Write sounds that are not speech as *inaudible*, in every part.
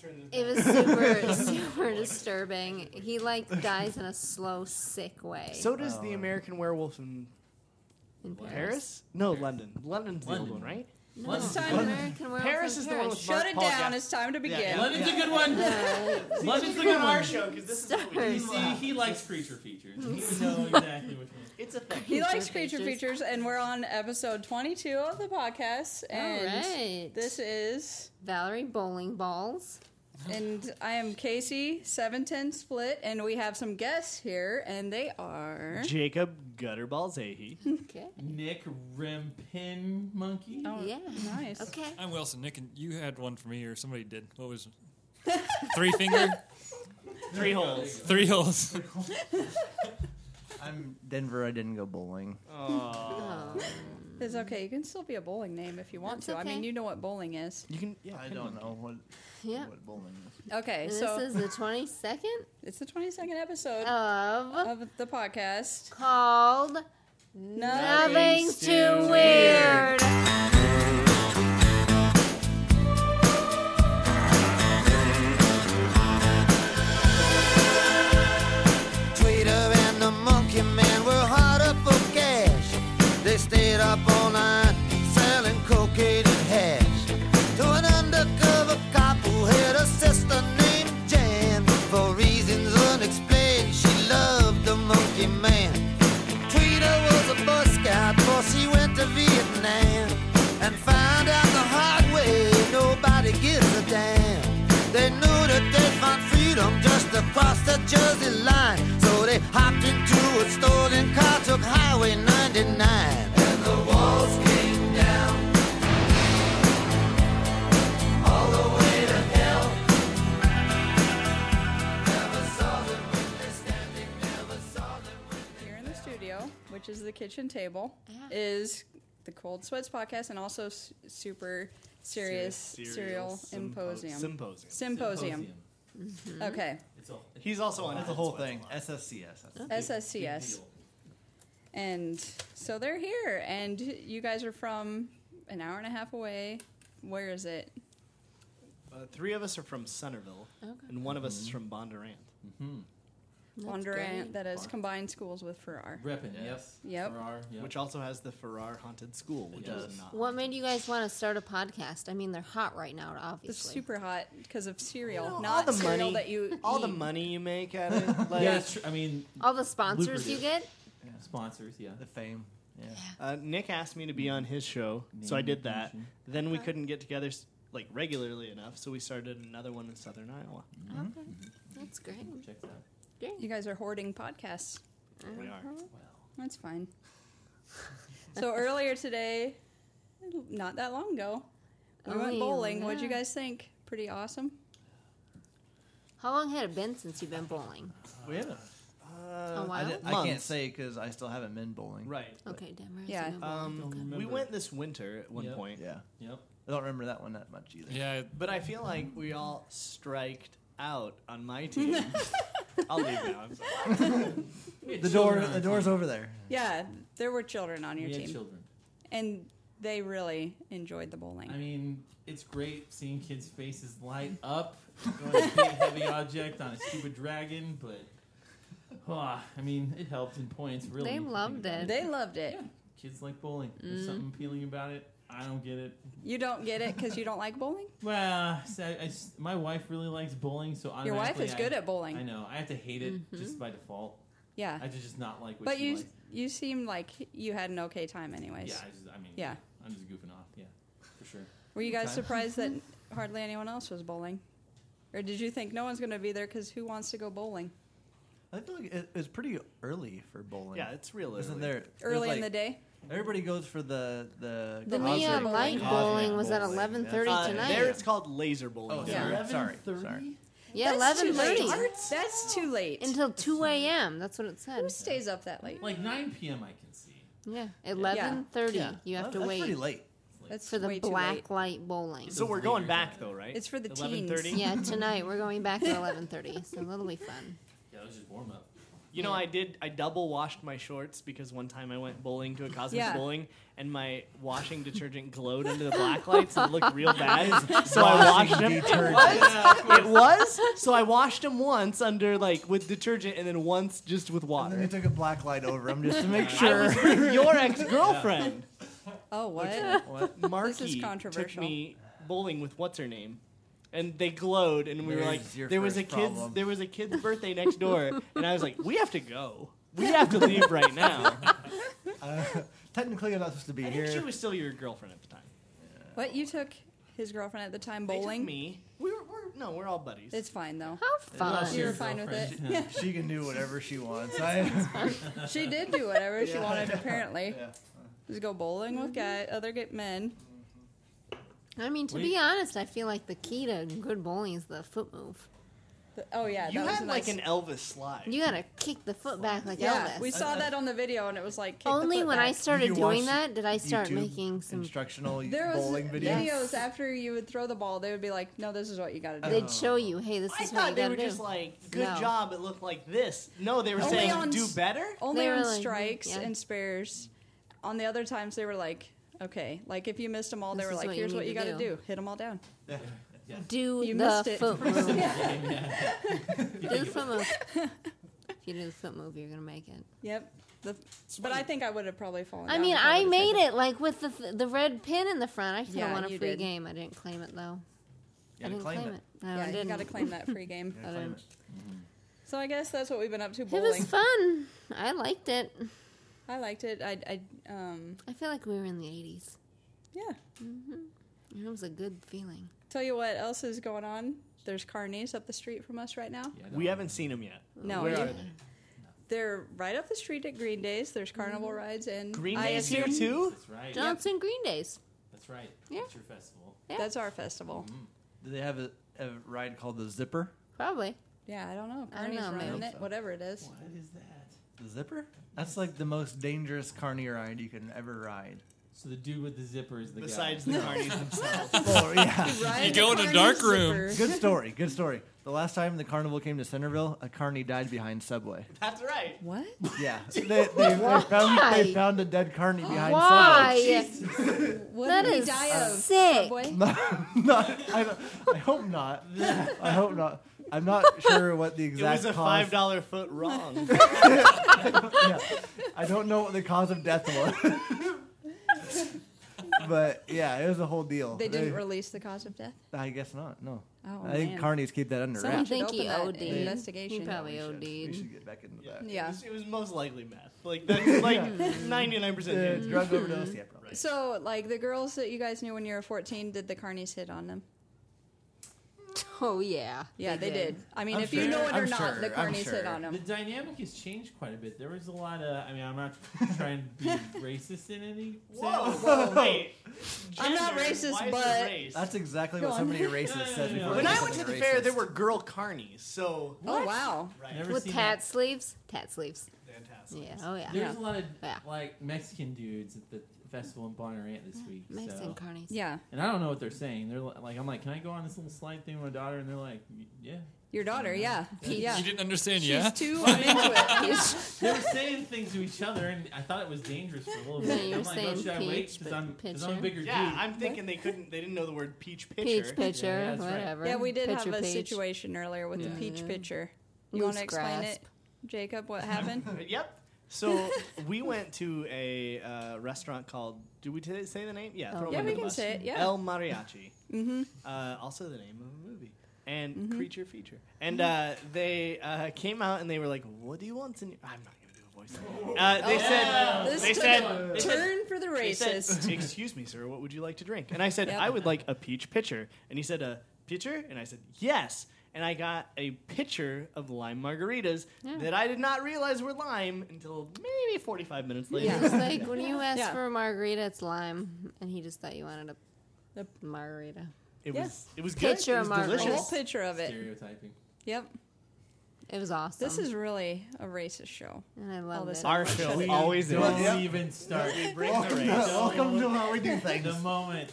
turn this It down. *laughs* was super, super disturbing. He like dies in a slow, sick way. So does the Oh. American Werewolf in in Paris. Paris? No, London. London's the old London. one, right? No, London. it's time London. *laughs* American Werewolf Paris in is the one Paris. with Shut Mark it Paul down. Jack- It's time to begin. yeah. London's a good one. Yeah. London's a Look good at our one. show because this is what You we see, he likes creature features. You know exactly which one. It's a thing. *laughs* He likes creature features, and we're on episode 22 of the podcast. And right. this is, Valerie Bowling Balls. and I am Casey, 710 Split, and we have some guests here, and they are. Jacob Gutterball Zahi. Okay. Nick Rimpin Monkey. Oh, Yeah. Nice. Okay. I'm Wilson. Nick, and you had one for me, or somebody did. What was it? three finger, Three holes. *laughs* three holes? I'm *laughs* Denver, I didn't go bowling. Oh. It's okay. You can still be a bowling name if you want That's to. I mean, okay. you know what bowling is. You can. Yeah, I pin don't monkey. know what Yep. what bowling is. Okay, And This so is the 22nd it's the 22nd episode of of the podcast. called No. Nothing's Nothing's Too Too Weird. Tweeter and the Monkey Man were hard up for cash. They stayed up all night selling cocaine and hash to an undercover cop who had a sister named Jan. For reasons unexplained, she loved the Monkey Man. Tweeter was a Boy Scout before she went to Vietnam and found out the hard way nobody gives a damn. They knew that they'd find freedom just across the Jersey line, so they hopped into a stolen car, took Highway 99, and the walls came down. all the way to hell. Never saw them when they're standing, never saw them when Here in the studio, which is the kitchen table, is the Cold Sweats podcast and also s- super serious, serial symposium. Symposium. symposium. Okay, It's all. He's also on That's the Hot whole Sweats thing. a lot. SSCS. That's- SSCS. And so they're here, and you guys are from an hour and a half away. Where is it? Uh, three of us are from Centerville, Okay. and one of us is from Bondurant. That's Bondurant, great. that is combined schools with Farrar. Reppin', yes. Yep. Farrar, yep. which also has the Farrar Haunted School, which is does. not. What made you guys want to start a podcast? I mean, they're hot right now, obviously. It's super hot because of cereal, Well, not all the cereal money, that you all eat. the money you make at it, like, Yeah, it's tr- I mean, All the sponsors you get? sponsors, yeah. The fame. Yeah. uh, Nick asked me to be on his show, so I Name did that. recognition. Then we couldn't get together s- like regularly enough, so we started another one in Southern Iowa. Okay. That's great. Check that. You guys are hoarding podcasts. We Uh-huh. are. That's fine. so earlier today, not that long ago, we Oh, went yeah. bowling. What'd you guys think? Pretty awesome. How long had it been since you've been bowling? We haven't. a Uh, while? I, di- I can't Months. say because I still haven't been bowling. right. okay, Denver. has Yeah. been bowling. Um, we remember. went this winter at one Yep. point, Yeah. Yep. I don't remember that one that much either. Yeah, but I feel like we all striked out on my team. I'll leave now. I'm sorry. The door. The door's over there. Yeah, there were children on your We had team, children. and they really enjoyed the bowling. *laughs* I mean, it's great seeing kids' faces light up going to big heavy object on a stupid dragon, but ah, I mean, it helped in points really. They if you think loved about it. they loved it. Yeah, kids like bowling. There's something appealing about it. I don't get it. You don't get it because you don't like *laughs* bowling. Well, so I- I s- my wife really likes bowling, so Your wife automatically is I- good at bowling. Mm-hmm. I know. I have to hate it just by default. Yeah, I just just not like what but she you likes. you seem like you had an okay time, anyways. Yeah, I, just, I mean, Yeah. I'm just goofing off. Yeah, for sure. Were you guys Okay. surprised *laughs* that hardly anyone else was bowling, or did you think no one's going to be there because who wants to go bowling I feel like it, it's pretty early for bowling. Yeah, it's real. Isn't early. there there's early in like- the day? Everybody goes for the the. The cosmic neon light cosmic bowling was at bowling. 11:30 That's- Uh, tonight. There, it's called laser bowling. Oh, Sorry. Yeah. sorry, 11:30? sorry. yeah, That's too eleven thirty late. That's too late. until two a.m. That's what it said. Who stays up that late? Like 9 p.m. I can see. Yeah, eleven thirty. Yeah. You have That- to that's Pretty wait late. That's for the way too late. black light bowling. So we're going back though, right? It's for the teens. 11:30? *laughs* yeah, tonight we're going back to eleven thirty, so that'll be fun. Yeah, it was just warm up. You know, I did. I double washed my shorts because one time I went bowling to a Cosmos Yeah. bowling, and my washing detergent glowed *laughs* under the black lights and looked real bad. so I washed them. It was. So I washed them once under like with detergent, and then once just with And then they water. took a black light over him just to *laughs* make I sure. was with *laughs* your ex girlfriend. Oh, what? What? Marky took controversial. me bowling with what's her name, and they glowed, and we were like, There's your there was a first kid's problem. there was a kid's birthday next *laughs* door, and I was like, we have to go, we have to leave right *laughs* now. Uh, *laughs* technically, you're not supposed to be I here. think she was still your girlfriend at the time. What you took his girlfriend at the time They took bowling? me. We were, we're no, we're all buddies. It's fine though. How Well, fun. your You're fine with it. *laughs* girlfriend. Yeah. She can do whatever she wants. I, She did do whatever she Yeah. *laughs* wanted. Apparently, Yeah. just go bowling Mm-hmm. with guy other gay men. I mean, to Wait. be honest, I feel like the key to good bowling is the foot move. Th- Oh yeah, you that was had a like nice. an Elvis slide. You gotta kick the foot back like yeah, Elvis. we Uh, saw that on the video, and it was like kick the Only foot when I back. started You doing watched that did I start YouTube making some. instructional There was bowling videos. videos after you would throw the ball. They would be like, "No, this is what you got to do." They'd show you, hey, this Oh. I is what thought you they gotta were do. just like, good No. job, it looked like this. No, they were Only saying, on do s- better. Only They were on like, strikes yeah. and spares. On the other times, they were like, "Okay, like if you missed them all, This they were is like, what you here's need what to you got to do. do. Hit them all down." *laughs* do You missed the it. *laughs* foot move. Yeah. do the foot move. If you do the foot move, you're gonna make it. Yep. The, but I think I would have probably fallen. I down mean, if I would've made tried it like with the th- the red pin in the front. I should have Yeah, won a you free did. game. I didn't claim it though. You I gotta didn't claim claim, it. it. No, I Yeah, you didn't. got to claim that *laughs* free game. *laughs* Mm-hmm. You gotta I claim didn't. it. So I guess that's what we've been up to It was bowling. fun. I liked it. I liked it. I, I um I feel like we were in the '80s. yeah. It was a good feeling. Tell you what else is going on. There's carnies up the street from us right now. Yeah, I We don't- haven't seen them yet. No, Where you- are they? they're right up the street at Green Days. There's carnival rides and Green I Day's here assume- too. That's right. Mm-hmm. Johnson Green Days. That's right. Yeah. It's your festival. Yeah. That's our festival. Do they have a, a ride called the Zipper? Probably. Yeah, I don't know. I don't Carnies know, running maybe. it, whatever it is. What is that? The Zipper? That's like the most dangerous carny ride you can ever ride. So the dude with the zipper is the Besides guy. the carnies *laughs* themselves. Oh, yeah. Ride You the go in a carny dark room. zipper. Good story. Good story. The last time the carnival came to Centerville, a carny died behind Subway. That's right. *laughs* What? Yeah, *laughs* they, they, they, found, Why? they found a dead carny behind Why? *laughs* What that did he is die of? sick. Subway? Subway. No, I, don't- I hope not. I hope not. I'm not sure what the It exact was a cause. *laughs* five dollar foot *laughs* wrong. I don't know what the cause of death was. *laughs* but yeah, it was a whole deal. They didn't release the cause of death. I guess not. No. Oh I think man. carnies keep that under Someone wraps. should think he open that OD'd. investigation. He probably We should- We OD'd. should get back into that. yeah. It was, it was most likely meth. Like *laughs* that's like ninety nine Uh, percent. drug overdose. Yeah, probably. So, like the girls that you guys knew when you were 14, did the carnies hit on them? Oh yeah. Yeah, they, did. I mean, I'm if you know sure. it or I'm not, sure. the I'm carnies sure. hit on The them. dynamic has changed quite a bit. There was a lot of. I mean, I'm not *laughs* trying *laughs* to be racist in any. Whoa, sense. whoa, wait. I'm not Gender, racist, why is it but- race? That's exactly Go what on. somebody *laughs* racist *laughs* No, no, said no, before. no. when they I said went to the something fair, racist. there were girl carnies. So Oh wow! right. Never With seen tat that. sleeves. Tat sleeves. Fantastic. Yeah. Oh yeah. There's Yeah. a lot of Yeah. like Mexican dudes at the festival in Bonnarant this week. Mm-hmm. Mexican so. carnies. Yeah, And I don't know what they're saying. They're li- like, I'm like, can I go on this little slide thing with my daughter? And they're like, "Y- yeah. your Uh-huh. daughter. Yeah, yeah. You didn't understand, She's yeah? too into *laughs* it. They were saying things to each other, and I thought it was dangerous for a little bit. No, you were I'm like, oh, saying should I wait? peach, Because but I'm, 'cause I'm a pitcher. bigger Yeah, dude. I'm thinking they couldn't. They didn't know the word peach pitcher. Peach pitcher, Yeah, that's right. whatever. yeah, we did Pitcher have a peach. situation earlier with the Yeah. peach Yeah. pitcher. You Loose want to explain grasp. it, Jacob? What happened? Yep. *laughs* So we went to a uh, restaurant called. Do we t- say the name? Yeah. Oh. throw 'em yeah, under we the can bus. say it. Yeah. El Mariachi. mm-hmm. uh, also the name of a movie and creature feature and Mm-hmm. uh, they uh, came out and they were like what do you want in your i'm not going to do a voice uh, they said Oh, This they took said a they said- turn for the they said, racist. *laughs* excuse me sir what would you like to drink and i said Yep. i would like a peach pitcher and he said a pitcher and i said yes and I got a pitcher of lime margaritas Yeah. that I did not realize were lime until maybe 45 minutes later. *laughs* It's *laughs* like when you ask Yeah. for a margarita, it's lime, and he just thought you wanted a The- margarita. It Yeah. was it was good. Pitcher It of was A margaritas. whole Yes. delicious. picture of it. Stereotyping. Yep. It was awesome. This is really a racist show. and I love this it. Our show We always is. Don't Yep. even start. We bring the Welcome to, race. welcome to how we do the things. moment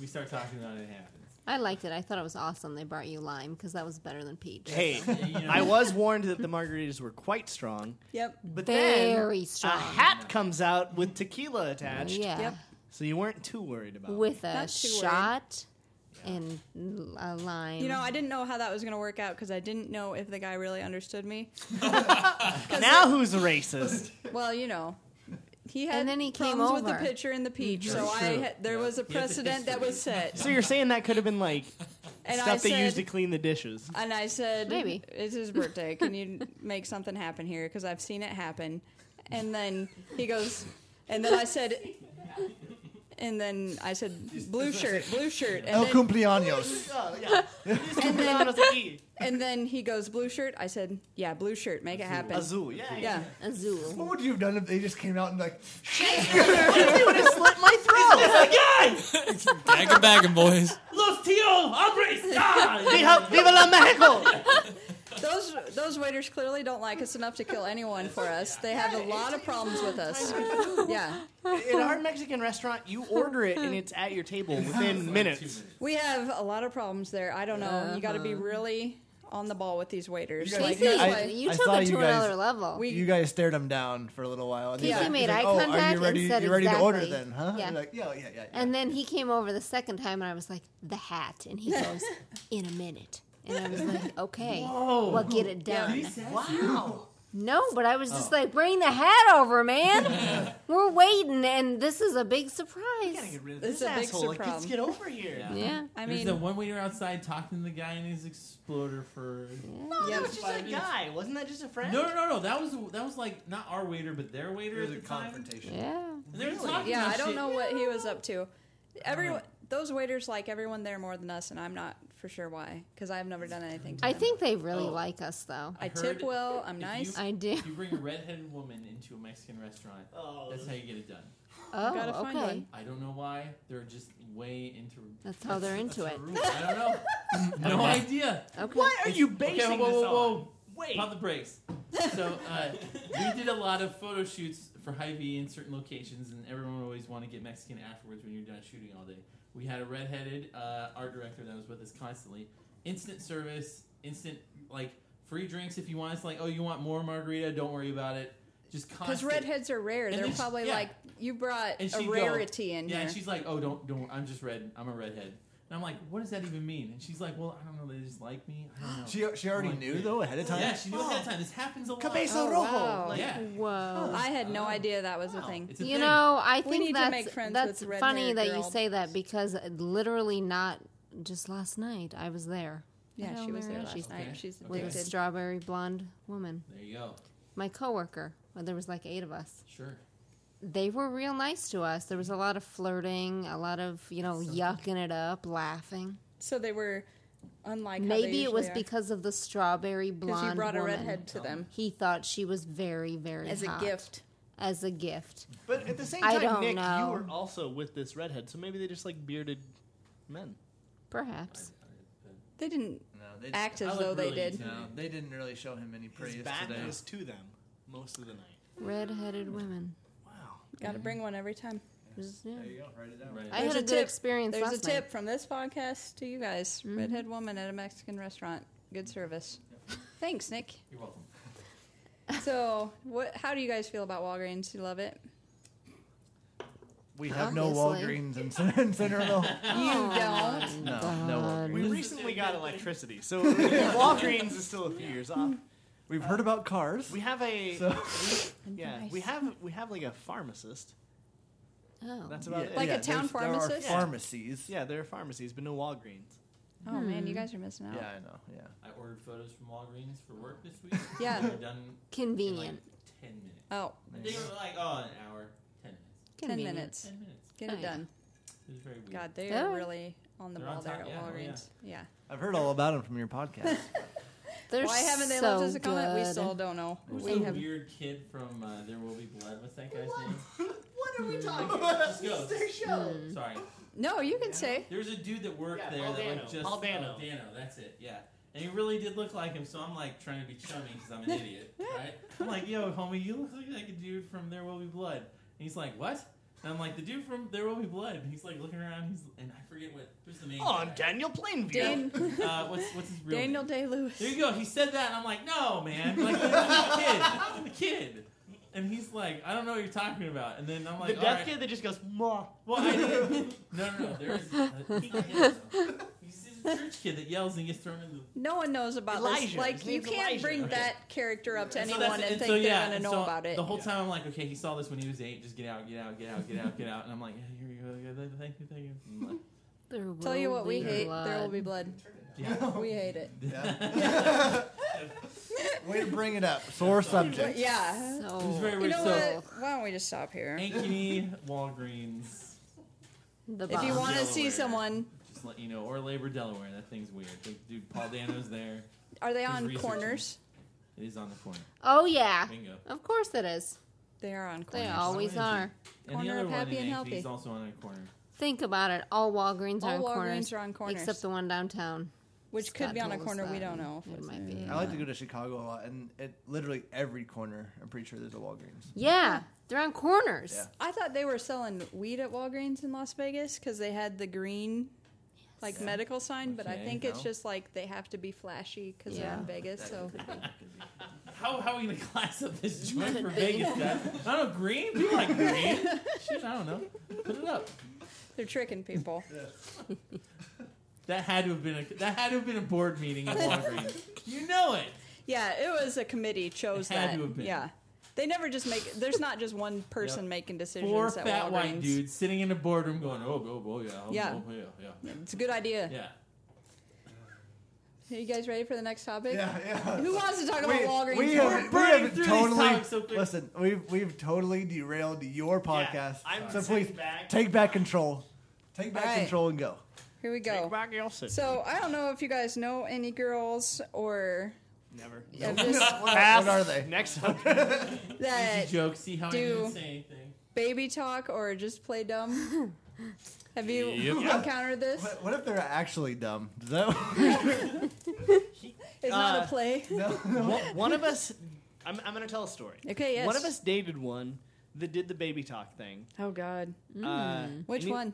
we start talking about it, it happens. I liked it. I thought it was awesome. They brought you lime because that was better than peach. Hey, You know, I was warned that the margaritas were quite strong, Yep. but then very a strong. hat comes out with tequila attached, Yeah, Yep. so you weren't too worried about it. with a Not too worried. shot and l- a *laughs* lime. You know, I didn't know how that was going to work out because I didn't know if the guy really understood me. Now who's *laughs* racist? Well, you know, he had And then he came problems with over. the pitcher and the peach, so I True. had, there was a He had the precedent that was set. so you're saying that could have been like And I stuff they said, used to clean the dishes? and I said, Maybe. it's his birthday. Can you *laughs* make something happen here? Because I've seen it happen. And then he goes, and then I said, and then I said, blue shirt, blue shirt, and El then, cumpleaños. Oh Oh *laughs* and I then was like, "E, and then he goes, blue shirt. I said, yeah, blue shirt, make it happen. Azul, yeah, yeah. Yeah, Azul. What would you have done if they just came out and like, *laughs* *laughs* Bag and bagging, boys. Los Tio, hombres! Ah! *laughs* Viva, viva la Mexico! *laughs* those those waiters clearly don't like us enough to kill anyone for us. They have a lot of problems with us. Yeah, In our Mexican restaurant, you order it and it's at your table within minutes. we have a lot of problems there. I don't know. You got to be Uh-huh. really on the ball with these waiters. You Like, guys- Casey, that's I- why- you I took saw it to you guys- another level. We- you guys stared him down for a little while. And he's Yeah. like- He made he's like, eye oh, contact are you and ready, said you ready to order exactly. then, huh? Yeah. You're like, yeah, yeah, yeah. yeah. and then he came over the second time, and I was like, "The hat," and he goes, "In a minute." And I was like, "Okay, well, get it done." Wow. No, but I was just like, "Bring the hat over, man. We're waiting, and this is a big surprise." rid of It's a big Like, let's surprom. get over here. Yeah. Yeah, I There's mean, the one waiter outside talking to the guy and his exploder for. No, Yeah. that was just a guy. Wasn't that just a friend? No, no, no, no. That was that was like not our waiter, but their waiter at the time. yeah. And they were talking yeah, about I don't shit. know what he was up to. Everyone, Uh-huh. those waiters like everyone there more than us, and I'm not for sure why because I've never done anything. to I them. think they really Oh. like us, though. I I tip heard well. I'm if you- nice. I do. If you bring a redheaded woman into a Mexican restaurant, Oh, that's how you get it done. gotta Oh, find okay. one. I don't know why. They're just way into. That's how they're into it. I don't *laughs* know. No idea. Okay. Why are you basing Okay, whoa, whoa, this whoa, on? whoa. Wait. Pop the brakes. So uh, we did a lot of photo shoots for Hy-Vee in certain locations, and everyone would always want to get Mexican afterwards when you're done shooting all day. We had a redheaded uh, art director that was with us constantly. Instant service, instant like free drinks if you want. It's like, oh, you want more margarita? Don't worry about it. Just Because constant. redheads are rare. And They're there's- probably yeah. like, you brought And a she'd go- rarity in Yeah, here. and she's like, oh, don't, don't. I'm just red. I'm a redhead. And I'm like, what does that even mean? And she's like, well, I don't know. They just like me. I *gasps* don't know. She, she already Like, knew though ahead of time. Oh, yeah, she knew ahead of time. This happens a lot. Cabeza Oh, rojo. wow. Like, yeah. Whoa. I had no idea that was a thing. It's a You thing. know, I We think need to that's make friends that's with red-haired funny that you girl. say that because literally not just last night I was there. I yeah, don't she was know there where last she's night. Okay. She's Okay. with a addicted. strawberry blonde woman, There you go. my coworker. Well, there was like eight of us. Sure. They were real nice to us. There was a lot of flirting, a lot of you know yucking it up, laughing. So they were unlike how they Maybe it was usually are. because of the strawberry blonde you brought a woman. redhead to them He thought she was very, very as a hot. gift. As a gift. But at the same I time, don't Nick, know. you were also with this redhead, so maybe they just like bearded men. Perhaps. They didn't No, they act as I look though they really did. into- No, they didn't really show him any praise His back today. was to them most of the night. Red-headed women. Got to bring one every time. Just, yeah. you go. Write it down. Right. I There's had a a, good tip. experience There's a last Mm-hmm. tip from this podcast to you guys. Redhead woman at a Mexican restaurant. Good service. Thanks, Nick. You're welcome. So, what? How do you guys feel about Walgreens? You love it? We have no Obviously. Walgreens in, Cen- in *laughs* Centerville. *laughs* You don't. night. No, God. no Walgreens. We recently got electricity, so *laughs* Walgreens is still a few years off. We've heard about cars. We have a So- *laughs* yeah, we have we have like a pharmacist. Oh. That's about it. Like a there's- town there are pharmacist? pharmacies. Hmm. yeah, there are pharmacies, but no Walgreens. Oh man, you guys are missing out. Yeah, I know. Yeah. I ordered photos from Walgreens for work this week. Yeah. They're done in like Convenient. 10 minutes. Oh, I think it was like, oh, an hour. 10 minutes. ten Convenient. minutes. 10 minutes. Get Oh, it yeah. done. It was very weird. God, they Yeah. are really on the They're ball on there top, at yeah, oh, Walgreens. Yeah. I've heard all about them from your podcast. They're Why haven't they so left us a comment? good. We still don't know. Who's we the have. weird kid from uh, There Will Be Blood? What's that guy's name? What are we talking Just about? *laughs* go. Sorry. No, you can say. There was a dude that worked Yeah, there Paul that Dano. like just Paul Dano. oh, Dano, that's it. Yeah. And he really did look like him, so I'm like trying to be chummy *laughs* because I'm an idiot, right? I'm like, yo, homie, you look like a dude from There Will Be Blood. And he's like, what? And I'm like, the dude from There Will Be Blood. And he's like looking around. He's and I forget what. Who's the main? Oh, I'm guy? Daniel Plainview. Dan- *laughs* Uh, what's what's his real Daniel name? Day Lewis. There you go. He said that, and I'm like, no, man. Like, I'm a kid. I'm a kid. And he's like, I don't know what you're talking about. And then I'm the like, all deaf right. kid that just goes, "Ma." *laughs* Well, I didn't. No, no, no. There is. *laughs* *laughs* Uh, he's not him, though. He's this church kid that yells and gets thrown into. No one knows about this. Elijah. Like His you name's can't Elijah. bring Okay. that character up to And so anyone that's- and think they're gonna and know so about it. The whole time I'm like, okay, he saw this when he was eight. Just get out, get out, get out, get out, get out. And I'm like, here you go, go, go, thank you, thank you. And I'm like, There Tell you will what we be hate. blood. There will be blood. *laughs* yeah. We hate it. *laughs* Yeah. *laughs* Way to bring it up. Sore subject. yeah. So It was very You weird. know so what? Why don't we just stop here? *laughs* Ankeny, Walgreens. the If you bomb. want to see Delaware. someone, Just let you know, or Labor Delaware. That thing's weird. Like, dude, Paul Dano's there. are they He's on researching. corners? It is on the corner. Oh yeah, Bingo. of course it is. They are on They corners. always are. And the Corner other of one happy in and Ankeny healthy. is also on a corner. Think about it. All Walgreens are All on corners, Walgreens are on corners, except the one downtown. which could Scott be on a told us corner. We that. don't know. If It it's might be. I like to go to Chicago a lot, and it literally every corner. I'm pretty sure there's a Walgreens. Yeah, they're on corners. Yeah. I thought they were selling weed at Walgreens in Las Vegas because they had the green, like medical sign. But I Okay. think it's No. just like they have to be flashy because they're Yeah. in Vegas. So *laughs* How, how are we gonna class up *laughs* this joint for Vegas, guys? I don't know, green? People like green? *laughs* Shit, I don't know. Put it up. they're tricking *laughs* people. That had to have been a that had to have been a board *laughs* meeting at Walgreens. you know it. Yeah, it was a committee chose It had that. to have been. Yeah, they never just make. There's not just one person Yep. making decisions. Four at fat Walgreens. white dudes sitting in a boardroom going, oh, oh, oh yeah, oh, Yeah. oh, yeah, yeah, It's a good idea. yeah. Are you guys ready for the next topic? yeah. Who wants to talk about Walgreens? we We're have, we burning have through these totally topics so quick. listen. We've we've totally derailed your podcast. I'm so sitting please back. take back control. Take back All right. control and go. Here we go. So I don't know if you guys know any girls or Never. *laughs* have just What, what are they? Next *laughs* subject. that Joke, see how I Do- didn't say anything. baby talk or just play dumb. *laughs* Have you Yep. *laughs* encountered this? What, what if they're actually dumb? Is *laughs* that- It's not a Uh, play. one, one of us. I'm, I'm gonna tell a story. Okay, yes. One of us dated one that did the baby talk thing. Oh God. Mm. Uh, Which and he- one?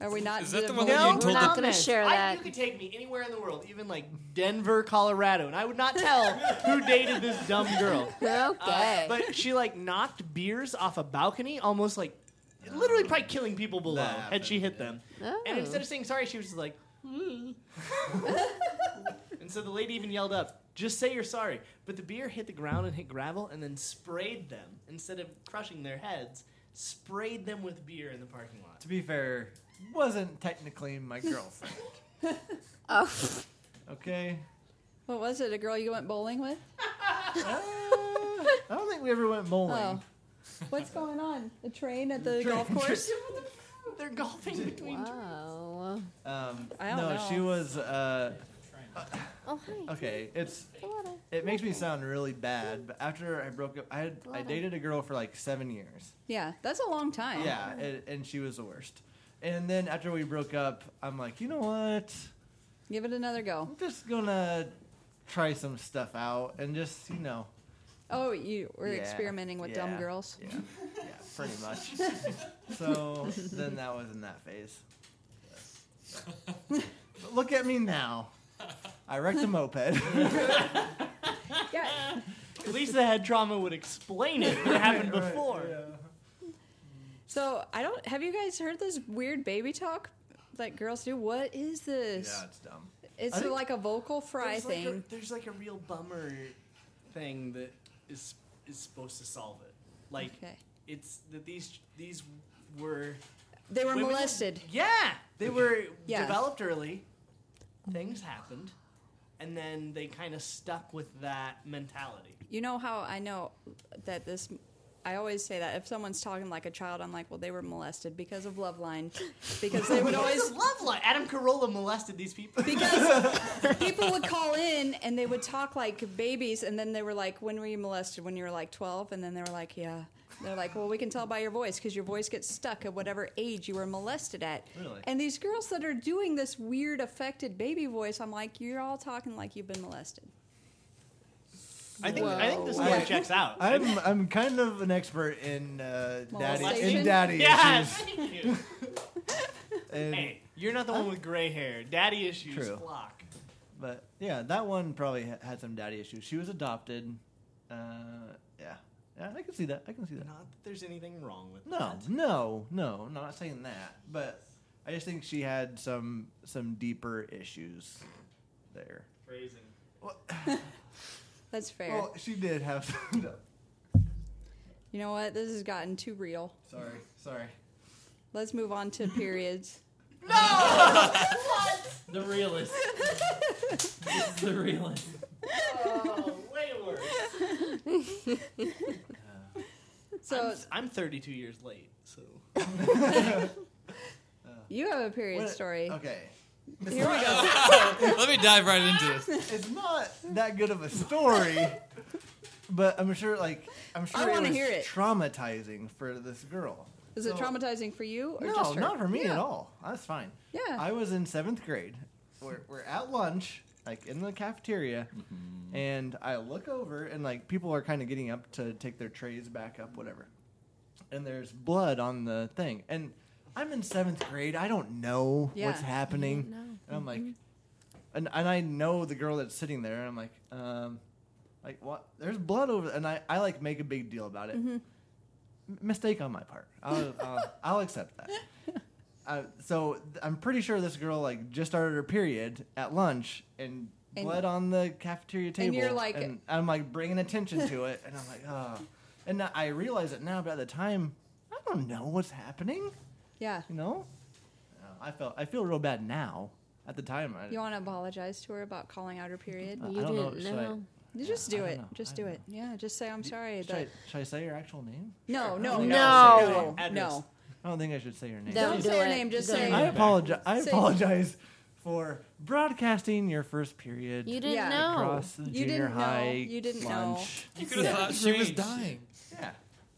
Are we not? Is that the one divulging? that you No, We're told not the, going to share I, that. you could take me anywhere in the world, even like *laughs* uh, Denver, Colorado, and I would not tell who dated this dumb girl. Okay. Uh, but she like knocked beers off a balcony, almost like literally probably killing people below That had she hit happened, them. Oh. And instead of saying sorry, she was just like, *laughs* *laughs* "Mm." and so the lady even yelled up, "Just say you're sorry." But the beer hit the ground and hit gravel, and then sprayed them instead of crushing their heads. Sprayed them with beer in the parking lot. to be fair, wasn't technically *laughs* my girlfriend. oh. Okay. What was it? A girl you went bowling with? Uh, I don't think we ever went bowling. Oh. What's going on? The train at the golf *laughs* course? They're golfing between. Wow. Oh. Um, I don't no, know. she was. Uh, Oh hi. okay, it's Hello. it makes me sound really bad, but after I broke up, I had I dated a girl for like seven years. Yeah, that's a long time. Yeah, and, and she was the worst. And then after we broke up, I'm like, you know what? Give it another go. I'm just gonna try some stuff out and just you know. Oh, you were Yeah, experimenting with dumb yeah, girls. *laughs* Yeah, yeah, pretty much. *laughs* so then that was in that *laughs* phase. But look at me *laughs* now. I wrecked a moped. Yeah. *laughs* At least the head trauma would explain it. *laughs* It happened Right, before. So I don't. Have you guys heard this weird baby talk that girls do? What is this? Yeah, it's dumb. It's I think- like a vocal fry there's thing. Like a, there's like a real bummer thing that is is supposed to solve it. Like Okay. it's that these these were They were women- molested. Yeah, they were *laughs* Yeah. developed early. Things happened, and then they kind of stuck with that mentality. You know how I know that this. I always say that if someone's talking like a child, I'm like, well, they were molested because of Loveline, because they would It's always *laughs* a love life. Adam Carolla molested these people. because people would call in and they would talk like babies, and then they were like, "When were you molested? When you were like 12?" And then they were like, "Yeah." They're like, "Well, we can tell by your voice because your voice gets stuck at whatever age you were molested at." Really? And these girls that are doing this weird affected baby voice, I'm like, "You're all talking like you've been molested." I think I think this Whoa. story I- checks out. I'm I'm kind of an expert in uh, daddy Molestation? in daddy yes. issues. *laughs* Thank you. *laughs* And- Hey, you're not the one with gray hair. Daddy issues. True. Flock. But yeah, that one probably ha- had some daddy issues. She was adopted. Uh, yeah, yeah, I can see that. I can see that. Not that there's anything wrong with No, that. no, no, no, not saying that. But I just think she had some some deeper issues there. Phrasing. That's fair. Well, she did *laughs* have. Some, no, you know what? This has gotten too real. sorry, sorry. Let's move on to *laughs* periods. The realist. this is the realist. Oh, way worse. *laughs* So I'm 32 years late, so you have a *laughs* period What- story. *laughs* Okay, Here we go. *laughs* Let me dive right into this. it's not that good of a story, but I'm sure, like, I'm sure it wanna was hear it. traumatizing for this girl. Is it traumatizing for you or no, just her? not for me Yeah. at all. That's fine. Yeah. I was in seventh grade. We're, we're at lunch, like in the cafeteria, and I look over, and like people are kind of getting up to take their trays back up, whatever. And there's blood on the thing. And I'm in seventh grade. I don't know Yeah. what's happening. You don't know. Mm-hmm. And I'm like, and, and I know the girl that's sitting there, and I'm like, um, like what? There's blood over, and I, I like make a big deal about it. Mm-hmm. M- mistake on my part. I'll, *laughs* I'll, I'll accept that. Uh, so th- I'm pretty sure this girl like just started her period at lunch and, And- blood on the cafeteria table. you're like- and I'm like bringing attention to it, and I'm like, oh. And now I realize it now, but at the time, I don't know what's happening. Yeah. You know, Uh, I felt I feel real bad now. At the time, I, You want to apologize to her about calling out her period? I You don't know. didn't Should I- know. You just do I don't it. know. Just I do don't it. Yeah, just say I'm sorry. Should I, that- should I say her actual name? No, no, No. no, no, Address. no. I don't think I should say her name. Don't do say her it. name, just Don't say- do I it. apologize. I Say- apologize for broadcasting your first period You didn't Yeah. know. across the You junior didn't know. high You didn't know. lunch. You could have thought she was dying. Yeah,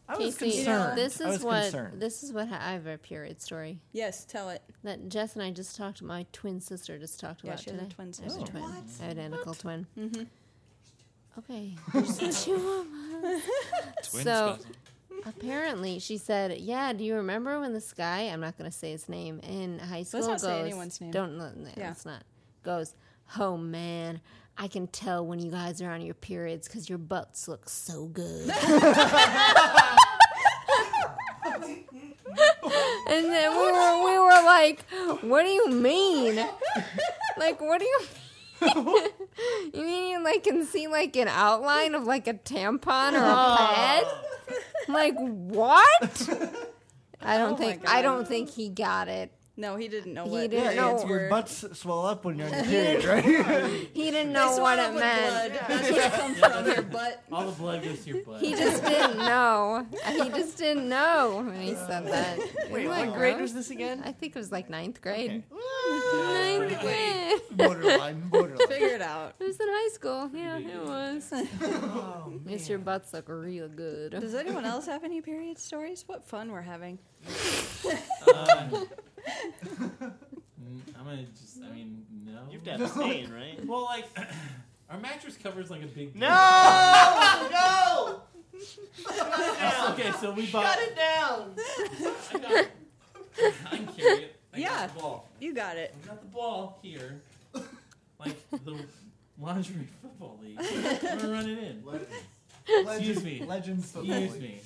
I was Casey, concerned. this I is was what concerned. this is what I have a period story Yes, tell it. that Jess and I just talked. My twin sister just talked Yeah, about she has today. a twin I have sister. a twin. I have an identical twin. Mm-hmm. Okay. *laughs* Chihuahua. Twins, so cousin. apparently, she said, "Yeah, do you remember when this guy? I'm not going to say his name in high school. not goes, say anyone's name. Don't. No, no, Yeah. Let's not. Goes. Oh man." I can tell when you guys are on your periods because your butts look so *laughs* good. And then we were, we were like, what do you mean? Like, what do you mean? *laughs* you mean you, like, can see, like, an outline of, like, a tampon or a pad? Oh. like, what? I Oh don't my think, God. I don't think he got it. No, he didn't know He what. didn't yeah, know it's your word. butts swell up when you're *laughs* on your period, right? He They didn't know what swallow it with blood. meant. *laughs* That's where it comes from. Her butt. All the blood goes to your butt. He just didn't know. He just didn't know when he said that. wait, Isn't what that grade gross? was this again? I think it was like ninth grade. Ah, Ninth grade. borderline, *laughs* borderline. Figure it out. It was in high school. Oh, *laughs* Yeah, it was. *laughs* Makes your butts look real good. Does anyone *laughs* else have any period stories? What fun we're having. Uh, n- Mm, I'm gonna just. I mean, no. *laughs* You've done stain, right? Well, like, *clears throat* our mattress cover's like a *laughs* big. *laughs* *laughs* No! no! Okay, so we bought. Shut *laughs* it down! I got. I can carry it. I Yeah. Got the ball. You got it. I got the ball *laughs* here. Like the lingerie football league. I'm gonna run it in. Excuse me. Legends football. Excuse league. me.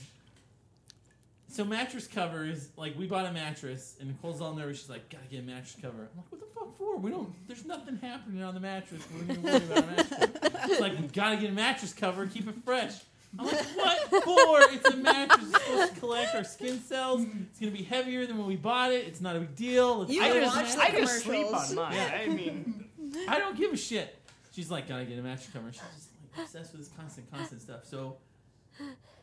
So mattress covers, like we bought a mattress, and Nicole's all nervous. She's like, "Gotta get a mattress cover." I'm like, "What the fuck for? We don't. There's nothing happening on the mattress. We're *laughs* gonna worry about a mattress." cover." She's like, "We gotta get a mattress cover. Keep it fresh." I'm like, "What for? It's a mattress. It's supposed to collect our skin cells. It's gonna be heavier than when we bought it. It's not a big deal." Let's You get I it, just, watch man." the I just sleep commercials. on mine. I mean, I don't give a shit. She's like, gotta get a mattress cover. She's just like obsessed with this constant, constant stuff. So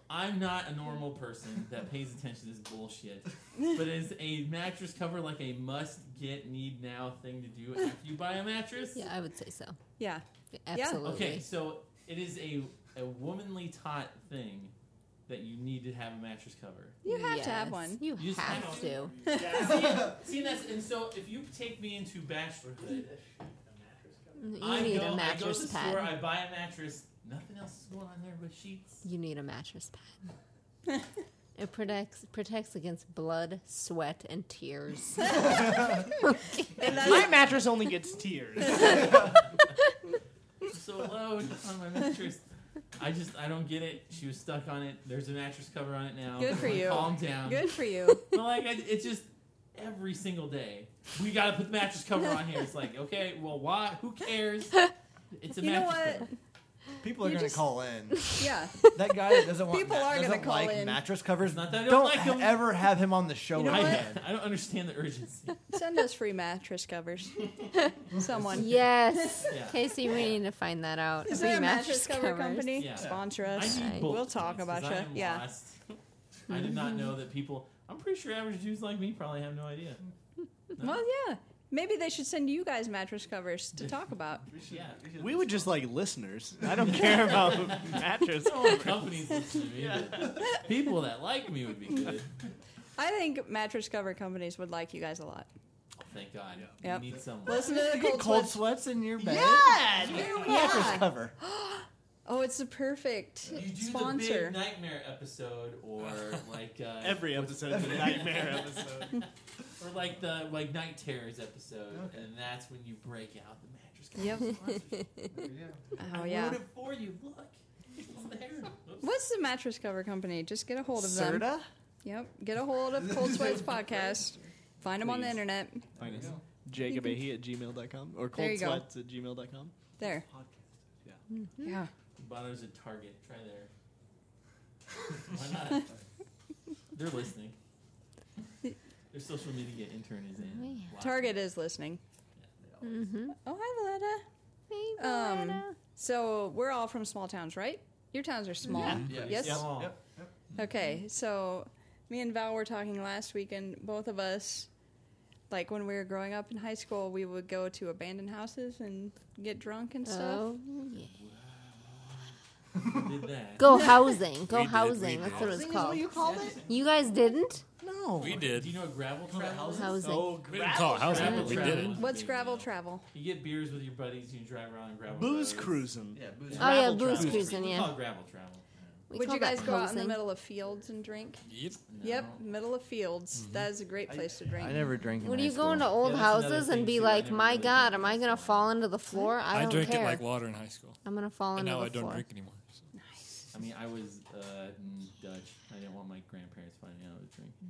I'm not a normal person that pays attention to this bullshit. But is a mattress cover like a must get, need now thing to do after you buy a mattress? Yeah, I would say so. Yeah. Absolutely. Okay, so it is a, a womanly taught thing that you need to have a mattress cover. You have to have Yes, one. You, You just have, have to. *laughs* to. See, and that's and so if you take me into bachelorhood, You I need go, a I go to the mattress store, pad. I buy a mattress. Nothing else is going on there but sheets. You need a mattress pad. *laughs* It protects protects against blood, sweat, and *laughs* tears. My mattress only gets tears. It's so low *laughs* on my mattress. I just I don't get it. She was stuck on it. There's a mattress cover on it now. Good for you. *laughs* Calm down. Good for you. But like I, it's just every single day we gotta put the mattress cover on here. It's like okay, well why? *laughs* Who cares? It's a You know mattress what? cover. People are You going to just- call in. *laughs* Yeah. That guy that doesn't want People ma- are gonna doesn't call like in. mattress covers. It's not that I don't don't like ha- 'em. ever have him on the show You know I, *laughs* again. I don't understand the urgency. Send us free mattress *laughs* covers. Someone. *laughs* yes, Yeah. Casey, we need to find that out. Is Free there a mattress cover covers. company? Yeah. Sponsor I us. need Right. both We'll talk points, 'cause about I you. am Yeah. Lost. I did not know that people. I'm pretty sure average dudes like me probably have *laughs* no idea. Well, yeah. Maybe they should send you guys mattress covers to *laughs* talk about. Yeah. We would just like listeners. I don't care about mattress. No companies listen to me. but People that like me would be good. I think mattress cover companies would like you guys a lot. Thank God. Yep. We need someone. Listen to the Cold, cold, cold Sweats. sweats in your bed. Yeah, Mattress Yeah. cover. *gasps* Oh, it's the perfect You do the sponsor. big nightmare episode, *laughs* or like uh, Every episode is a *laughs* nightmare episode. or like the like night terrors episode, and that's when you break out the *laughs* mattress. cover Yep. sponsorship. oh I yeah. wrote it for you. Look, it's *laughs* there. Oops. What's the mattress cover company? Just get a hold of them. Serta? Yep. Get a hold of Cold *laughs* Sweats Podcast. Find them on the Please. internet. Find us. Jacob Ahe at gmail.com or There you go. coldsweats at gmail.com. There. Yeah. Bono's at Target. Try there. *laughs* Why not? They're listening. Their social media intern is in. Yeah. Wow. Target is listening. Mhm. Oh, hi, Loretta. Hey, Um, Loretta. So we're all from small towns, right? Your towns are small. Yeah, Yes. it's small. Yep. Okay, so me and Val were talking last week, and both of us, like when we were growing up in high school, we would go to abandoned houses and get drunk and stuff. Oh, yeah. Did that. Go housing. Go We did, we housing. did. That's what it's Thing is what called. you called it? You guys didn't? No. We Do you did. know what gravel travel is? Housing. Oh, We didn't call it housing, but Gravel we travel did it. is a What's big gravel deal. travel? You get beers with your buddies, you drive around and gravel. Booze roads. cruising. Yeah, Yeah. Oh, yeah, Gravel booze travel. cruising, We yeah. call it gravel travel. We Would call you guys that go out in the housing. middle of fields and drink? Yep. Mm-hmm. Yep, middle of fields. That is a great place to drink. I never drank in What are high you going to school. old that's another houses and thing, be too. I like, never my really God, drank am I this gonna stuff. fall into the floor? I I, don't drank care. it like water in high school. I'm gonna fall And into now I the don't floor. drink anymore. so. I mean, I was uh, mm, Dutch. I didn't want my grandparents finding out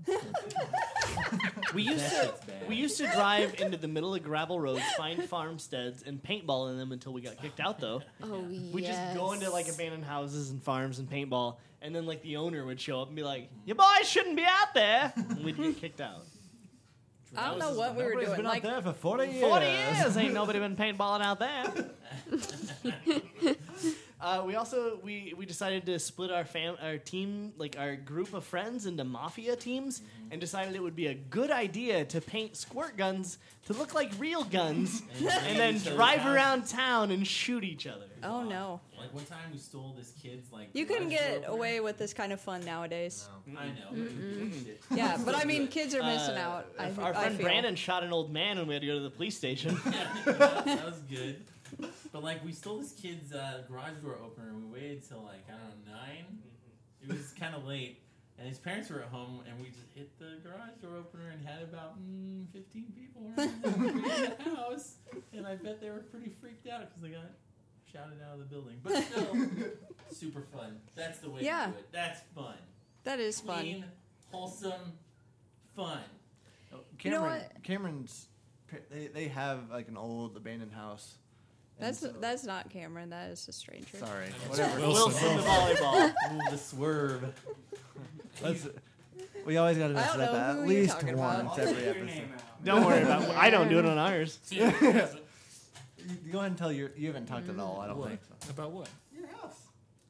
I was drinking. *laughs* *laughs* We used That to shit's bad. we used to drive into the middle of gravel roads, find farmsteads, and paintball in them until we got kicked out. Though Oh yeah. we just go into like abandoned houses and farms and paintball, and then like the owner would show up and be like, "Your boys shouldn't be out there," and we'd get kicked out. *laughs* I don't know what we were Nobody's doing. been Like, out there for 40 years. Oh, Forty years *laughs* ain't nobody been paintballing out there. uh, we also we we decided to split our fam our team like our group of friends into mafia teams and decided it would be a good idea to paint squirt guns to look like real guns and then drive around town and shoot each other. *laughs* oh no, Like one time we stole this kid's like. you couldn't garage get door opener. away with this kind of fun nowadays. I know. but we did shit. Yeah, *laughs* but I mean, kids are missing Uh, out. I, Our I friend feel. Brandon shot an old man and we had to go to the police station. *laughs* *laughs* that was good. But like we stole this kid's uh, garage door opener and we waited till like I don't know nine. It was kind of late, and his parents were at home, and we just hit the garage door opener and had about mm, fifteen people around the house, and I bet they were pretty freaked out because they got shouted out of the building. But still, super fun. That's the way Yeah. to do it. That's fun. That is fun. Clean, wholesome, fun. You know Cameron, Cameron's, pa- they, they have like an old abandoned house. And That's so- that's not Cameron. That is a stranger. Sorry. Wilson. Whatever. Wilson the volleyball. Ooh, the *laughs* swerve. Let's, we always got to I mess don't it up know at who you're least talking about. once I'll every take your episode. name out. Don't worry about it. I don't do it on ours. You Go ahead and tell your. You haven't talked at all. I don't What? think so. About what? Your house.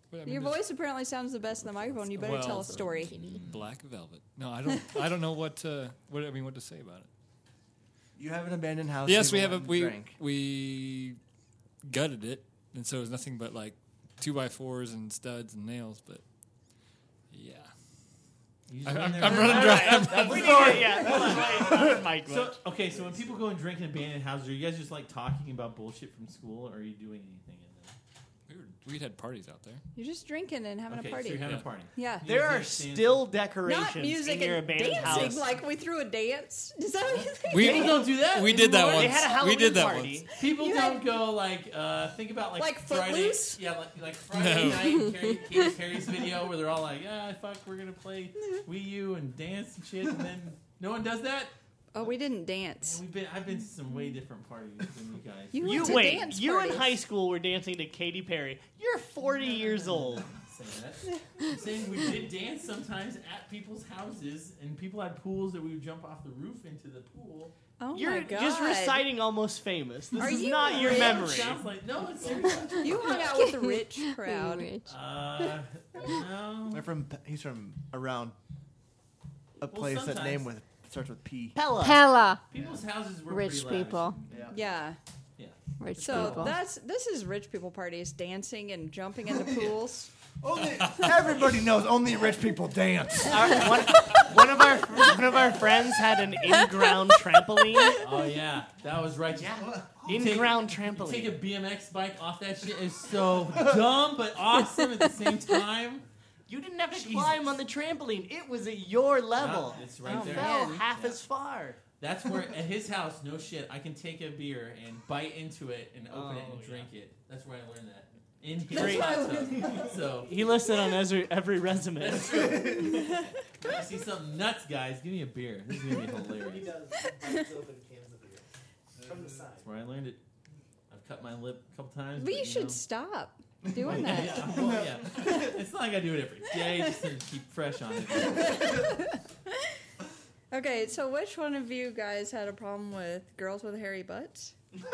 What I *laughs* mean Your is- voice apparently sounds the best in the microphone. You better Well- tell a story. Black Velvet. No, I don't. I don't know what. Uh, what I mean, what to say about it. You have an abandoned house. yes, we you have a went and we drank. we gutted it, and so it was nothing but like two by fours and studs and nails. But yeah, You just I, went am there. running dry. I'm running we need yeah, that's right. Mike So okay, so when people go and drink in abandoned houses, are you guys just like talking about bullshit from school, or are you doing anything in there? We were, we'd had parties out there. You're just drinking and having okay, a so party. you're having Yeah. a party. yeah. There are Music stands- still decorations Not music in your and abandoned dancing. house. Like we threw a dance. *laughs* Is that what you think? We- People don't do that. We did that anymore. they once. had a Halloween we did that party. once. People You don't go like uh, think about like Like Friday, Footloose? Yeah, like, like Friday No. night *laughs* Carrie, *laughs* Katy Perry's video where they're all like, "Ah, fuck, we're gonna play Mm-hmm. Wii U and dance and shit," and then no one does that. Oh, we didn't And dance. we've been I've been to some way different parties than you guys. You You went to wait. dance you in parties. high school were dancing to Katy Perry. You're 40 years old. saying that. I'm saying we did dance sometimes at people's houses, and people had pools that we would jump off the roof into the pool. Oh my You're god! just reciting almost famous. This Are is you not your rich? memory. Sounds like no, it's serious. *laughs* You hung out with the rich crowd. Rich. Uh, no. They're from. He's from around a Well, place that sometimes- name with starts with P. Pella. Pella. People's houses were Rich pretty lavish. people. Yeah. Yeah. Rich So people. that's this is rich people parties, dancing and jumping *laughs* into pools. Oh, Only, *laughs* everybody knows only rich people dance. Our- one, one of our one of our friends had an in-ground trampoline. Oh yeah, that was right. Yeah. In-ground Take trampoline. a BMX bike off that shit is so dumb but awesome at the same time. You didn't have to Jesus. climb on the trampoline. It was at your *laughs* level. Yeah, it's right Oh, You there. fell Yeah. half Yeah. as far. That's where at his house, no shit, I can take a beer and bite into it and open it Oh, and yeah. drink it. That's where I learned that. In his Great. hot tub. *laughs* So He listed on every, every *laughs* resume. *laughs* that's true. When I see something nuts, guys, give me a beer. This is gonna be hilarious. From the side. That's where I learned it. I've cut my lip a couple times. But you know. should stop doing Yeah, *laughs* that. yeah, well, yeah. It's not like I do it every day, just to keep fresh on it. *laughs* Okay, so which one of you guys had a problem with girls with hairy *laughs* butts? That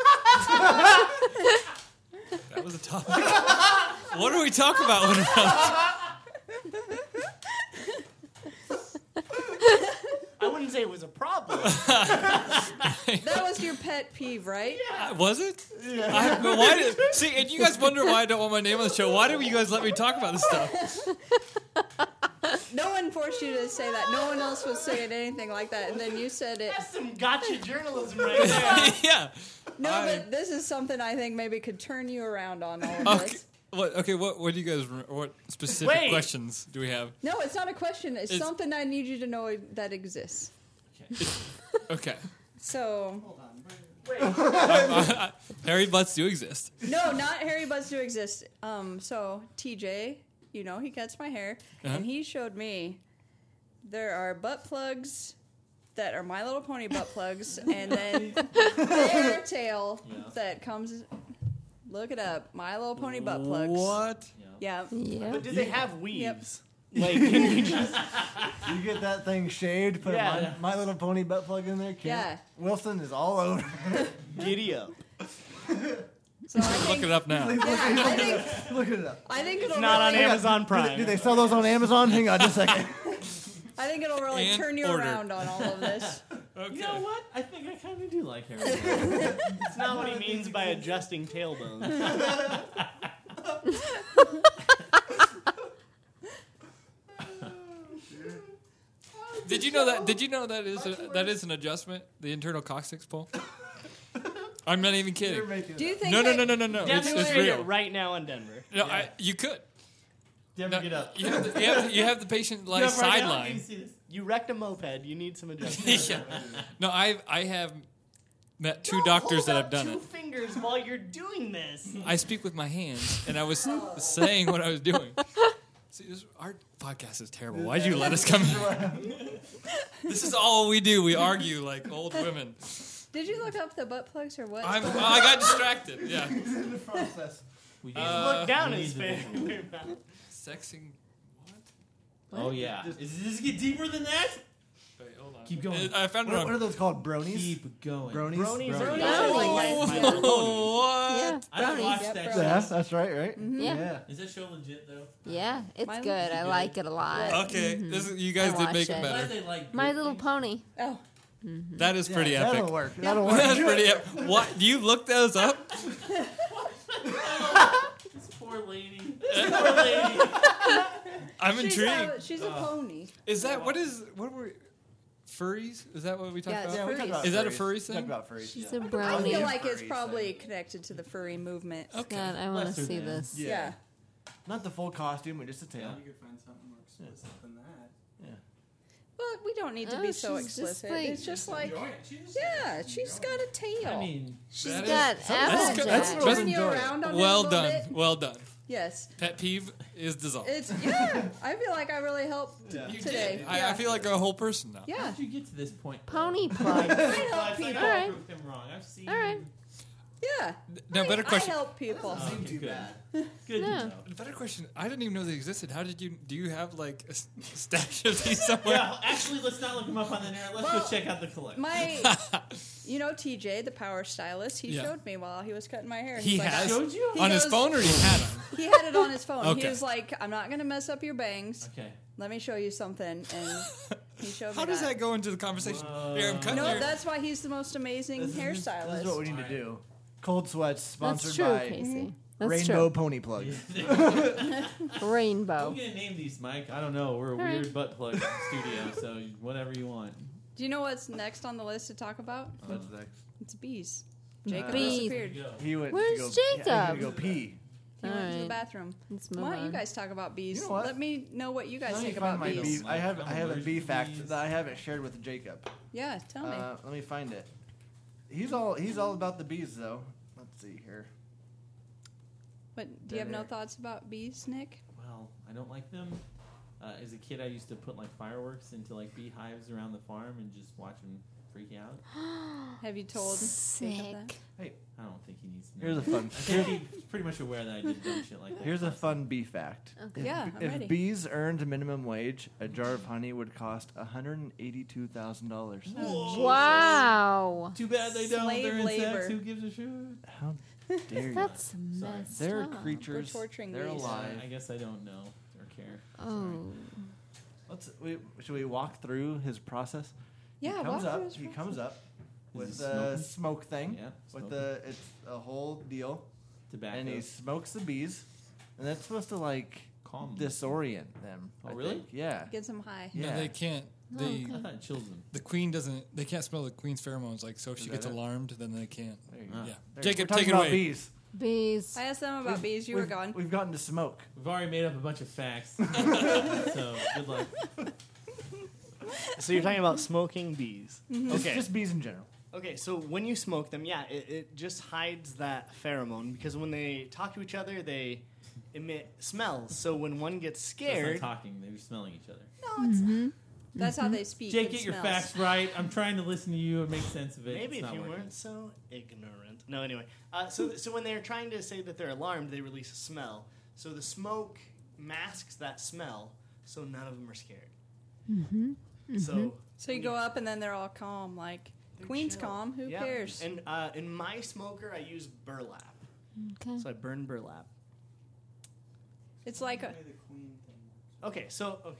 was a topic. what do we talk about *laughs* when we're out? I wouldn't say it was a problem. *laughs* That was your pet peeve, right? Uh, Was it? I, *laughs* but why did, see, and you guys wonder why I don't want my name on the show. Why do you guys let me talk about this stuff? No one forced you to say that. No one else was saying anything like that, and then you said it. That's some *laughs* gotcha journalism right there. *laughs* yeah. No, I- but this is something I think maybe could turn you around on all of Okay. this. What? Okay. What? What do you guys? rem- What specific Wait. questions do we have? No, it's not a question. It's, It's- something I need you to know that exists. *laughs* Okay. So, *laughs* Harry butts do exist. no, not hairy butts do exist. Um, so TJ, you know, he cuts my hair, Uh-huh. and he showed me there are butt plugs that are My Little Pony butt *laughs* plugs, and then their tail Yeah. that comes. Look it up, My Little Pony butt plugs. What? Yeah. yeah. But did they have weaves? Like, can *laughs* you just You get that thing shaved, put Yeah. my, my little pony butt plug in there. Kim Yeah. Wilson is all over. *laughs* giddy up? So I think, Look it up now. Look, I think, look it up. I think it'll It's not on really, Amazon Do they, Prime. do they sell those on Amazon? Hang on just *laughs* a second. I think it'll really And turn you order. around on all of this. *laughs* Okay. You know what? I think I kind of do like Harry. *laughs* That's not what he means by adjusting tailbones. Did you know that? Did you know that is a, that is an adjustment? The internal *laughs* coccyx pull. I'm not You're even kidding. making Do you think? No, no, that- no, no, no, no. It's, it's Demonstrate it real. right now in Denver. No, I, you could. Never No, get up. You have the, you have the, you have the patient You lie have right now, you sideline. can see this. You wrecked a moped. You need some adjustment. *laughs* yeah. No, I I have met two doctors that have done two it. fingers while you're doing this. *laughs* I speak with my hands, and I was saying what I was doing. *laughs* See, this, our podcast is terrible. Why'd you let *laughs* us *laughs* come here? this is all we do. We argue like old women. Did you look up the butt plugs or what? I'm, I got distracted. Yeah. in the process. We Uh, Look down we at need his the finger. Sexing. *laughs* oh yeah. Is does this get deeper than that? Wait, hold on. Keep Uh, going. I found it What, what on. are those called? Bronies? Keep going. Bronies? Bronies are Bronies. nice. Bronies. What? Yeah. I don't Brownies. watch yeah, that. brownies. show. Yeah, that's right, right? Mm-hmm. Yeah. Yeah. Is that show legit though? Yeah, it's My good. I Little- like it a *laughs* lot. Mm-hmm. Okay, this is, you guys I did make watched it it. Glad better. they like My good Little things. Pony. oh, That is pretty Yeah, epic. That'll work. *laughs* That'll work. That's *laughs* pretty epic. What? You looked those up? *laughs* This poor lady. This poor lady. I I'm she's intrigued. A, she's a pony. Is that what is what were furries? Is that what we talked Yeah, about? it's Yeah, we talked about Is that a furries. furry We thing? Talked about furries. She's a I brownie. feel Furries. like it's Furries, probably so- connected to the furry movement. Okay. God, I want to Lesser see than. this. Yeah. yeah. Not the full costume, but just the tail. You could find something more explicit than that. Well, we don't need to Oh, be so she's just explicit. like- it's just like, Enjoy it. She just- yeah, she's got a tail. I mean, She's That got is- that's Applejack. good- that's Turn Just you enjoy it. around on it a Well little done. bit. Well done. Yes. Pet peeve is dissolved. It's yeah. I feel like I really helped you today. did. yeah. I, I feel like a whole person now. yeah. how'd you get to this point? Pony plug. I help But I people. All right. proved him wrong. I've seen. All right. Yeah. Now, I- better question. I help people. Okay, Seemed too *laughs* good. bad. Good to No. know. Better question. I didn't even know they existed. How did you? Do you have like a s- stash of *laughs* these somewhere? Yeah, actually, let's not look him up on the internet. Let's Well, go check out the collection. My, you know, TJ, the power stylist, he Yeah. showed me while he was cutting my hair. He He's like, has Showed you? He on his goes- phone, or he had them? *laughs* He had it on his phone. He Okay. was like, "I'm not gonna mess up your bangs. Okay. Let me show you something." And he showed How me does that go into the conversation? Here, I'm cutting No, your- that's why he's the most amazing hairstylist. This is what we need to do. Cold sweats That's sponsored true, by Casey. That's Rainbow Pony Plug. true. Rainbow. I'm gonna name these, Mike. I don't know. We're a All right. weird butt plug studio, so whatever you want. do you know what's next on the list to talk about? What's next? It's bees. Jacob Bees. disappeared. Go. He went Where's to go, Yeah, he Jacob? went to go pee. He All went to the right. bathroom. Let's move Why don't on. you guys talk about bees? You know what? Let me know what you guys Let me think find about my bees. bee- I have I have a Allergic bee to fact bees. that I haven't shared with Jacob. Yeah, tell me. Uh, let me find it. He's all he's all about the bees though. Let's see here. What do you have no dinner. thoughts about bees, Nick? *gasps* Well, I don't like them. Uh, as a kid, I used to put like fireworks into like beehives around the farm and just watch them freak out. Have you told? Nick of that? Sick. I don't think he needs to. Here's know a fun that. I think he's pretty much aware that I did dumb shit like that. here's a fun bee fact. Okay. Yeah, I'm if ready. bees earned minimum wage, a jar of honey would cost hundred and eighty-two thousand dollars. Wow. Too bad they don't. Slave They're insects. labor. Who gives a shit? How dare you? That's Sorry. messed They're up. creatures. torturing They're bees. alive. I guess I don't know or care. Oh. Let's. We, should we walk through his process? Yeah, He comes walk through up. his He process. comes up with he the smoking? smoke thing. Yeah, With smoking. the it's a whole deal, Tobacco. and he smokes the bees, and that's supposed to like Calm them. disorient them. Oh, I really? think. Yeah. Get some high. Yeah. No, they can't. Oh, Oh, They, I thought it chills them. The queen doesn't. They can't smell the queen's pheromones. Like, so if she that gets it? alarmed, then they can't. There you go. Ah. Yeah. There- Jacob, we're take talking it about away. bees. Bees. I asked them about bees. You were We've- gone. We've gotten to smoke. We've already made up a bunch *laughs* of facts, so good luck. So you're talking about smoking bees. Just- Okay. Just *laughs* bees in general. Okay, so when you smoke them, yeah, it, it just hides that pheromone because when they talk to each other, they emit smells. So when one gets They're not scared, talking; they're smelling each other. Mm-hmm. That's how they speak. Jake, It get your smells. facts right. I'm trying to listen to you and make sense of it. maybe It's if not you working. weren't so ignorant. No, anyway. Uh, so, so when they're trying to say that they're alarmed, they release a smell. So the smoke masks that smell, so none of them are scared. Mm-hmm. So So you go up, and then they're all calm. Like They're Queen's chill. calm. Who Yeah. cares? And uh, in my smoker, I use burlap. Okay. So I burn burlap. it's like a, Maybe the queen thing. Okay, so okay.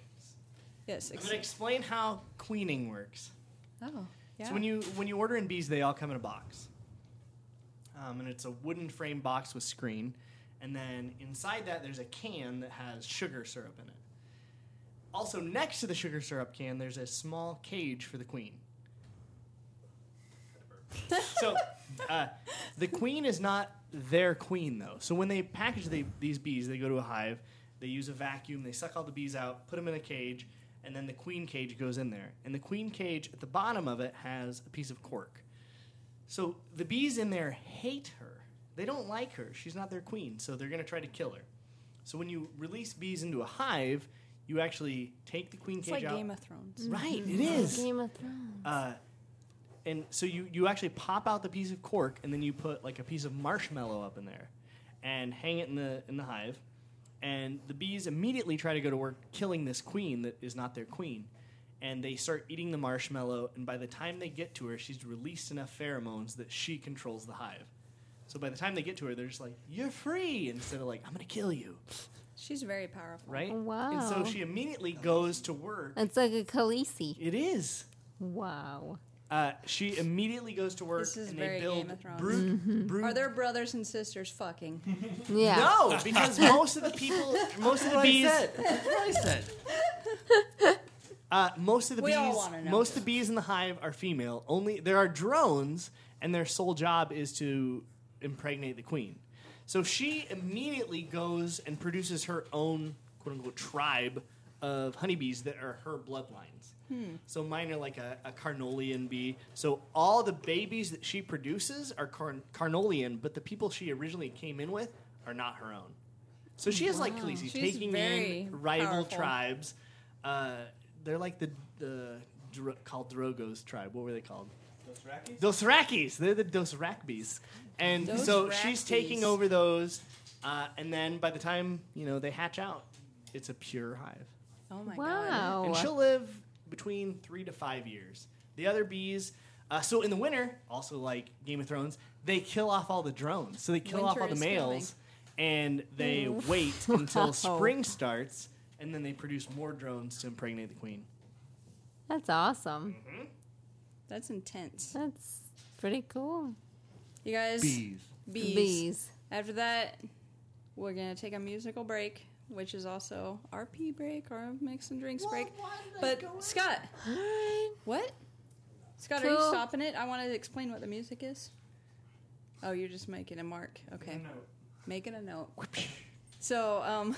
yes. I'm Ex- gonna explain how queening works. oh, yeah. So when you when you order in bees, they all come in a box, um, and it's a wooden frame box with screen, and then inside that there's a can that has sugar syrup in it. Also, next to the sugar syrup can, there's a small cage for the queen. so, uh, the queen is not their queen though. So when they package the, these bees, they go to a hive, they use a vacuum, they suck all the bees out, put them in a cage, and then the queen cage goes in there. And the queen cage at the bottom of it has a piece of cork. So the bees in there hate her. They don't like her. She's not their queen, so they're going to try to kill her. So when you release bees into a hive, you actually take the queen it's cage like out. Game of Thrones. right, it is. Mm-hmm. Game of Thrones. Uh, and so you, you actually pop out the piece of cork and then you put like a piece of marshmallow up in there and hang it in the in the hive and the bees immediately try to go to work killing this queen that is not their queen and they start eating the marshmallow and by the time they get to her she's released enough pheromones that she controls the hive so by the time they get to her they're just like you're free instead of like i'm gonna kill you She's very powerful. right and Wow. so she immediately goes to work It's like a Khaleesi. it is Wow. Uh, she immediately goes to work This is and very they build Game of Thrones. brood, brood Are there brothers and sisters fucking? Mm-hmm. Yeah. No, because most of the people, most *laughs* of the bees, *laughs* uh, most of the We all bees, wanna know. most of the bees in the hive are female. Only there are drones, and their sole job is to impregnate the queen. So she immediately goes and produces her own "quote unquote" tribe of honeybees that are her bloodlines. Hmm. So mine are like a, a carnelian bee. So all the babies that she produces are carn- carnelian, but the people she originally came in with are not her own. So she is like Khaleesi, She's taking very in rival powerful. tribes. Uh, they're like the the Dro- called Drogo's tribe. What were they called? Dosrakis. They're the Dosrakbis. And so she's Dosrakbis. taking over those. Uh, and then by the time you know they hatch out, it's a pure hive. Oh my god. Wow. And she'll live between three to five years. The other bees, uh, so in the winter, also like Game of Thrones, they kill off all the drones. So they kill off Winter all the is Mm. males, and they *laughs* wait until spring starts, and then they produce more drones to impregnate the queen. That's awesome. Mm-hmm. That's intense. That's pretty cool. You guys, Bees. bees. Bees. After that, we're gonna take a musical break, which is also our pee break or mix and drinks break. But Scott, what? Scott, are you Cool. stopping it? I want to explain what the music is. Oh, you're just making a mark. Okay, note. making a note. So, um,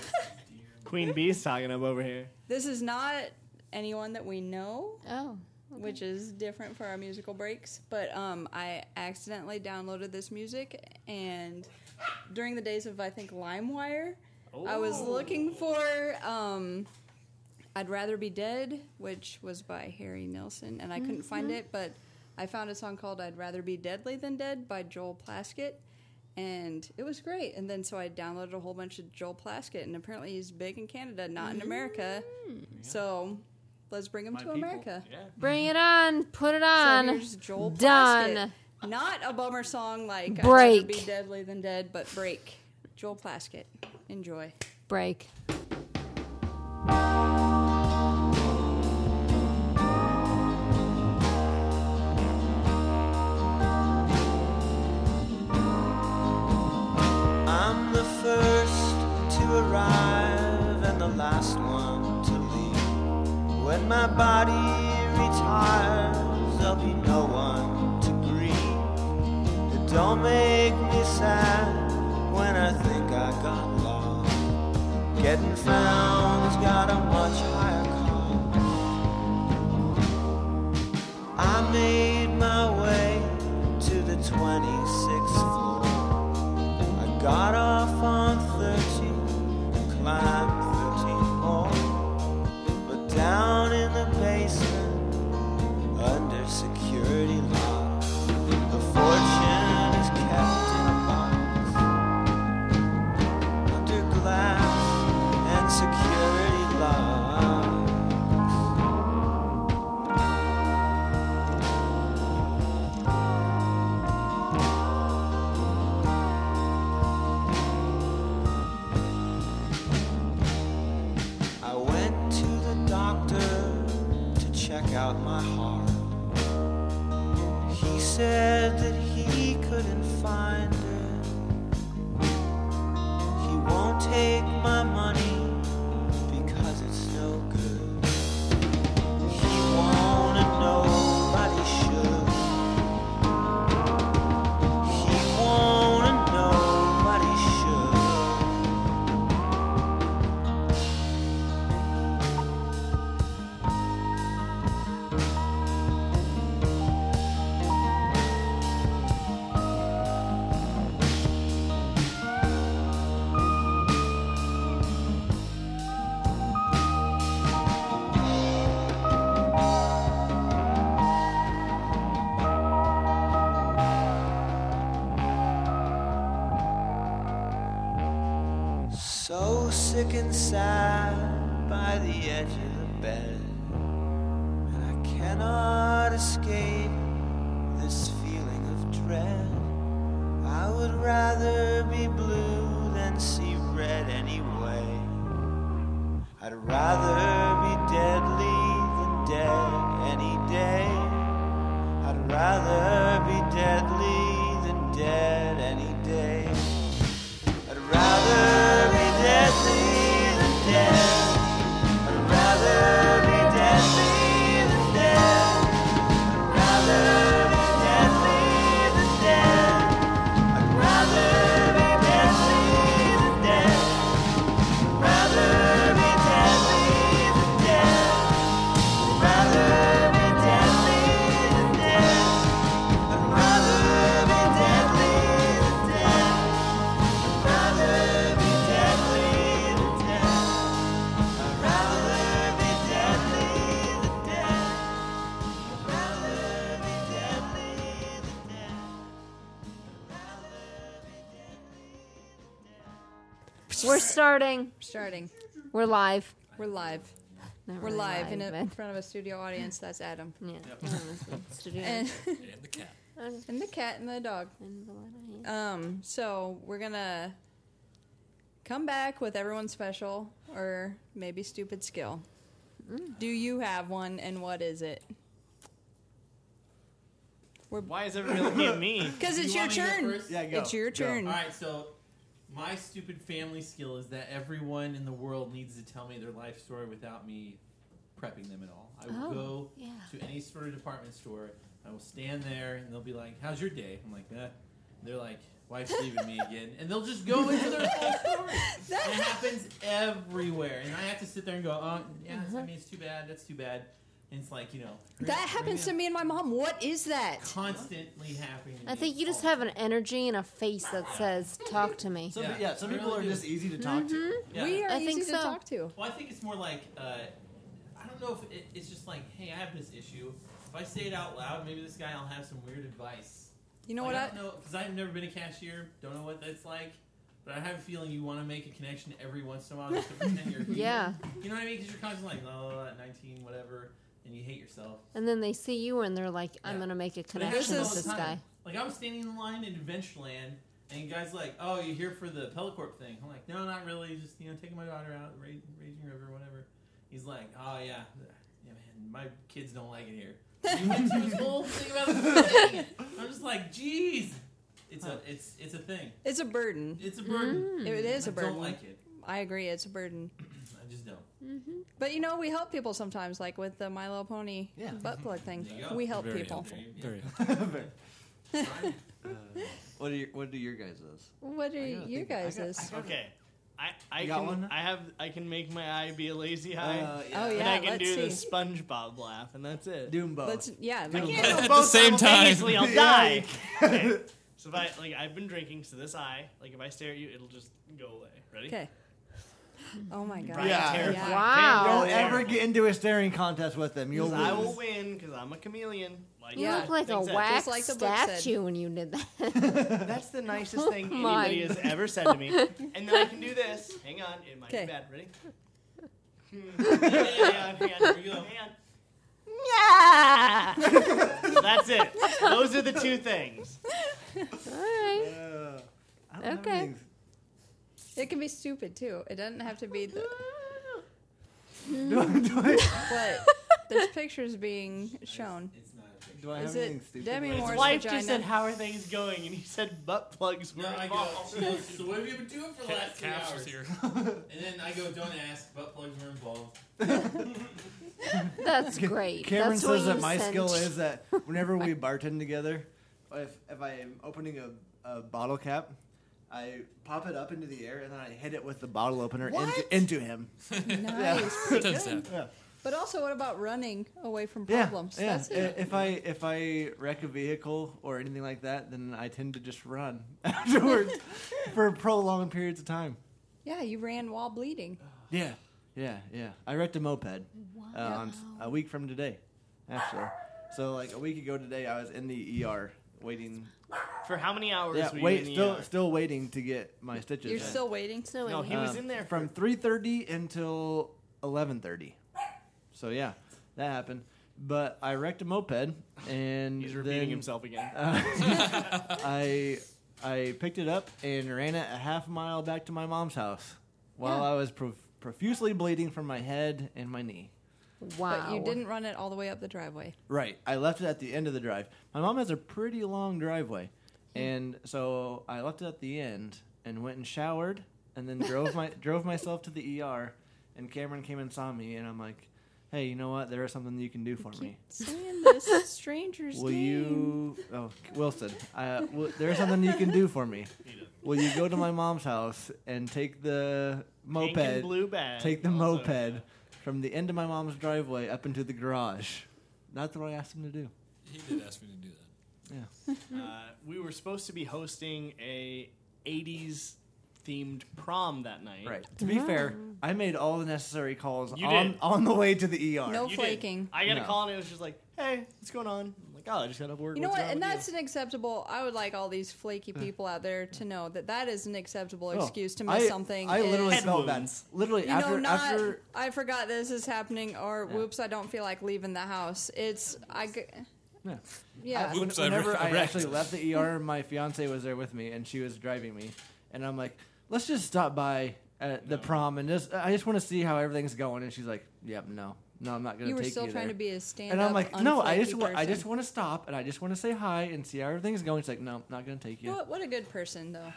Queen bee's talking up over here. this is not anyone that we know. Oh. which is different for our musical breaks. But um, I accidentally downloaded this music, and during the days of I think LimeWire, I was looking for um, "I'd Rather Be Dead," which was by Harry Nilsson, and I couldn't find it, but I found a song called "I'd Rather Be Deadly Than Dead" by Joel Plaskett. And it was great. And then so I downloaded a whole bunch of Joel Plaskett, and apparently he's big in Canada, not in America. Mm. So let's bring him to America. Bring it on. Put it So on. here's Joel Done. Plaskett. Not a bummer song like Break. I'd rather be deadly than dead, but break. Joel Plaskett. Enjoy. Break. I'm the first to arrive and the last one to leave. When my body retires, there'll be no one to grieve. It don't make me sad when I think I got lost. Getting found's got a much higher cost. I made my way to the 26th floor. I got off on 30 and climbed 13 more. But down in the basement, under security locks, the fortune is kept in a box. Under glass and security locks. I went to the doctor to check out my heart. He said that he couldn't find it. He won't take my money because it's no good. He won't and nobody should. He won't and nobody should. So sick and sad by the edge of the bed, and I cannot escape this feeling of dread. I would rather be blue than see red anyway. I'd rather be deadly than dead any day. I'd *laughs* *laughs* We're starting. starting. We're live. We're live. Not We're really live in, a, in but- *laughs* front of a studio audience. That's Adam. Yeah. Studio. And, *laughs* And the cat. and the cat and the dog. And Valletta, yeah. Um, so we're gonna come back with everyone's special or maybe stupid skill. Mm. Do you have one, and what is it? Why is everybody looking *laughs* at me? Because it's You your want me to go turn. first? Yeah, go. It's your go. turn. All right, so my stupid family skill is that everyone in the world needs to tell me their life story without me prepping them at all. I will Oh, go yeah. to any sort of department store. I will stand there, and they'll be like, "How's your day?" I'm like, "Eh." They're like, *laughs* "Wife's leaving me again," and they'll just go into their whole story. And it happens everywhere, and I have to sit there and go, "Oh, yeah, I mean, it's too bad. That's too bad." And it's like, you know, Uh-huh. That happens to me and my mom. What is that? constantly happening. to I me think you just all have an energy and a face that says, "Talk to me." Some, yeah. Yeah. some I people really are do. just easy to talk to. Yeah. Mm-hmm. We are I easy think to so. talk to. Well, I think it's more like uh, I don't know if it, it's just like, hey, I have this issue. If I say it out loud, maybe this guy will have some weird advice. You know Like, what? I I, don't know because I've never been a cashier. Don't know what that's like. But I have a feeling you want to make a connection every once in a while just to *laughs* pretend you're. human. Yeah. You know what I mean? Because you're constantly like, la la la, 19, whatever, and you hate yourself. And then they see you and they're like, "I'm Yeah. gonna make a But it happens connection with all the this guy." time. Like I was standing in line in Adventureland, and guys like, "Oh, you here for the Pelicorp thing?" I'm like, "No, not really. Just you know, taking my daughter out, Ra- Raging River, whatever." He's like, "Oh yeah, yeah, man, my kids don't like it here." *laughs* You went through this whole thing about the thing. I'm just like, "Jeez, it's a it's it's a thing. it's a burden. Mm. It's a burden. Mm. It is I a burden. don't like it. I agree. It's a burden. I just don't." Mm-hmm. But you know, we help people sometimes, like with the My Little Pony Yeah. butt plug thing. There you go. We help Very people. helpful. Very helpful. *laughs* *laughs* Uh, What are your, what do your guys is? What are gotta you think- I guys? gotta- is? Okay. I, I You got can one? I have I can make my eye be a lazy eye. Uh, Oh and yeah, I can let's do see. the SpongeBob laugh, and that's it. Doom bow. Let's yeah. I let's- can't go At the both same time. simultaneously, I'll Yeah, die. you *laughs* okay. So if I like, I've been drinking, so this eye, like, if I stare at you, it'll just go away. Ready? Okay. Oh my god. Brian, Yeah. terrified. Wow. Don't ever get into a staring contest with them. You'll Because lose. I will win because I'm a chameleon. Like, You Yeah, look like a things that- wax Just like the book said. statue when you did that. *laughs* That's the nicest Oh thing my anybody has ever said to me. And then I can do this. Hang on, it might Okay. be bad. Ready? Hmm. hang on, hang on, There you go. hang on. *laughs* That's it. Those are the two things. *laughs* All right. Uh, I don't have Okay. anything. It can be stupid too. It doesn't have to be the *laughs* Do I, do I, but there's pictures being shown. It's not a picture. do I have Is anything it stupid? Demi Like, His Moore's wife vagina. just said, "How are things going?" and he said, "Butt plugs were No, I go. involved." she goes, *laughs* So what have you been doing for the last three Calf's hours? here. And then I go, "Don't ask. Butt plugs were involved." *laughs* That's great. Cameron That's what says that you my sent. skill is that *laughs* whenever we bartend together, *laughs* if if I am opening a, a bottle cap, I pop it up into the air and then I hit it with the bottle opener What? into, into *laughs* him. Nice. It does that. Yeah. But also, what about running away from Yeah, problems? yeah. That's it. I- If I if I wreck a vehicle or anything like that, then I tend to just run *laughs* *laughs* afterwards for prolonged periods of time. Yeah, you ran while bleeding. Yeah, yeah, yeah. I wrecked a moped uh, on s- a week from today, actually. So like a week ago today, I was in the ER waiting. For how many hours? Yeah, were wait, you in still the ER? still waiting to get my stitches. You're in. still waiting. So No, anyway. he was Um, in there from from. three thirty until eleven thirty. So yeah, that happened. But I wrecked a moped, and He's repeating then, *laughs* himself *laughs* again. Uh, I I picked it up and ran it a half mile back to my mom's house while Yeah. I was prof- profusely bleeding from my head and my knee. wow. But you didn't run it all the way up the driveway. Right. I left it at the end of the drive. My mom has a pretty long driveway. And so I left it at the end and went and showered and then drove my drove myself to the ER and Cameron came and saw me and I'm like, "Hey, you know what? There is something you can do for me. Saying *laughs* this stranger's Will you Oh, Wilson. I will, there is something you can do for me. Will you go to my mom's house and take the Pink moped and blue bag. take the Also, moped from the end of my mom's driveway up into the garage?" That's what I asked him to do. He did ask me to do that. Uh, we were supposed to be hosting a 80s themed prom that night. Right. To be fair, I made all the necessary calls You on did. on the way to the ER. No You did. flaking. I got a No. call and it was just like, hey, what's going on? I'm like, like, oh, I just got up work. You know what's what? wrong And with that's *laughs* an acceptable. I would like all these flaky people out there to know that that is an acceptable Uh. Oh, excuse to miss I, something. I literally is- felt that. wounds. Literally you after know, not after I forgot this is happening, or whoops, I don't feel like leaving the house. It's I. g- Yeah. Yeah. When- Oops, I whenever re- I, wrecked. actually left the ER, my fiance was there with me, and she was driving me, and I'm like, let's just stop by at the prom, and just I just want to see how everything's going, and she's like, yep, no, no, I'm not gonna. you were take still you trying there. to be a stand-up. And I'm like, no, I unflaky just want, I person. just want to stop, and I just want to say hi and see how everything's going. She's like, no, not gonna take You you. know what? What a good person, though.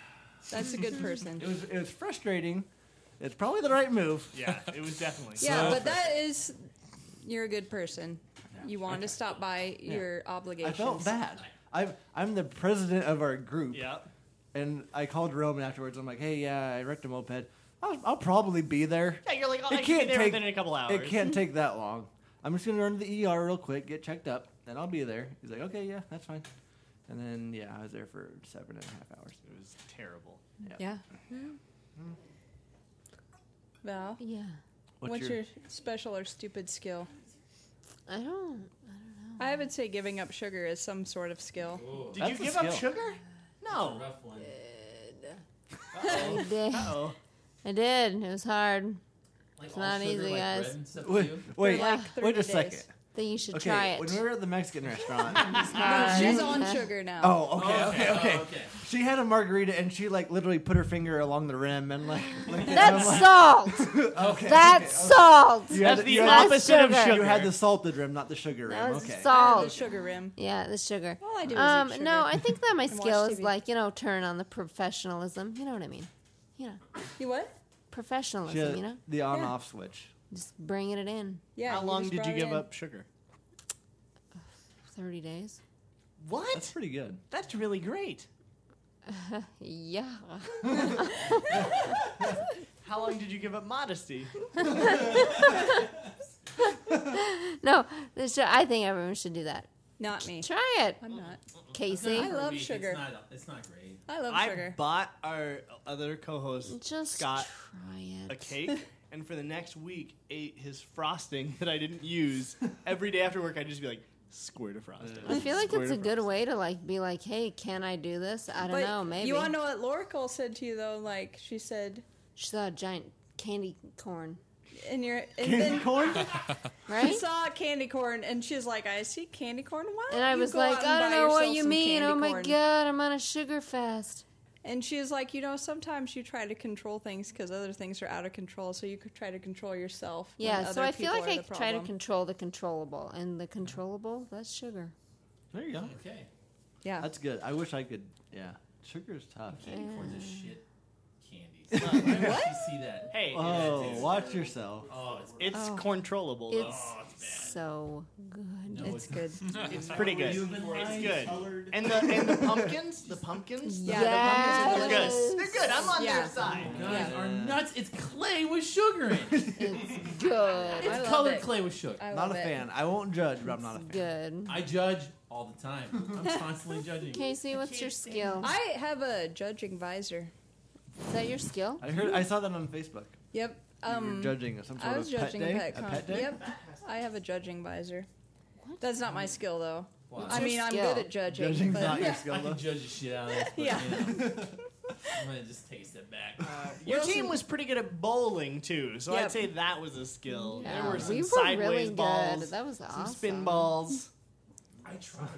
That's a *laughs* good person. It was it was frustrating. It's probably the right move. *laughs* Yeah, it *laughs* was definitely. yeah, but that is you're a good person. You want to stop by your I obligations. felt bad. I'm I'm the president of our group, Yeah. and I called Roman afterwards. I'm like, hey, yeah, I wrecked a moped. I'll, I'll probably be there. Yeah, you're like, oh, It I should be can't there take- within a couple hours. *laughs* It can't take that long. I'm just gonna run to the ER real quick, get checked up, and I'll be there. He's like, okay, yeah, that's fine. And then yeah, I was there for seven and a half hours. It was terrible. Yeah. Val, Yeah. what's, your... special or stupid skill? I don't. I would say giving up sugar is some sort of skill. Oh, Did That's you a give up skill. sugar? a No. rough one. *laughs* I did. Oh. I did. It was hard. Like, not all sugar, easy, like, guys. bread and stuff Wait, too? wait, Yeah. wait 30 a days. second. Think you should Okay, try it. when we were at the Mexican restaurant. *laughs* Uh, She's on sugar now. oh, okay, okay, okay. Oh, okay. She had a margarita and she like literally put her finger along the rim and like. *laughs* licked it. That's I'm salt. like, That's okay, okay, okay. salt. You had That's the you had opposite of sugar. sugar. You had the salted rim, not the sugar That rim. was Okay. I have the salt. sugar rim. Yeah, the sugar. All I do is Um, eat sugar. no, I *laughs* think that my watch skill is TV. like you know, turn on the professionalism. You know what I mean? You know, You what? She professionalism. had You know, the on Yeah. off switch. just bringing it in. Yeah. How long just did you brought it give in. up sugar? Thirty days. What? That's pretty good. That's really great. *laughs* Yeah. *laughs* How long did you give *laughs* up modesty? No, this should, I think everyone should do that. Not me. Try it, I'm not. Casey. I love Weak, sugar. It's not, it's not great. I love I sugar. bought our other co-host Just Scott try it. a cake, *laughs* and for the next week, ate his frosting *laughs* that I didn't use every day after work. I'd just be like, squirt of frosting. I feel like Squirt it's a of good way to like be like, hey, can I do this? I don't But know. Maybe You want to know what Loracle said to you though? Like she said, she saw a giant candy corn, and you're and then corn? *laughs* right? she saw candy corn, and she's like, "I see candy corn. Why?" and I don't you was go like, out and I don't buy know what yourself you some mean. candy Oh my corn?" god, I'm on a sugar fast. And she's like, you know, sometimes you try to control things because other things are out of control, so you could try to control yourself. when Yeah, so other I feel people like are I the try to problem. control the controllable, and the controllable that's sugar. There you go. Okay. Yeah, That's good. I wish I could. Yeah, sugar's tough. Candy corn's a shit *laughs* candy. Why would you see that? Hey, Oh, watch yourself. Oh, it's, it's Oh. controllable. though. It's oh, it's bad. so good. No, it's *laughs* good. *laughs* It's pretty good. Human It's life good. colored. And the and the pumpkins, *laughs* the pumpkins, the- Yeah, the pumpkins are good. They're good. I'm on Yeah. their side. Guys are nuts. It's clay with sugar in *laughs* it. It's good. I It's love colored it. clay with sugar. I Not love a it. fan. I won't judge, but I'm not a fan. Good. I judge all the time. *laughs* I'm constantly judging. Casey, what's your skill? I have a judging visor. Is that your skill? I heard. I saw that on Facebook. Yep. you were Um, judging some sort I was of pet judging day. a pet, a con- pet day. Yep. I have a judging visor. What? That's not my skill though. Wow. I your mean, I'm skill? good at judging, Judging's but not your I skill. can though. judge the shit out of this. But, Yeah. You know, *laughs* I'm gonna just take a step back. Uh, Your team was pretty good at bowling too, so Yep. I'd say that was a skill. *laughs* Yeah, There were some we were sideways really balls, good. That was awesome. some spin balls. I tried.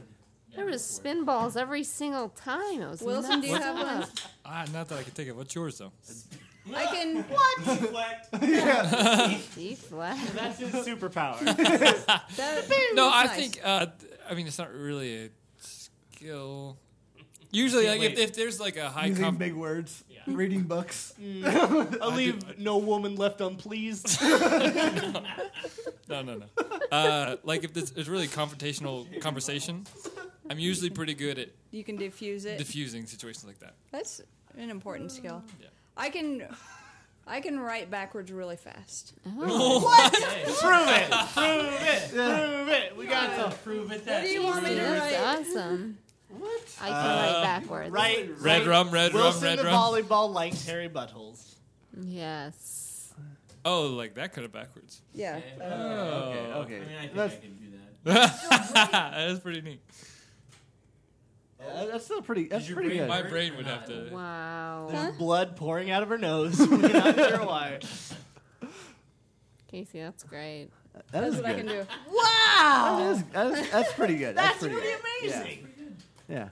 There was spin balls every single time. It was Wilson, do you nuts. have one? Ah, not that I can think of. What's yours though? *laughs* *laughs* I can. Deflect. Deflect. *laughs* That's his superpower. That, No, that's I nice. think. Uh, th- I mean, it's not really a skill. Usually, like if, wait. if there's like a high Using comp, big words. Reading books. Mm. *laughs* I'll leave no woman left unpleased. *laughs* no, no, no. Uh, like if it's, it's really confrontational conversation, I'm usually pretty good at you can diffuse it. diffusing situations like that. That's an important skill. Yeah. I can. I can write backwards really fast. prove it, prove it, prove it. We got some. Prove it What that. do you want me to That's write? awesome. What? I can Uh, write backwards. Right, Red right. rum, red Wilson rum, red the rum. volleyball likes hairy buttholes. Yes. Oh, like that could have backwards. Yeah. Oh. Okay. Okay. I Okay. mean, I think That's I can do that. *laughs* *laughs* that is pretty neat. Uh, that's still pretty. That's your pretty brain good. My Hurt brain or would not? have to. Wow. There's blood pouring out of her nose. *laughs* We're not sure why. Casey, that's great. That is That's what I good. can do. That is, that is, that's pretty good. That's, pretty, good. Yeah. yeah.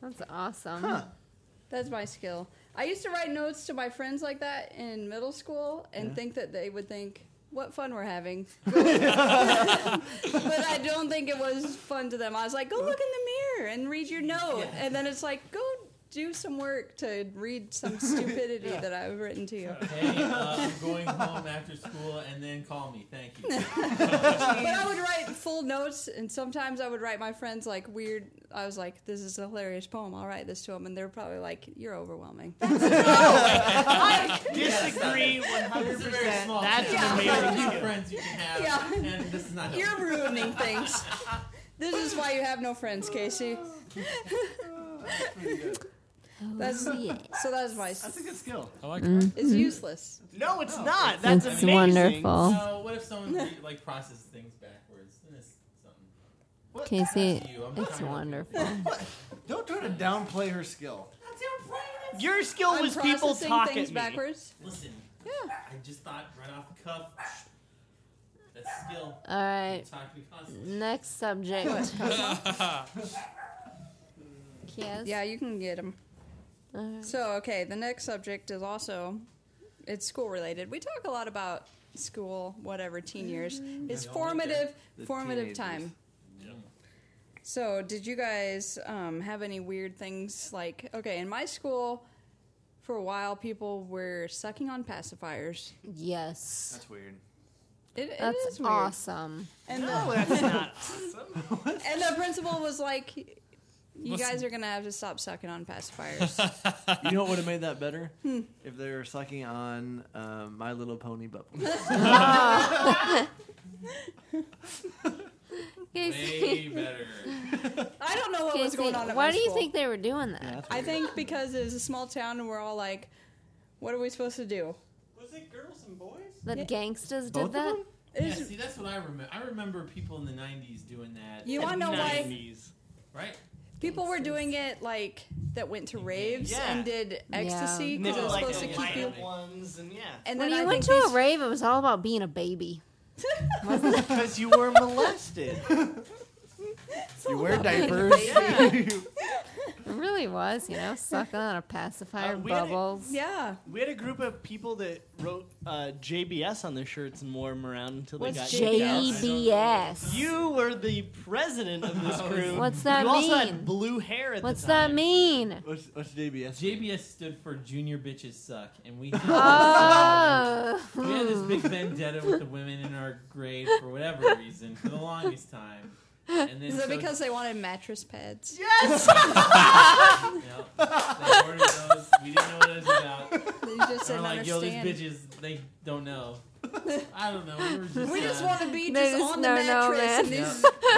That's awesome. Huh. That's my skill. I used to write notes to my friends like that in middle school and think that they would think, what fun we're having. *laughs* but I don't think it was fun to them. I was like, go look in the mirror and read your note. And then it's like, go do some work to read some stupidity that I've written to you. *laughs* Hey, uh, I'm going home after school and then call me. *laughs* Thank you. But I would write full notes, and sometimes I would write my friends like weird. I was like, "This is a hilarious poem. I'll write this to them," and they're probably like, "You're *laughs* overwhelming." *laughs* Disagree This 100. is a very small That's an town. amazing There's a few skill. friends you can have, Yeah. and this is not helpful. You're *laughs* ruining things. This is why you have no friends, Casey. That's Oh, yeah. so. That's my. That's a good skill. I like Mm. Mm-hmm. It's useless. No, it's not. That's That's, amazing. wonderful. So what if someone re- like processes things backwards? Then it's something. Casey, That's you. I'm it's talking about wonderful. Don't try to downplay her skill. Your skill I'm was *laughs* people processing talking things backwards. Listen, Yeah. I just thought right off the cuff. That's skill. All right. Talk to me constantly. Next subject. *laughs* Yes. Yeah, you can get them. All right. So, okay, the next subject is also it's school related. We talk a lot about school, whatever teen years. Mm-hmm. It's formative, The formative teenagers. time. So, did you guys um, have any weird things like okay, in my school for a while people were sucking on pacifiers. Yes. That's weird. It, it That's is weird. awesome. And the, *laughs* and the principal was like you guys are going to have to stop sucking on pacifiers. *laughs* *laughs* You know what would have made that better? If they were sucking on um, My Little Pony *laughs* butt. Casey, Way better. *laughs* I don't know what was Casey going on at why my do you school. think they were doing that? That's I weird. think because it was a small town and we're all like, what are we supposed to do? Was it girls and boys? That Yeah. gangsters did Both of that? them? It Yeah, was- see, that's what I remember. I remember people in the '90s doing that, you want to know why right? people were doing it like that went to raves Yeah. and did ecstasy And they because were it was like supposed to the keep you. wild ones, and yeah, And When then you I went to think a these- rave, it was all about being a baby. because you were molested. *laughs* *laughs* You wear diapers. *laughs* You- It really was, you know, sucking on a pacifier, Uh, we had a- bubbles. Yeah. we had a group of people that wrote uh, JBS on their shirts and wore them around until they What's got kicked out. JBS? You were the president of this group. What's that you also mean? had blue hair at What's the that time. mean? what's, what's JBS? JBS stood for Junior Bitches Suck, and *laughs* we. Oh. We had this big vendetta with the women in our grade for whatever reason for the longest time. And then Is it so- because they wanted mattress pads? you know, they ordered those. We didn't know what it was about. And They just I'm didn't like, yo, these understand. bitches, they *laughs* don't know. I don't know. We, were *laughs* just, we just uh, want to be They just just on the don't know, mattress, man. and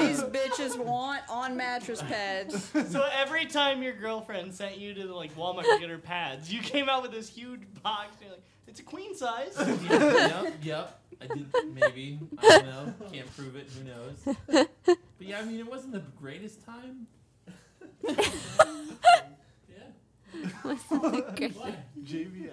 these, these *laughs* bitches want on mattress pads. *laughs* So every time your girlfriend sent you to like Walmart to get her pads, you came out with this huge box. And you're like, it's a queen size. *laughs* Yeah, yep, *laughs* yep. I did maybe. I don't know. Can't prove it. Who knows? But *laughs* yeah, I mean, it wasn't the greatest *laughs* time. yeah. Why? JBS.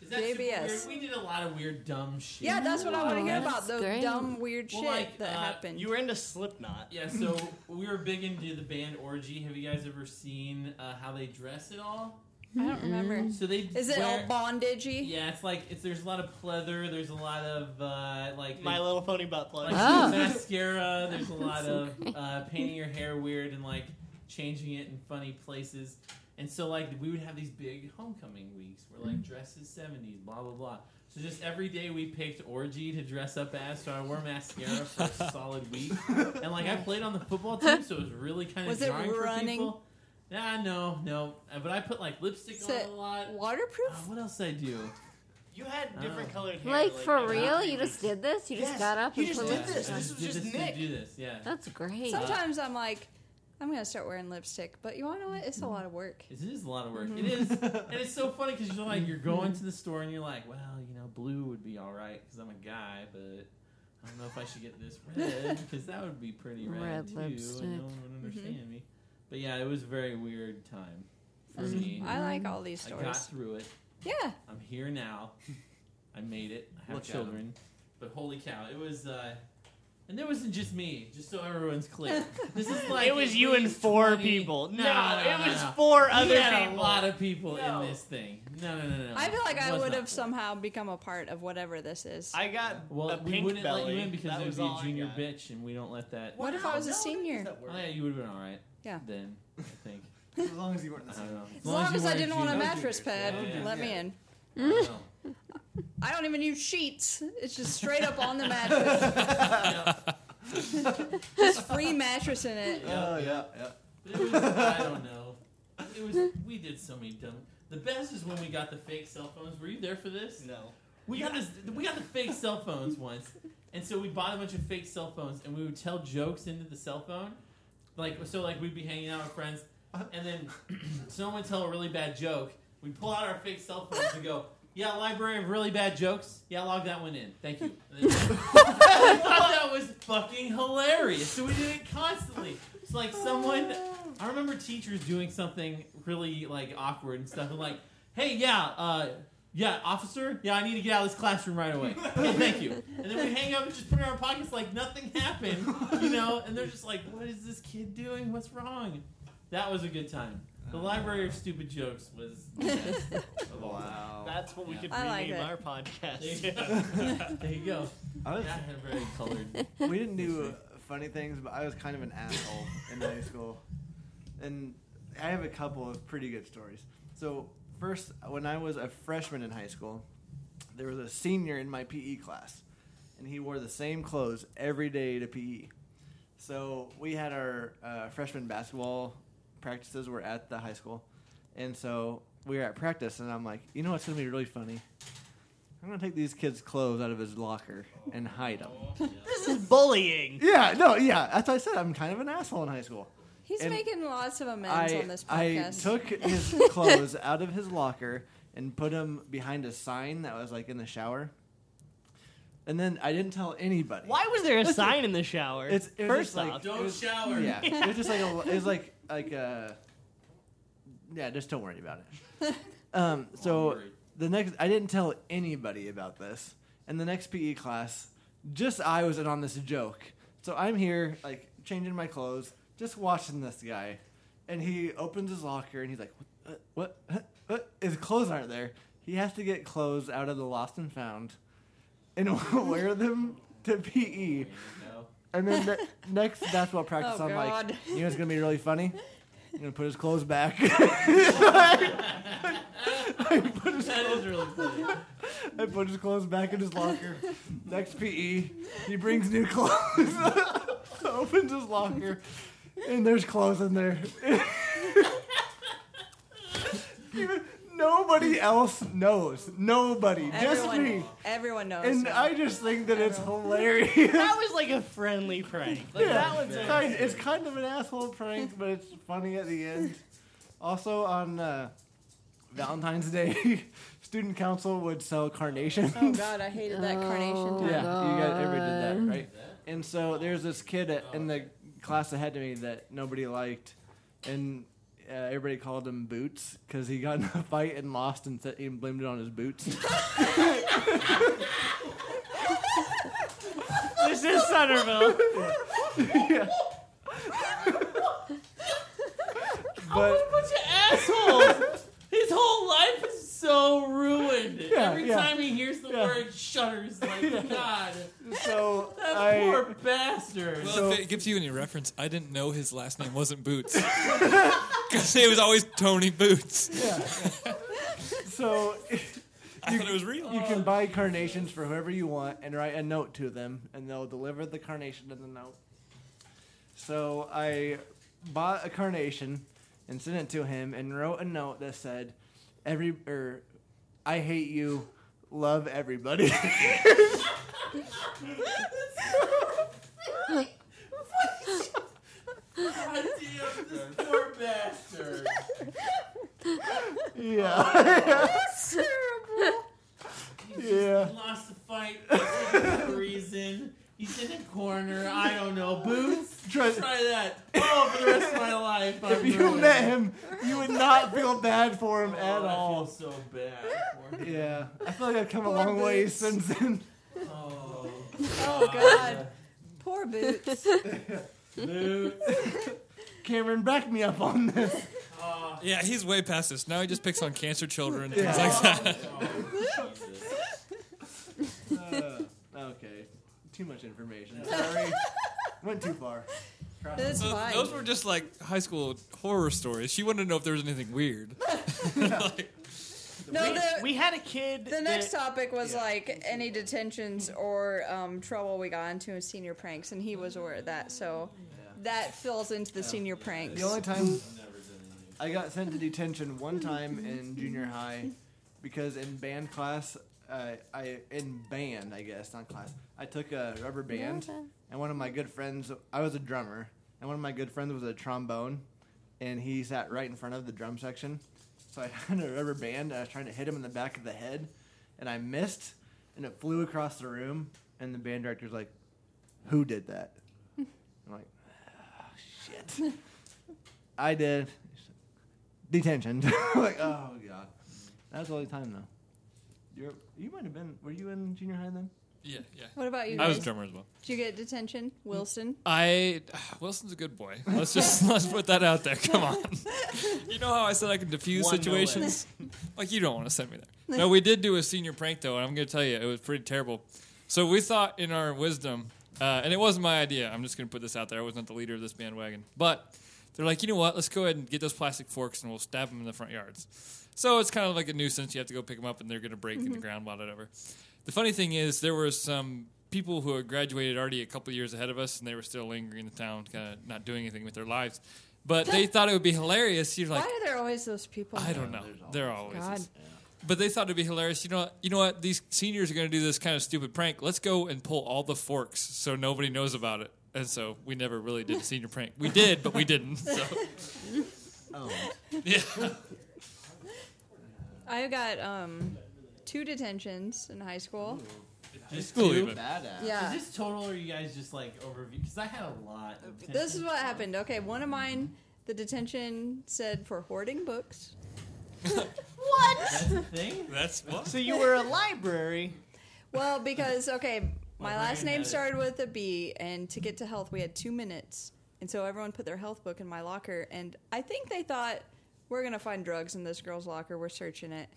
Is that super JBS. weird? We did a lot of weird, dumb shit. Yeah, that's what I want to hear about That's the great. dumb, weird Well, shit like, that uh, happened. You were into Slipknot. *laughs* Yeah, so we were big into the band Orgy. Have you guys ever seen uh, how they dress at all? I don't remember. So they Is it wear, all bondagey? Yeah, it's like it's there's a lot of pleather. There's a lot of uh, like My Little Pony butt plug. like Oh. mascara. There's *laughs* a lot of uh, painting your hair weird and like changing it in funny places. And so like we would have these big homecoming weeks where Mm-hmm. like dresses seventies, blah blah blah. So just every day we picked orgy to dress up as. So I wore mascara for *laughs* a solid week, and like I played on the football team, so it was really kind of Was it jarring for running? people. Nah, no, no. Uh, But I put like lipstick Is on it a lot. waterproof? Uh, what else did I do? You had different Oh. colored hair. Like for every real? three You weeks. just did this? You just Yes, got up you and just put did lipstick this. on? This Did was just did Nick. Do this, yeah. That's great. Sometimes I'm like, I'm gonna start wearing lipstick, but you wanna know what? It's a lot of work. It is a lot of work. It is, and it's so funny because you're like you're going to the store and you're like, well, you know, blue would be all right because I'm a guy, but I don't know if I should get this red because that would be pretty red, Red too, lipstick. and no one would understand me. But yeah, it was a very weird time for me. I like all these I got stories. through it. Yeah. I'm here now. *laughs* I made it. I have Look at 'em. children. But holy cow, it was. uh and it wasn't just me. Just so *laughs* everyone's clear, *laughs* this is like it was at you and least four 20 people. No, No, no, no, it was no. four We other had people. a lot of people No. in this thing. No, no, no, no. I feel like It I was would not have somehow become a part of whatever this is. I got Well, a we pink wouldn't belly. let you in because that it would was be a all I junior got. bitch, and we don't let that. what if I was a senior? That word. Oh yeah, you would have been all right. Yeah. Then I *laughs* think. As long as you weren't the I don't same. know. As long you as I weren't didn't want a junior. mattress pad, Oh, Yeah, yeah. let me in. I know. *laughs* I don't even use sheets. It's just straight up on the mattress. *laughs* just free mattress in it. Oh yeah, yeah. But it was, I don't know. It was. We did so many dumb. The best is when we got the fake cell phones. Were you there for this? No. We got this. We got the fake cell phones once, and so we bought a bunch of fake cell phones, and we would tell jokes into the cell phone, like so. Like we'd be hanging out with friends, and then *clears throat* someone would tell a really bad joke. We'd pull out our fake cell phones and go, "Yeah, library of really bad jokes. Yeah, log that one in. Thank you." And then- *laughs* I thought that was fucking hilarious. So we did it constantly. It's like someone. I remember teachers doing something really like awkward and stuff, and like, "Hey, yeah." uh yeah, officer. Yeah, I need to get out of this classroom right away. Okay, thank you. And then we hang up and just put it in our pockets like nothing *laughs* happened, you know. And they're just like, "What is this kid doing? What's wrong?" That was a good time. The library of stupid jokes was. the best of all time. Wow. That's what we Yeah. could I like rename it. our There podcast. you go. *laughs* There you go. I That was, had a very colored. *laughs* we didn't do uh, funny things, but I was kind of an asshole in high school, and I have a couple of pretty good stories. So first, when I was a freshman in high school, there was a senior in my PE class, and he wore the same clothes every day to PE. So we had our uh, freshman basketball practices were at the high school, and so we were at practice, and I'm like, you know what's gonna be really funny? I'm gonna take these kids' clothes out of his locker and hide them. this is bullying. Yeah, no, yeah. That's what I said. I'm kind of an asshole in high school. He's And making lots of amends I, on this I podcast. took his clothes out of his locker and put them behind a sign that was like in the shower. And then I didn't tell anybody. Why was there a sign in the shower? It's- it was First just like- off, Don't shower. Yeah, it was just like a, it was like like a yeah. Just don't worry about it. Um, so worried. the next, I didn't tell anybody about this, and the next PE class, just I was in on this joke. So I'm here like changing my clothes, just watching this guy, and he opens his locker and he's like, "What? What? uh, What? *laughs* what? His clothes aren't there. He has to get clothes out of the lost and found, and *laughs* wear them to PE." No. And then ne- next *laughs* basketball practice, Oh, I'm God. like, you know, it's gonna be *laughs* really funny. I'm gonna put his clothes back. That is really funny. I put his clothes back in his locker. Next PE, he brings new clothes. *laughs* Opens his locker, and there's clothes in there. *laughs* Even- Nobody else knows. Nobody, just everyone, me. everyone knows. And now. I just think that it's *laughs* hilarious. that was like a friendly prank. Like, Yeah. that one's It's kind, it's kind of an asshole prank, but it's funny at the end. Also, on uh, Valentine's Day, *laughs* student council would sell carnations. oh God, I hated that carnation. Oh, time. yeah, you guys everybody did God. that, right? And so there's this kid at, in the class ahead of me that nobody liked, and uh, everybody called him Boots because he got in a fight and lost and, said- and blamed it on his boots. This is *laughs* *laughs* Sutterville. But bunch *laughs* of assholes. His whole life is so ruined. Yeah, Every yeah. time he hears the Yeah. word shudders, like God, so *laughs* that I. poor bastard. Well, So- if it gives you any reference, I didn't know his last name wasn't Boots. Because it was always Tony Boots. Yeah. *laughs* so I thought it was real. You can buy carnations for whoever you want and write a note to them, and they'll deliver the carnation in the note. So I bought a carnation and sent it to him and wrote a note that said, "Every er, I hate you, love everybody." *laughs* God damn, this poor bastard. yeah, That's terrible. yeah. He lost the fight for no *laughs* reason. He's in a corner. I don't know. Boots. Try, that. Oh, for the rest of my life. If I'm you ruined. met him, you would not feel bad for him Oh, at I feel all. so bad. For *laughs* him. Yeah, I feel like I've come a long way Boots. since *laughs* then. Oh, Oh God, poor *laughs* Boots. Boots. Cameron, back me up on this. Oh, Yeah, he's way past this. Now he just picks on cancer children and things like that. oh, Jesus. *laughs* Uh, okay, too much information. *laughs* Sorry, went too far. It's Those, fine. those were just like high school horror stories. She wanted to know if there was anything weird. Like, No, the, We had a kid. the next that, topic was like any detentions or um, trouble we got into in senior pranks, and he was aware of that, so that fills into the senior pranks. The only time Never done anything. I got sent to detention one time in junior high because in band class, uh, I in band, I guess not class. I took a rubber band, and one of my good friends. I was a drummer, and one of my good friends was a trombone, and he sat right in front of the drum section. So I *laughs* had a rubber band. And I was trying to hit him in the back of the head, and I missed, and it flew across the room. And the band director's like, "Who did that?" I'm like, "Ah, "Shit." *laughs* I did detention. *laughs* like, oh god, that was the only time though. You're, you might have been. Were you in junior high then? yeah, yeah. What about you? I Guys? was a drummer as well. Did you get detention, Wilson? I *sighs* Wilson's a good boy. Let's just *laughs* let's put that out there. Come on. You know how I said I can diffuse One no situations? like you don't want to send me there. No, we did do a senior prank though, and I'm going to tell you it was pretty terrible. So we thought in our wisdom, uh, and it wasn't my idea. I'm just going to put this out there. I was not the leader of this bandwagon, but they're like, you know what? Let's go ahead and get those plastic forks, and we'll stab them in the front yards. So it's kind of like a nuisance. You have to go pick them up, and they're going to break in the ground, blah, whatever. The funny thing is, there were some people who had graduated already a couple years ahead of us, and they were still lingering in the town, kind of not doing anything with their lives. *laughs* But they thought it would be hilarious. You're like, Why are there always those people? I don't know. There always God. is. But they thought it'd be hilarious. You know, you know what? These seniors are going to do this kind of stupid prank. Let's go and pull all the forks so nobody knows about it. And so we never really did *laughs* a senior prank. We did, but we didn't. So *laughs* *laughs* yeah, I got um, two detentions in high school. Just cool. two? Even. Badass. Yeah. Is this total, or are you guys just like overview? Because I had a lot. of This is detention. what happened. Okay, one of mine, the detention said for hoarding books. That's the thing. That's what. so you were a library. Well, because okay, my My last brain name had it. started with a B, and to get to health, we had two minutes, and so everyone put their health book in my locker, and I think they thought we're gonna find drugs in this girl's locker. We're searching it,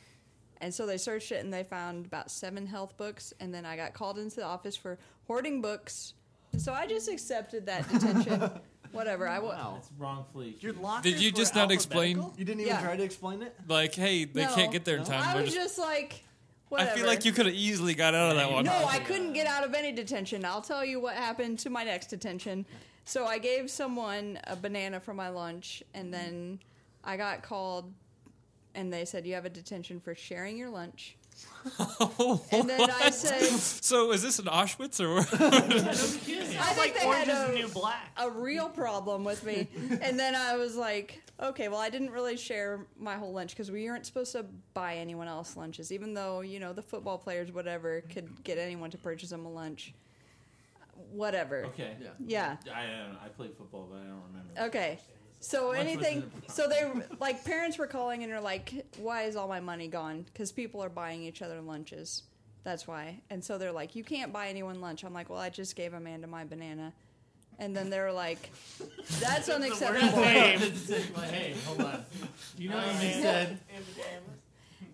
and so they searched it, and they found about seven health books, and then I got called into the office for hoarding books, and so I just accepted that detention. Whatever. I will. That's wrongfully. Your accused. lockers Did you were just not explain? alphabetical? You didn't even Yeah. try to explain it. Like, hey, they No. can't get there in No. time. I We're was just- just like, I whatever. feel like you could have easily got out of that one. No, I *laughs* couldn't get out of any detention. I'll tell you what happened to my next detention. So I gave someone a banana for my lunch, and then I got called, and they said, You have a detention for sharing your *laughs* lunch. And then I said, so is this an Auschwitz or? what? *laughs* I think Like they Orange had is the a, New Black. a real problem with me. And then I was like, Okay, well, I didn't really share my whole lunch because we aren't supposed to buy anyone else lunches, even though, you know, the football players, whatever, could get anyone to purchase them a lunch. Whatever. Okay. Yeah. Yeah. I don't know. I played football, but I don't remember. Okay. So Lunch was anything, in the- so they like parents were calling and are like, "Why is all my money gone?" Because people are buying each other lunches. That's why. And so they're like, "You can't buy anyone lunch." I'm like, "Well, I just gave Amanda my banana," and then they're like, "That's *laughs* unacceptable." like, hey, hold on. You know what you said?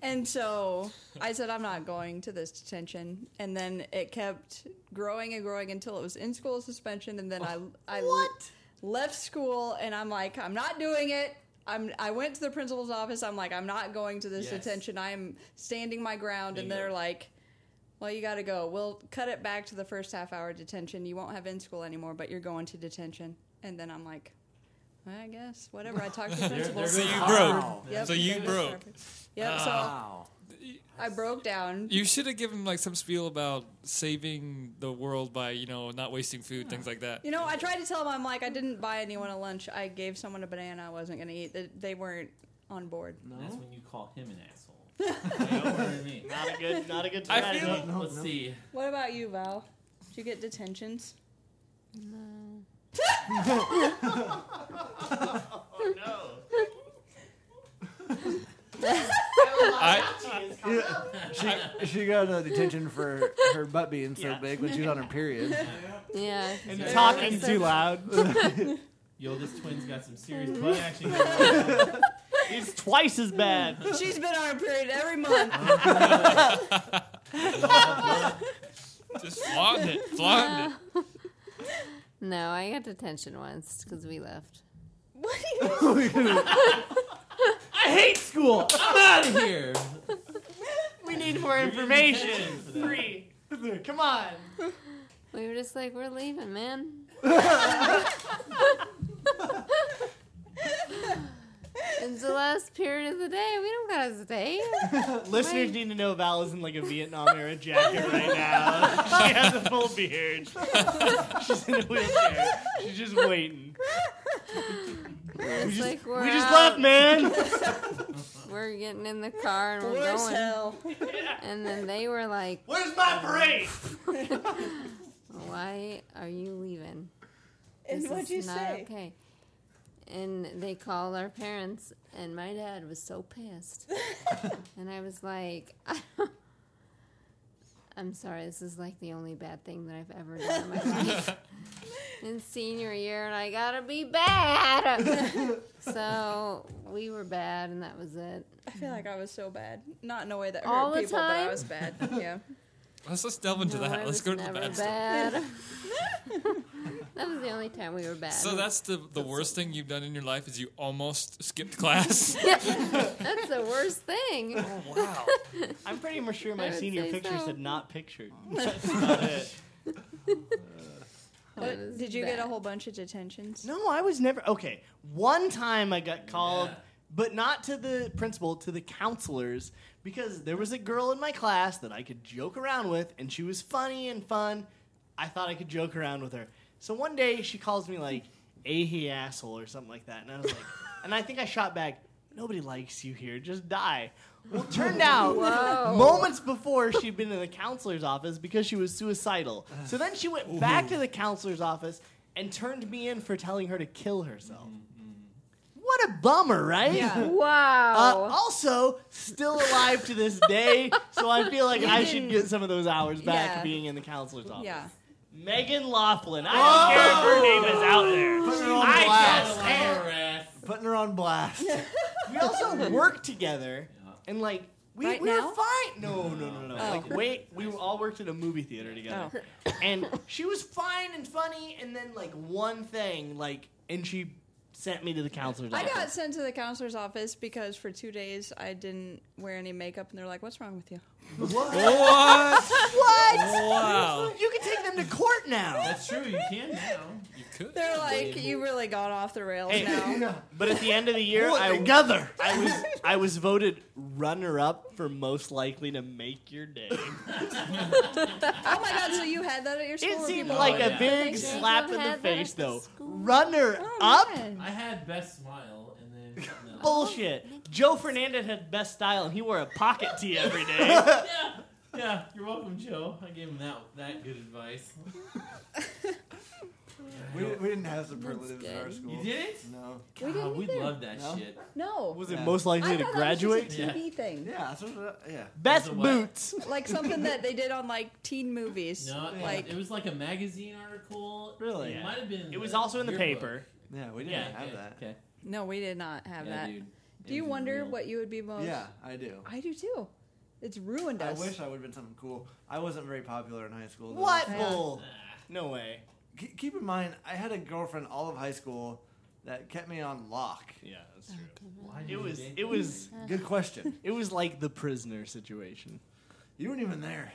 And so I said, "I'm not going to this detention." And then it kept growing and growing until it was in school suspension. And then I, I what? left school and I'm like, I'm not doing it. I'm, I went to the principal's office. I'm like, I'm not going to this Yes. detention. I'm standing my ground. And Bingo. they're like, well, you got to go. We'll cut it back to the first half hour detention. You won't have in school anymore, but you're going to detention. And then I'm like, I guess, whatever. I talked *laughs* to the principal. So you Wow. broke. So you broke. Yep. So Wow. I broke down. You should have given like some spiel about saving the world by you know not wasting food, things like that. You know, I tried to tell them I'm like I didn't buy anyone a lunch. I gave someone a banana I wasn't going to eat. They, they weren't on board. That's when you call him an *laughs* asshole. Like, don't worry me. Not a good, not a good I time. feel- Let's see. What about you, Val? Did you get detentions? *laughs* *laughs* I, She, she got a detention for her butt being so big when she was on her *laughs* period. Yeah. And Yeah. talking too *laughs* loud. *laughs* *laughs* Yo, this twin's got some serious Mm-hmm. butt *laughs* action. going on. it's twice as bad. *laughs* She's been on her period every *laughs* month. *laughs* just flogged it, flogged it. No, I got detention once because we left. what do you *laughs* I hate school. I'm out of here. *laughs* We need more Detention information. for that. Free. *laughs* Come on. We were just like, we're leaving, *laughs* man. it's the last period of the day. We don't gotta stay. *laughs* Listeners need to know Val is in like a Vietnam era jacket right *laughs* now. she has a full beard. She's in a wheelchair. She's just waiting. It's just- like we're we just out. *laughs* left, man. *laughs* We're getting in the car and we're Worse going. hell. And then they were like, Where's my parade? *laughs* "Why are you leaving? And this what'd is you not say? okay." And they called our parents, and my dad was so *laughs* pissed. and I was like, *laughs* "I'm sorry. This is like the only bad thing that I've ever done in my *laughs* life." in senior year, and I gotta be *laughs* bad. so we were bad, and that was it. I feel like I was so bad. Not in a way that hurt All the people, but I time? was *laughs* bad. Yeah. Let's let's delve into No, I that. Let's was go to the never bad stuff. bad. *laughs* *laughs* that was the only time we were bad. *laughs* So that's the the worst thing you've done in your life is you almost skipped *laughs* class. *laughs* That's the worst thing. oh, wow. *laughs* I'm pretty much sure I my would senior say picture so. said *laughs* not pictured. That's not it. That was Did you get a bad. whole bunch of detentions? No, I was never okay. One time I got called, Yeah. but not to the principal, to the counselors, because there was a girl in my class that I could joke around with, and she was funny and fun. I thought I could joke around with her. So one day she calls me like, "A he asshole" or something like that, and I was like, and I think I shot back. Nobody likes you here. Just die. Well, turned out Whoa. moments before she'd been in the counselor's office because she was suicidal. So then she went back to the counselor's office and turned me in for telling her to kill herself. Mm-hmm. What a bummer, right? Uh, Wow. also, still alive to this day, so I *laughs* feel like I should get some of those hours back Yeah. being in the counselor's office. Yeah. Megan Laughlin. I don't care if her name is out there. Putting her on I blast. just Our ass. Putting her on blast. we also worked together, Yeah. and like we, Right we now? were fine. No, no, no, no. Oh. Like wait, we were all worked at a movie theater together, and she was fine and funny. And then like one thing, like, and she sent me to the counselor's I office. got sent to the counselor's office because for two days I didn't wear any makeup, and they're like, "What's wrong with you?" *laughs* What? What? *laughs* Wow. You can take *laughs* them to court now. That's true. You can now. You could. They're like, "You really got off the rails Hey. now." *laughs* But at the end of the year, Pull it I, together. I was I was voted runner up for most likely to make your day. *laughs* oh my god! So you had that at your school? It where seemed people- like Oh, a yeah. big They slap don't in the have that face, at the though. school. Runner Oh, up. man. I had best smile, and then something else. Bullshit. Joe Fernandez had best style, and he wore a pocket tee every day. *laughs* yeah, yeah. You're welcome, Joe. I gave him that that good *laughs* advice. We, we didn't have superlatives in our good. school. You did it? No. We God, didn't we either. love that No? shit. No. Was it Yeah. most likely I to thought graduate? That was just a TV thing. Yeah, that's uh, what, yeah. Best As a what? boots. *laughs* Like something that they did on like teen movies. No, it- like it was like a magazine article. Really? It Yeah. might have been. It was also in the yearbook. paper. Yeah, we didn't Yeah, have okay, that. Okay. no, we did not have yeah, that. dude. Do you wonder what you would be most? Yeah, I do. Oh I do too. It's ruined I us. wish I would have been something cool. I wasn't very popular in high school. though. What? Yeah. Bull. No way. K- keep in mind, I had a girlfriend all of high school that kept me on lock. Yeah, that's Oh, true. Why It was. It was. *laughs* Good question. It was like the prisoner situation. You weren't even there.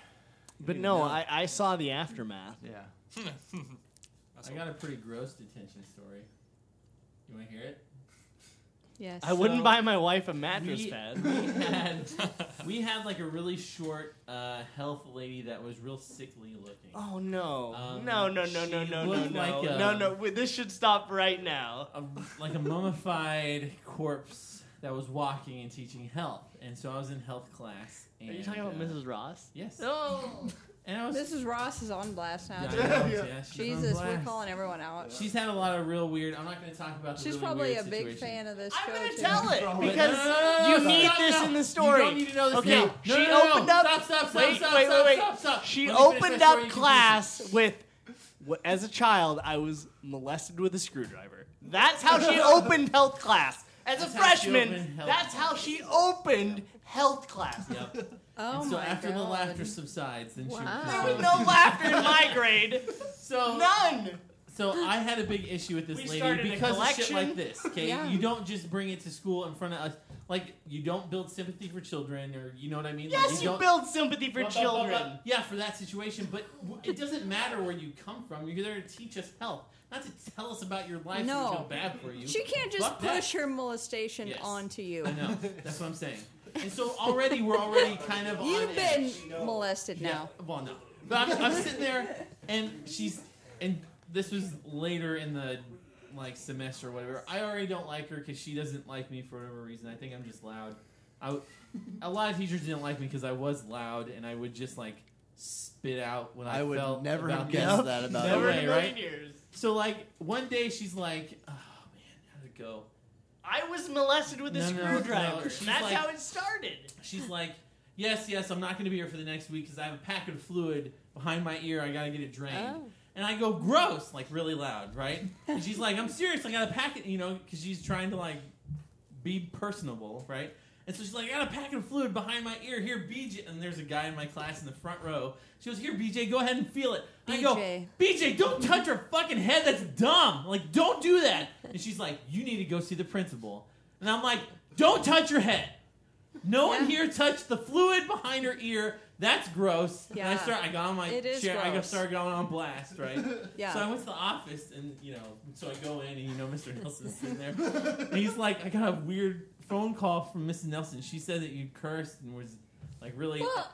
But didn't no, know. I, I saw the aftermath. Yeah. I got a pretty gross detention story. You want to hear it? Yes. I wouldn't So- buy my wife a mattress We- pad. we had we had like a really short uh, health lady that was real sickly looking. Oh no! Um, no no no she no no no looked no like a- no no! Wait, This should stop right now. a, like a mummified corpse that was walking and teaching health. And so I was in health class. Are And, you talking about uh, Mrs. Ross? *laughs* Yes. No. And I was This is Ross is on blast now. Yeah, too. yeah, yeah, she's on Jesus, we're blast. calling everyone out. She's had a lot of real weird. I'm not going to talk about. The She's really probably weird a big situation. fan of this I'm show. gonna too. tell it But because no, no, no, no, you no, need stop, this no. in the story. You don't need to know this. Okay, now. she no, no, no, opened no. up. Stop! Stop! Stop! wait, stop, wait, stop, wait, Stop, wait. stop. She Let me finish opened my story, up you can class with. wh- As a child, I was molested with a screwdriver. That's how *laughs* she opened health class. As a That's how she opened freshman, health that's how she opened health class. proceed. Yep. *laughs* Oh And so my after God. the laughter subsides, then Wow. she. There *laughs* was no laughter in my grade. So None. So I had a big issue with this We started lady a because of shit collection. like this. Okay, Yeah. you don't just bring it to school in front of us. Like you don't build sympathy for children, or you know what I mean. Like, Yes, you, don't- build sympathy for Blah, blah, blah, children. blah. Yeah, for that situation, but w- it doesn't matter where you come from. You're there to teach us health, not to tell us about your life. No. and feel bad for you. She can't just Fuck that. push her molestation Yes. onto you. I *laughs* know. That's what I'm saying. And so already we're already kind of on You've been edge. molested now. Yeah, well, no. But I'm, I'm sitting there, and she's, and this was later in the like semester or whatever. I already don't like her because she doesn't like me for whatever reason. I think I'm just loud. I, w- a lot of teachers didn't like me because I was loud and I would just like spit out when I, I would felt never about have things. guessed that about Never you. in a million years. So like one day she's like, oh man, how did it go? I was molested with a No, no, no. screwdriver. She's That's like- how it started. She's like, yes, yes, I'm not going to be here for the next week because I have a pack of fluid behind my ear. I got to get it drained. Oh. And I go, gross, like really loud, right? And she's like, I'm serious. I got a packet, you know, because she's trying to like be personable, right? And so she's like, I got a packet of fluid behind my ear. Here, BJ. And there's a guy in my class in the front row. She goes, Here, BJ, go ahead and feel it. And I go, BJ. BJ, don't touch her fucking head. That's dumb. Like, don't do that. And she's like, You need to go see the principal. And I'm like, Don't touch her head. No one Yeah. here touched the fluid behind her ear. That's gross. And I Yeah. start. I got on my It is chair. I got gross. started going on blast, right? *laughs* Yeah. So I went to the office, and you know, so I go in, and you know, Mr. Nelson's sitting there. And he's like, I got a weird phone call from Mrs. Nelson. She said that you cursed and was like really. Well,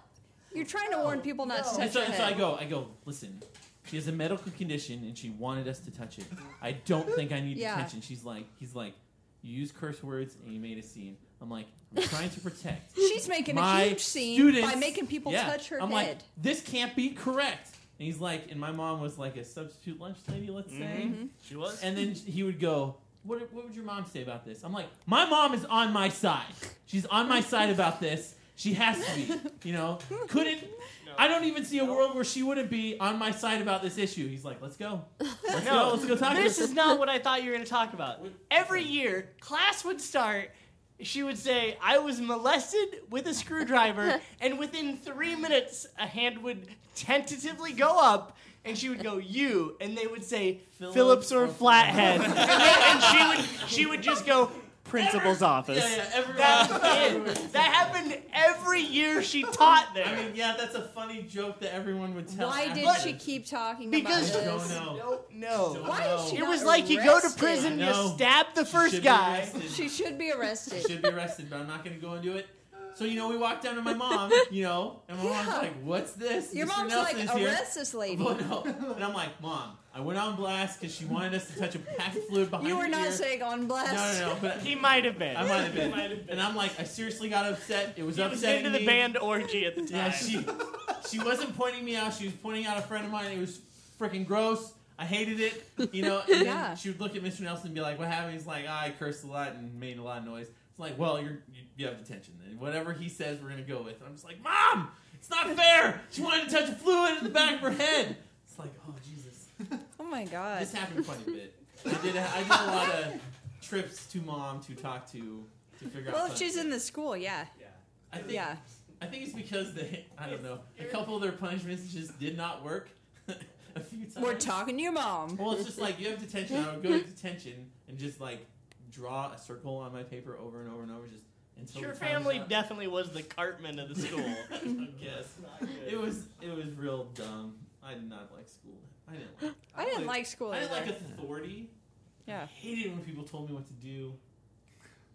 you're trying to warn people not to and touch so, your and so I head. go, I go, listen. She has a medical condition, and she wanted us to touch it. I don't think I need Yeah. attention. She's like, he's like, you use curse words and you made a scene. I'm like, I'm trying to protect *laughs* She's making my a huge scene students, by making people yeah. touch her I'm head. Like, this can't be correct. And he's like, and my mom was like a substitute lunch lady, let's say. Mm-hmm. She was. And then he would go, what, what would your mom say about this? I'm like, my mom is on my side. She's on my side about this. She has to be. You know, couldn't. I don't even see a world where she wouldn't be on my side about this issue. He's like, let's go. Let's No. go. Let's go talk to This her. is not what I thought you were going to talk about. Every year, class would start. She would say, I was molested with a screwdriver, and within three minutes, a hand would tentatively go up, and she would go, You, and they would say, Phillips Phillips, or or Flathead. and, they- and she, would, she would just go, Principal's office. Yeah, *laughs* yeah, everyone. That's it. That happened every year she taught there. I mean, yeah, that's a funny joke that everyone would tell. Why after did that. she keep talking Because about I this? don't know. don't know. Don't Why know. is she It not was like you go to arrested? prison, I you know. stab the Should first be guy. arrested. She should be arrested. should be arrested, but I'm not going to go into it. So you know, we walked down to my mom, you know, and my mom's Yeah. like, "What's this?" Your Mr. mom's Nelson like, is here." arrest this lady. Oh, no. And I'm like, "Mom, I went on blast because she wanted us to touch a pack of fluid behind You were her not ear." saying on No, blast. no, no. But He might have been. I might have been. Might have been. And I'm like, I seriously got upset. It was He was upsetting into the me. band orgy at the time. Yeah, she she wasn't pointing me out. She was pointing out a friend of mine. It was freaking gross. I hated it, you know. And then Yeah. she would look at Mr. Nelson and be like, "What happened?" He's like, "Ah, "I cursed a lot and made a lot of noise." It's like, "Well, you're, you you have detention. And whatever he says, we're gonna go with." And I'm just like, "Mom, it's not fair. She wanted to touch a fluid in the back of her head." It's like, "Oh Jesus, Oh my god. this happened quite a bit." I did I did a lot of trips to mom to talk to to figure out. Well, if punishment. she's in the school, yeah, I think yeah. I think it's because they, I don't know, a couple of their punishments just did not work *laughs* a few times. We're talking to your mom. Well, it's just like you have detention. I would go *laughs* to detention and just like draw a circle on my paper over and over and over, just until Your the time family was up. definitely was the *laughs* cartman of the school. I guess *laughs* it was it was real dumb. I did not like school. I didn't. Like, *gasps* I didn't like school. I didn't like either. authority. I Yeah. hated when people told me what to do.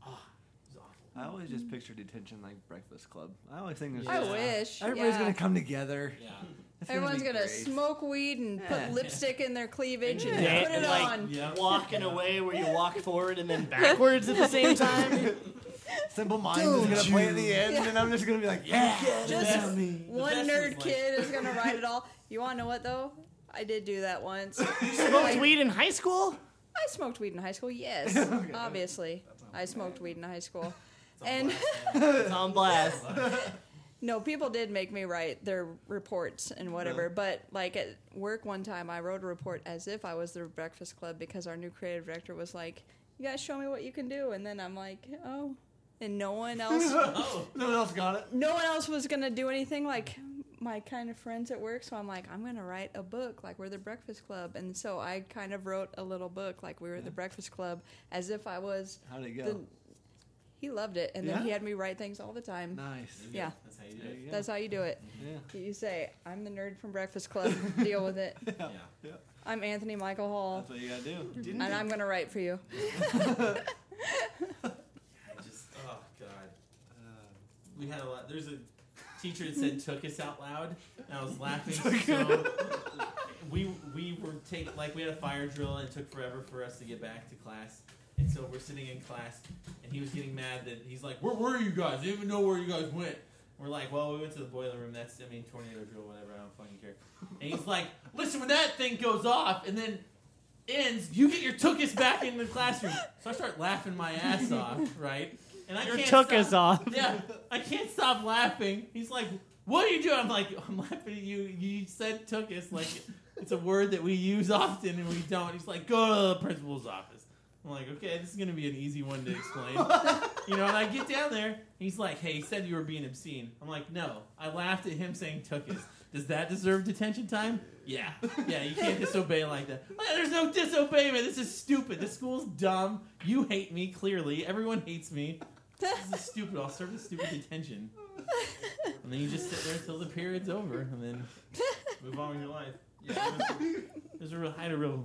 Ah, it was awful. I always just picture detention like Breakfast Club. I always think there's I Yeah. just, wish. everybody's yeah. gonna come together. Yeah. It's Everyone's gonna, gonna be great. smoke weed and Yeah. put lipstick in their cleavage and Yeah. put it Like- on. *laughs* Yeah. Walking away where you walk forward and then backwards at the same time. Simple Minds is gonna play at the end, Yeah. and I'm just gonna be like, yeah, Just one best nerd was like- kid is gonna write it all. You wanna know what though? I did do that once. Smoked weed in high school? I smoked weed in high school. Yes, obviously, I smoked weed in high school, and It's on blast. *laughs* no, people did make me write their reports and whatever. But like at work one time, I wrote a report as if I was the Breakfast Club because our new creative director was like, "You guys show me what you can do," and then I'm like, "Oh," and no one else *laughs* *laughs* no one else got it. no one else was gonna do anything like my kind of friends at work so i'm like i'm gonna write a book like we're the breakfast club and so i kind of wrote a little book like we were the breakfast club as if i was How'd it go? the he loved it and then Yeah? he had me write things all the time nice. yeah That's how you do it. Yeah. that's how you do it Yeah. you say i'm the nerd from breakfast club deal with *laughs* it Yeah. Mm-hmm. i'm anthony michael hall That's what you gotta do. and i'm gonna write for *laughs* you *laughs* I just, *laughs* oh god. We had a lot. There's a teacher that said "took us out loud," and I was laughing so. We we were take like we had a fire drill and it took forever for us to get back to class, and so we're sitting in class, and he was getting mad that he's like, "Where were you guys? I didn't even know where you guys went." We're like, "Well, we went to the boiler room. That's I mean tornado drill, whatever. I don't fucking care." And he's like, "Listen, when that thing goes off, and then." Ends, you get your tookus back in the classroom. So I start laughing my ass off, right? And I Your can't took stop- us off. yeah, I can't stop laughing. He's like, "What are you doing?" I'm like, "I'm laughing at you. You said took us like it's a word that we use often and we don't." He's like, "Go to the principal's office." I'm like, "Okay, this is gonna be an easy one to explain." you know, and I get down there. and He's like, "Hey, he said you were being obscene." I'm like, "No, I laughed at him saying took us." Does that deserve detention time? Yeah, yeah. You can't disobey like that. Like, There's no disobeyment. This is stupid. The school's dumb. You hate me clearly. Everyone hates me. This is stupid. I'll serve the stupid detention. and then you just sit there until the period's over, and then move on with your life. Yeah, it was, it was a real, I had a real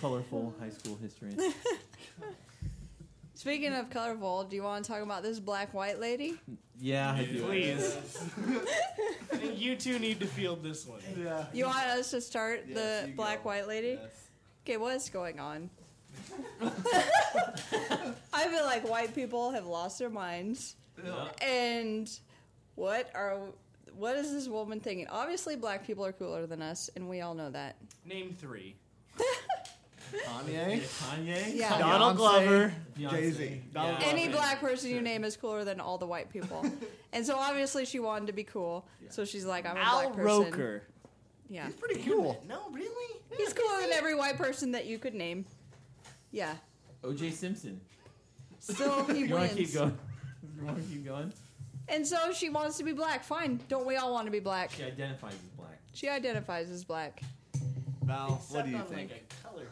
colorful high school history. speaking of colorful do you want to talk about this black white lady Yeah, I do. Please. I think *laughs* you two need to field this one. Yeah. you want us to start Yes, the you black go. white lady Yes. Okay, what's going on? *laughs* I feel like white people have lost their minds. Yeah. And what are what is this woman thinking? Obviously, black people are cooler than us, and we all know that. Name three. Yeah, *laughs* Kanye. Kanye. Yeah. Donald Beyonce. Glover. Beyonce. Jay-Z. Yeah. Any black person you name is cooler than all the white *laughs* people. and so obviously she wanted to be cool. So she's like, I'm a Al black person. Roker. Yeah. It's pretty cool. No, really? He's cooler than every white person that you could name. Yeah. O.J. Simpson. Still he You want wins. to keep going? *laughs* You want to keep going? And so she wants to be black. Fine. Don't we all want to be black? She identifies as black. She identifies as black. Val, what do you Except on, think? like, a color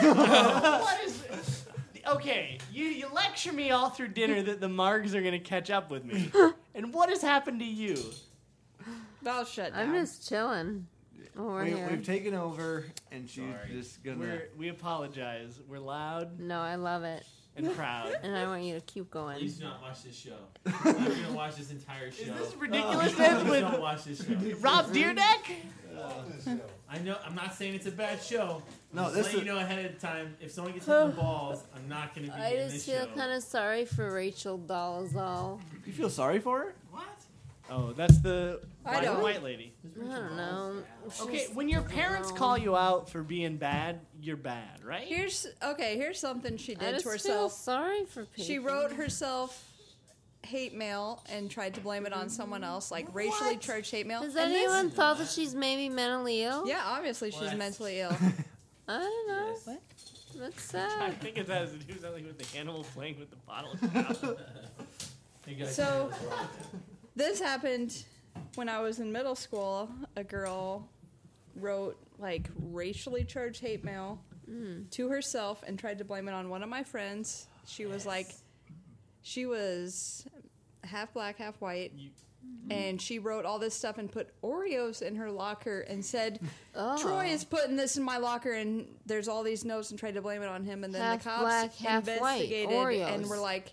*laughs* chart. What? what is okay you, you lecture me all through dinner that the margs are going to catch up *laughs* with me and what has happened to you Val shut down. I'm just chilling over we, here. We've taken over, and she's Sorry. just gonna. We're, we apologize we're loud no, I love it, and proud and I want you to keep going. Please do not watch this show. I'm going to watch this entire show. Uh, is this Please ridiculous end don't with watch this show. rob deerneck I know. I'm not saying it's a bad show. I'm No, just this letting is- you know ahead of time. If someone gets hit in the balls, I'm not going to be I in just this feel show. kind of sorry for Rachel Dolezal. you feel sorry for her? What? oh that's the I black and don't. white lady I don't know. okay She's- when your parents call you out for being bad you're bad right Here's okay. Here's something she I did to just feel herself. sorry for people. She wrote herself hate mail and tried to blame it on someone else, like racially charged hate mail. Has And this- anyone thought that she's maybe mentally ill? Yeah, obviously she's What? mentally *laughs* ill. I don't know. Yes. What? That's I sad. think it has to do something with the animal playing with the bottle. of *laughs* apple. You guys So- know what's wrong. *laughs* this happened when I was in middle school. A girl wrote like racially charged hate mail to herself and tried to blame it on one of my friends. She was like, she was half black, half white. And she wrote all this stuff and put Oreos in her locker and said, Oh. Troy is putting this in my locker, and there's all these notes and tried to blame it on him. And then Half the cops black, half white, investigated and Oreos. were like,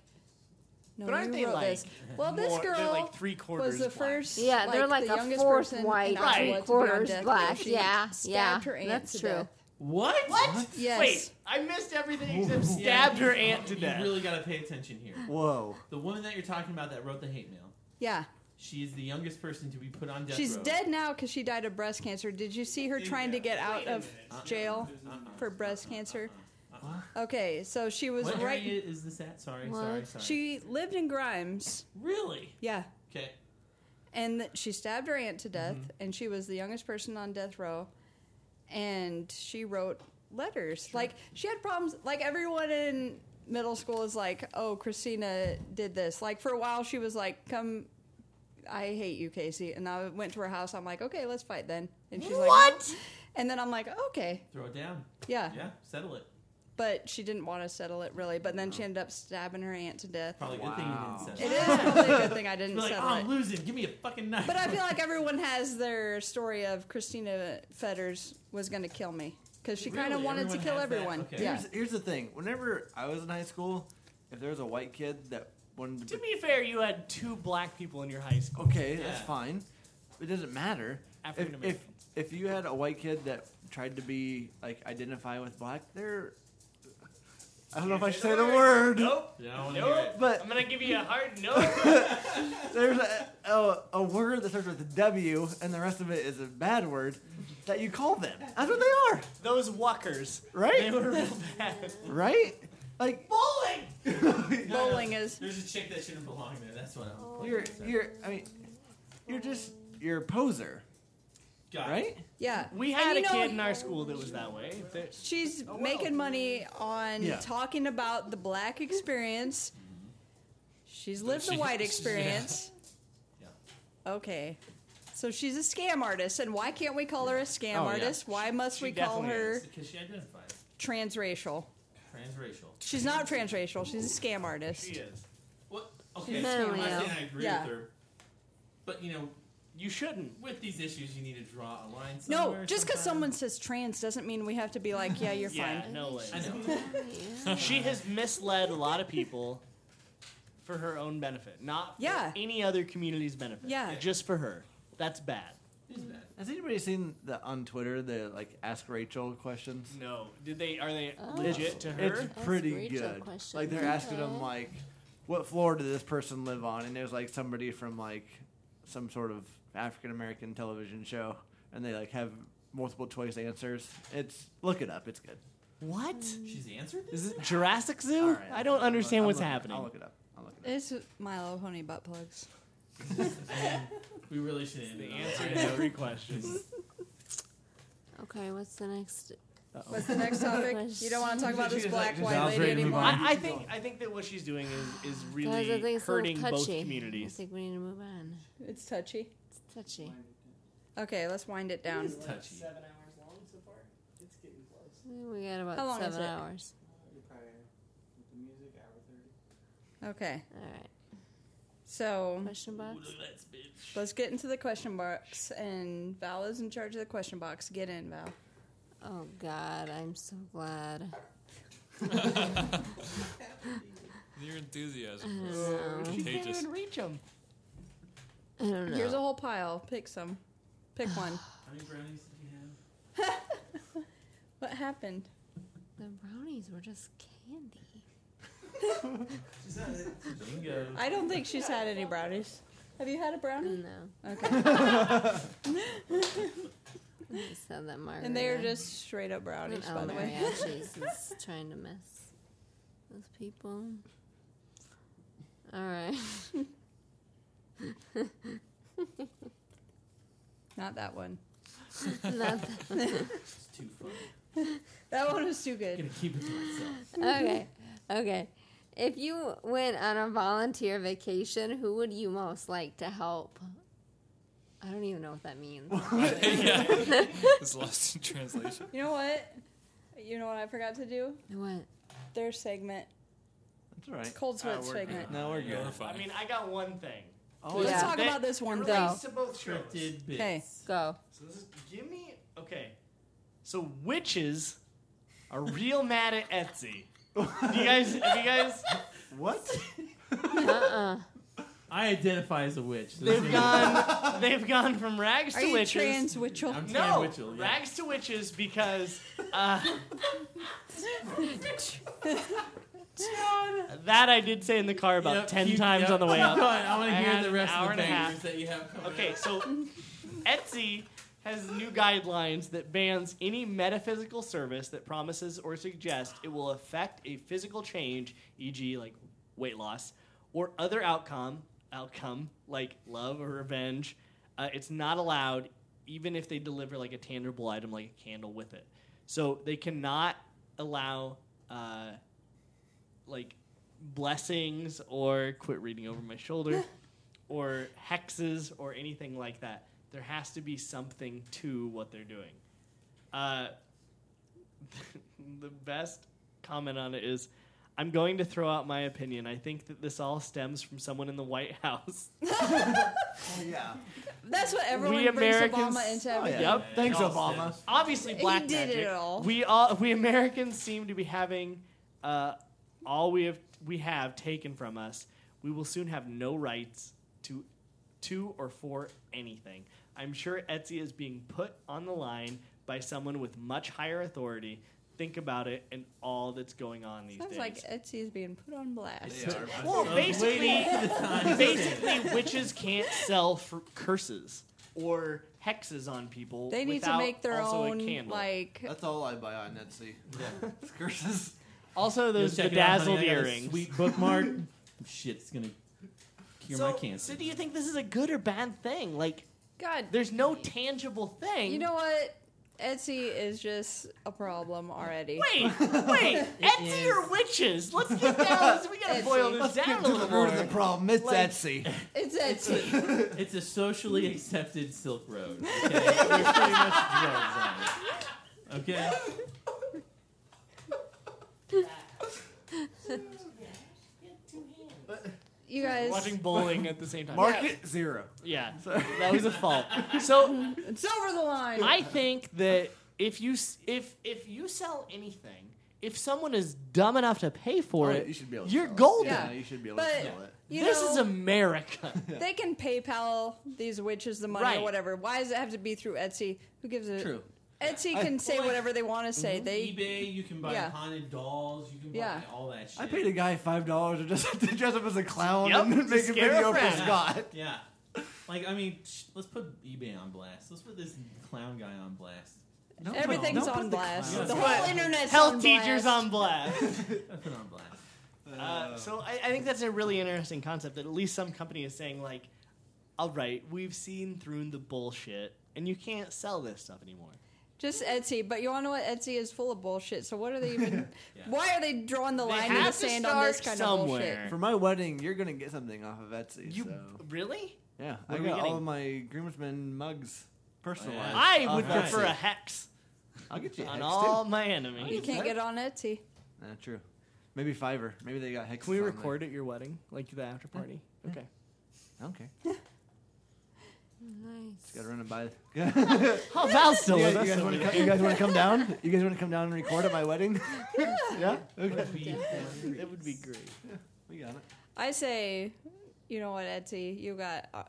"No, But aren't you they wrote like this." Well, this More- they're girl like three was quarters the black. first. Yeah, they're like the a youngest fourth person white, in Iowa three to be on quarters death row. black. She yeah, stabbed yeah. her aunt That's to true. death. What? What? Yes. Wait, I missed everything except stabbed her aunt to you death. really got to pay attention here. Whoa. The woman that you're talking about that wrote the hate mail, Yeah. she is the youngest person to be put on death She's row. dead now because she died of breast cancer. Did you see her trying to get out of jail Uh-uh. for breast cancer? Okay, so she was What right. area is this at? Sorry, sorry, sorry. She lived in Grimes. really? Yeah. Okay. And th- she stabbed her aunt to death, Mm-hmm. and she was the youngest person on death row. And she wrote letters. Like, she had problems. Like, everyone in middle school is like, oh, Christina did this. Like, for a while, she was like, come, I hate you, Casey. And I went to her house. I'm like, okay, let's fight then. And she's like, what? And then I'm like, okay, Throw it down. yeah. Yeah, settle it. But she didn't want to settle it, really. But then she ended up stabbing her aunt to death. Probably a good thing you didn't It settle it. is probably a good *laughs* thing I didn't Be like, settle oh, it. I'm losing. Give me a fucking knife. But I feel *laughs* like everyone has their story of Christina Fetters was going to kill me because she kind of Really? wanted to Everyone kill has that? everyone. Okay. Yeah. Here's, here's the thing. Whenever I was in high school, if there was a white kid that wanted to, To be, be fair, you had two black people in your high school. okay, that's Yeah. fine. It doesn't matter. If- African If, American. if you had a white kid that tried to be like identify with black, they're I don't know if I should say the word. Nope. Yeah, I wanna hear Nope. it. But I'm gonna give you *laughs* a hard no. there's a, a, a word that starts with a W, and the rest of it is a bad word that you call them. That's what they are, Those walkers. They right? were *laughs* real bad. Right? Like *laughs* Bowling. Bowling is. Oh, There's a chick that shouldn't belong there. That's what I was pointing you're at. you're I mean you're just you're a poser, Got it. right? Yeah. We had a And you know- kid in our school that was that way. That- She's making money on Yeah. talking about the black experience. She's lived the She- white yeah. experience. Okay. So she's a scam artist, and why can't we call her a scam Oh, yeah. artist? Why must She we call definitely her It's Because she identifies transracial? transracial. She's not transracial. She's a scam artist. Oh, She is. What? Okay, She's so I'm not mentally saying I agree Yeah. with her. But, you know, You shouldn't. with these issues, you need to draw a line somewhere. No, just because someone sometimes. says trans doesn't mean we have to be like, yeah, you're Yeah, fine. no way. I know. *laughs* She has misled a lot of people for her own benefit, not for Yeah. any other community's benefit. Yeah. Just for her. That's bad. *laughs* It's bad. Has anybody seen the on Twitter the like ask Rachel questions? No. Did they? Are they Oh. legit to her? It's pretty Rachel good. questions. Like they're asking them Okay. like, what floor did this person live on? And there's like somebody from like some sort of African American television show, and they like have multiple choice answers. It's look it up. It's good. what? She's answered this? Is it Jurassic Zoo? All right, I don't I'll- understand I'll what's look- happening. I'll look it up. I'll look it up. It's my little honey butt plugs. We really should end The it. on answer that. to every question. Okay, what's the next? What's the next topic? Gosh. You don't want to talk about She this was black like, white "Sounds lady ready to move anymore. on." I, I think I think that what she's doing is is Guys, I really think it's a little hurting both touchy. I communities. think we need to move on. It's touchy. It's touchy. Okay, let's wind it down. It's touchy. Seven hours long so far. It's getting close. We got about How long is seven it? hours. You're probably with the music hour thirty. Okay, All right. so Question Ooh, box. look at that bitch. let's get into the question box, and Val is in charge of the question box. Get in, Val. Oh God, I'm so *laughs* glad. Your enthusiasm is No. She can't contagious. even reach them. I don't know. Here's a whole pile. Pick some. Pick *sighs* one. How many brownies did you have? What happened? the brownies were just candy. She's not it. Bingo. *laughs* I don't think she's had any brownies. Have you had a brownie? No, Okay. *laughs* I just had that margarita. And they're just straight up brownies, And by El the *laughs* way. Mariachi's is trying to mess with people. All right. *laughs* *laughs* Not that one. *laughs* Not *laughs* It's too funny. That one was too I'm good. going to keep it to myself. *laughs* okay. Okay. If you went on a volunteer vacation, who would you most like to help? I don't even know what that *laughs* means. yeah. It's lost in translation. You know what? You know what I forgot to do? what? Their segment. That's all right. Cold sweat we're segment. No, we're good. Glorifying. I mean, I got one thing. Oh, Let's Yeah. talk They- about this one it thing. relates to both shows. Scripted bits. Okay. Go. So this is give me okay. So witches are real mad *laughs* at Etsy. Do you guys? Have you guys? Uh-uh. What? Uh uh I identify as a witch. So They've this gone. They've gone from rags Are to you witches. trans is- witchel? I'm Tan no, Witchell, yeah. rags to witches because uh, that I did say in the car about Yep, ten keep- times yep, on the *laughs* way keep up. going. I want I to hear had the an rest hour of and the a half. bangers that you have coming. Okay, up. so Etsy has new guidelines that bans any metaphysical service that promises or suggests it will affect a physical change, e.g., like weight loss, or other outcome outcome like love or revenge. Uh, it's not allowed, even if they deliver like a tangible item like a candle with it. So they cannot allow. Uh, like blessings or quit reading over my shoulder or hexes or anything like that. There has to be something to what they're doing. Uh, *laughs* the best comment on it is I'm going to throw out my opinion. I think that this all stems from someone in the White House. yeah. That's what everyone We brings Americans- Obama into. Oh, everything. yeah. Yep. Thanks, Y'all Obama. Obviously, black He did magic. it all. We all we Americans seem to be having uh, all we have we have taken from us. We will soon have no rights to to or for anything. I'm sure Etsy is being put on the line by someone with much higher authority. Think about it and all that's going on these Sounds days. like Etsy is being put on blast. They are. *laughs* well, I was basically, waiting for the time to say basically, witches can't sell for curses or hexes on people. They need to without make their also a own candle. like. That's all I buy on *laughs* Etsy. *laughs* it. Curses. Also, those Yo, check it out, honey, bedazzled I got a earrings. Sweet bookmark. Shit's gonna cure my cancer. So, do you think this is a good or bad thing? Like, God, there's no tangible thing. *laughs* you know what? Etsy is just a problem already. Wait, wait, Etsy is. or *laughs* witches? Let's get down. this- We gotta Etsy. boil this Let's down get a to the little root more. of the problem. It's Like- Etsy. It's Etsy. *laughs* It's a socially accepted Silk Road. *laughs* Okay, There's pretty much drugs on it. Okay, You guys, Watching bowling at the same time. Market zero. Yeah, *laughs* that was *laughs* a fault. So it's over the line. I think that if you s- if if you sell anything, if someone is dumb enough to pay for Oh, it, you should be able to you're sell it. golden. Yeah. you should be able But- to sell it. you this know, is America. They can PayPal these witches the money Right. or whatever. Why does it have to be through Etsy? Who gives a true. Etsy I- can *laughs* say Well, like- whatever they want to say. They Mm-hmm. eBay, you can buy Yeah. haunted dolls, you can buy Yeah. all that shit. I paid a guy five dollars to just to dress up as a clown Yep, and to make a scare a video for friend. Scott. *laughs* Yeah, like I mean, sh- let's put eBay on blast. Let's put this clown guy on blast. everything's don't put on the blast. clown- The Yeah. whole internet's on Health teachers blast. on blast. *laughs* Put it on blast. Uh, so I, I think that's a really interesting concept that at least some company is saying like, all right, we've seen through the bullshit, and you can't sell this stuff anymore. Just Etsy, but you want to know what Etsy is full of bullshit. So what are *laughs* they even? Yeah. Why are they drawing the They line in the have to sand on this start kind somewhere. For my wedding, you're gonna get something off of Etsy. You so. really? yeah, what I are we got all getting? Oh, of my groomsmen mugs personalized. yeah. I off would Etsy. prefer a hex I'll get you a on hex all too. my bullshit? You enemies. can't get on Etsy. Nah, true. Maybe Fiverr. Maybe they got hex. Can we record at your wedding, like the after party? Okay. Okay. Just Nice. gotta run and buy. *laughs* you Oh, Val's still with us. guys, you guys wanna come, you guys want to come down? You guys want to come down and record at my wedding? *laughs* yeah. Okay. Would be- It would be great. We got it. I say, you know what, Etsy, you got uh,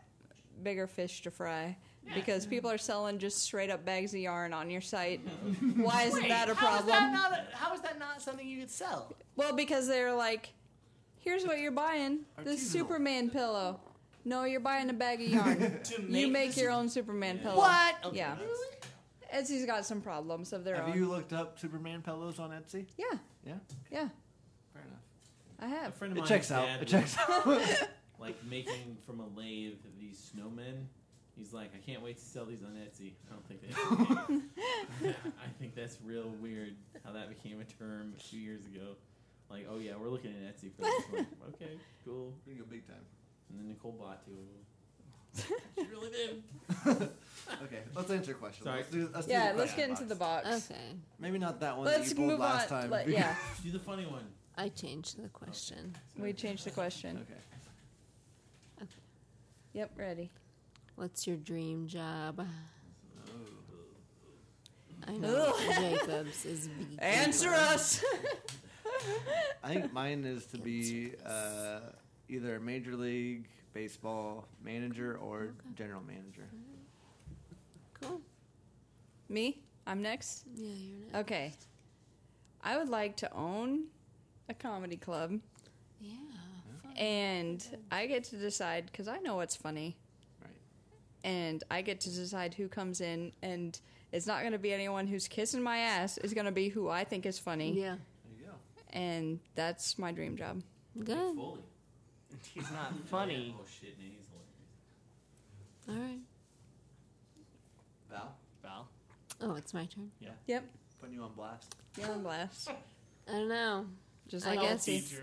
bigger fish to fry because people are selling just straight up bags of yarn on your *laughs* site. Why isn't that a How is that problem? not? A, how is that not something you could sell? Well, because they're like, here's what you're buying this Artisanal. Superman pillow. No, you're buying a bag of yarn. To you make this- your own Superman pillow. What? Yeah. Really? Etsy's got some problems of their Have own. you looked up Superman pillows on Etsy? yeah, Yeah. yeah, Fair enough. I A have. friend of It mine checks out. It checks out. *laughs* *laughs* like making from a lathe these snowmen. He's like, I can't wait to sell these on Etsy. I don't think they. *laughs* I think that's real weird how that became a term a few years ago. Like, oh yeah, we're looking at Etsy for this *laughs* one. okay, cool. We're gonna go big time. And then Nicole bought two. She really did. Okay, let's answer questions. Sorry. Let's do, let's do Yeah, the let's question get into box. the box. Okay. Maybe not that one Let's that you move pulled last on. time. Let- because- *laughs* yeah, *laughs* Do the funny one. I changed the question. we changed the question. Okay. Yep, ready. What's your dream job? I know know Ugh. *laughs* Jacobs is Answer us. I think mine is to be uh, either a major league baseball manager or general manager. Cool. Me? I'm next? Yeah, you're not. Okay. I would like to own a comedy club, *laughs* Yeah. and I get to decide because I know what's funny. Right. And I get to decide who comes in, and it's not going to be anyone who's kissing my ass. It's going to be who I think is funny. Yeah. There you go. And that's my dream job. Good. All Fully. He's *laughs* not funny. Oh shit, man, he's hilarious. right. Val, Val. Oh, it's my turn. Yep. putting you on blast. Yeah, I'm blessed. I don't know. Just I like guess Elsie. it's-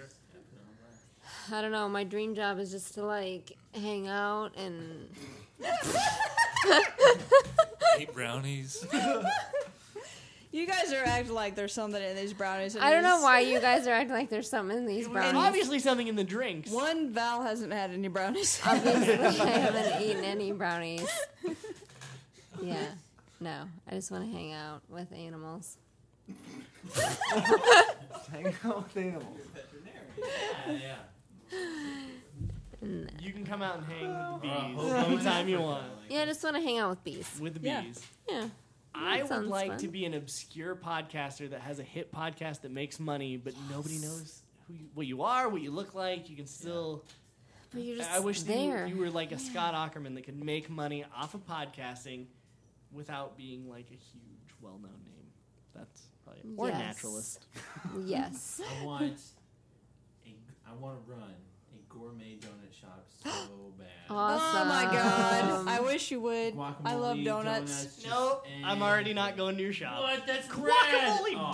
I don't know. My dream job is just to like hang out and *laughs* Eight brownies. You guys are acting like there's something in these brownies. and I don't know there's- *laughs* why you guys are acting like there's something in these There's brownies. obviously something in the drinks. One Val hasn't had any brownies. *laughs* Obviously, *laughs* I haven't eaten any brownies. Yeah. No, I just want to hang out with animals. *laughs* Hang out with animals. Yeah, *laughs* yeah. You can come out and hang with Uh, the bees hobo in anytime you Africa, want. like, Yeah, I just want to hang out with bees. With the Yeah. bees. Yeah. I would sounds like fun. to be an obscure podcaster that has a hit podcast that makes money, but nobody knows who you, what you are, what you look like. You can still. But you're just I wish that you, there. you were like a *laughs* Scott Ackerman that could make money off of podcasting without being like a huge, well known name. That's probably Or a Yes. naturalist. *laughs* *laughs* yes. I want a, I want to run a gourmet donut shop so bad. *gasps* Awesome. Oh my *laughs* god. I wish you would. Guacamole, I love donuts. just No, I'm already not anything. going to your shop. What? That's Oh, guacamole Guacamole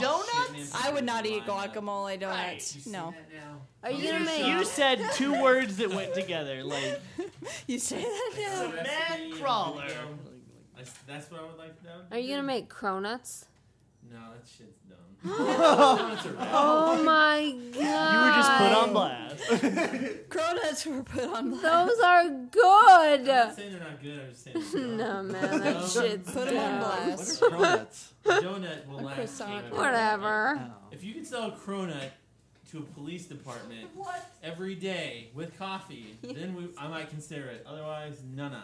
donuts? I would not eat guacamole donuts. No. Are you You, gonna make? you said two *laughs* words that went together, like You say that now? mad crawler. That's, that's what I would like to know. Are you gonna make cronuts? No, that shit's *gasps* dumb. *laughs* Donuts are bad. Oh *laughs* my god! You were just put on blast. Cronuts were put on blast. Those are I'm not *laughs* good. *laughs* saying they're not good. I'm just saying they're dumb. No man, that Um, shit's Put them on dumb. blast. What are cronuts? donut will A last. croissant. came up with that, right? Whatever. If you could sell a cronut to a police department every day *laughs* with coffee, then we, I might consider it. Otherwise, no, no.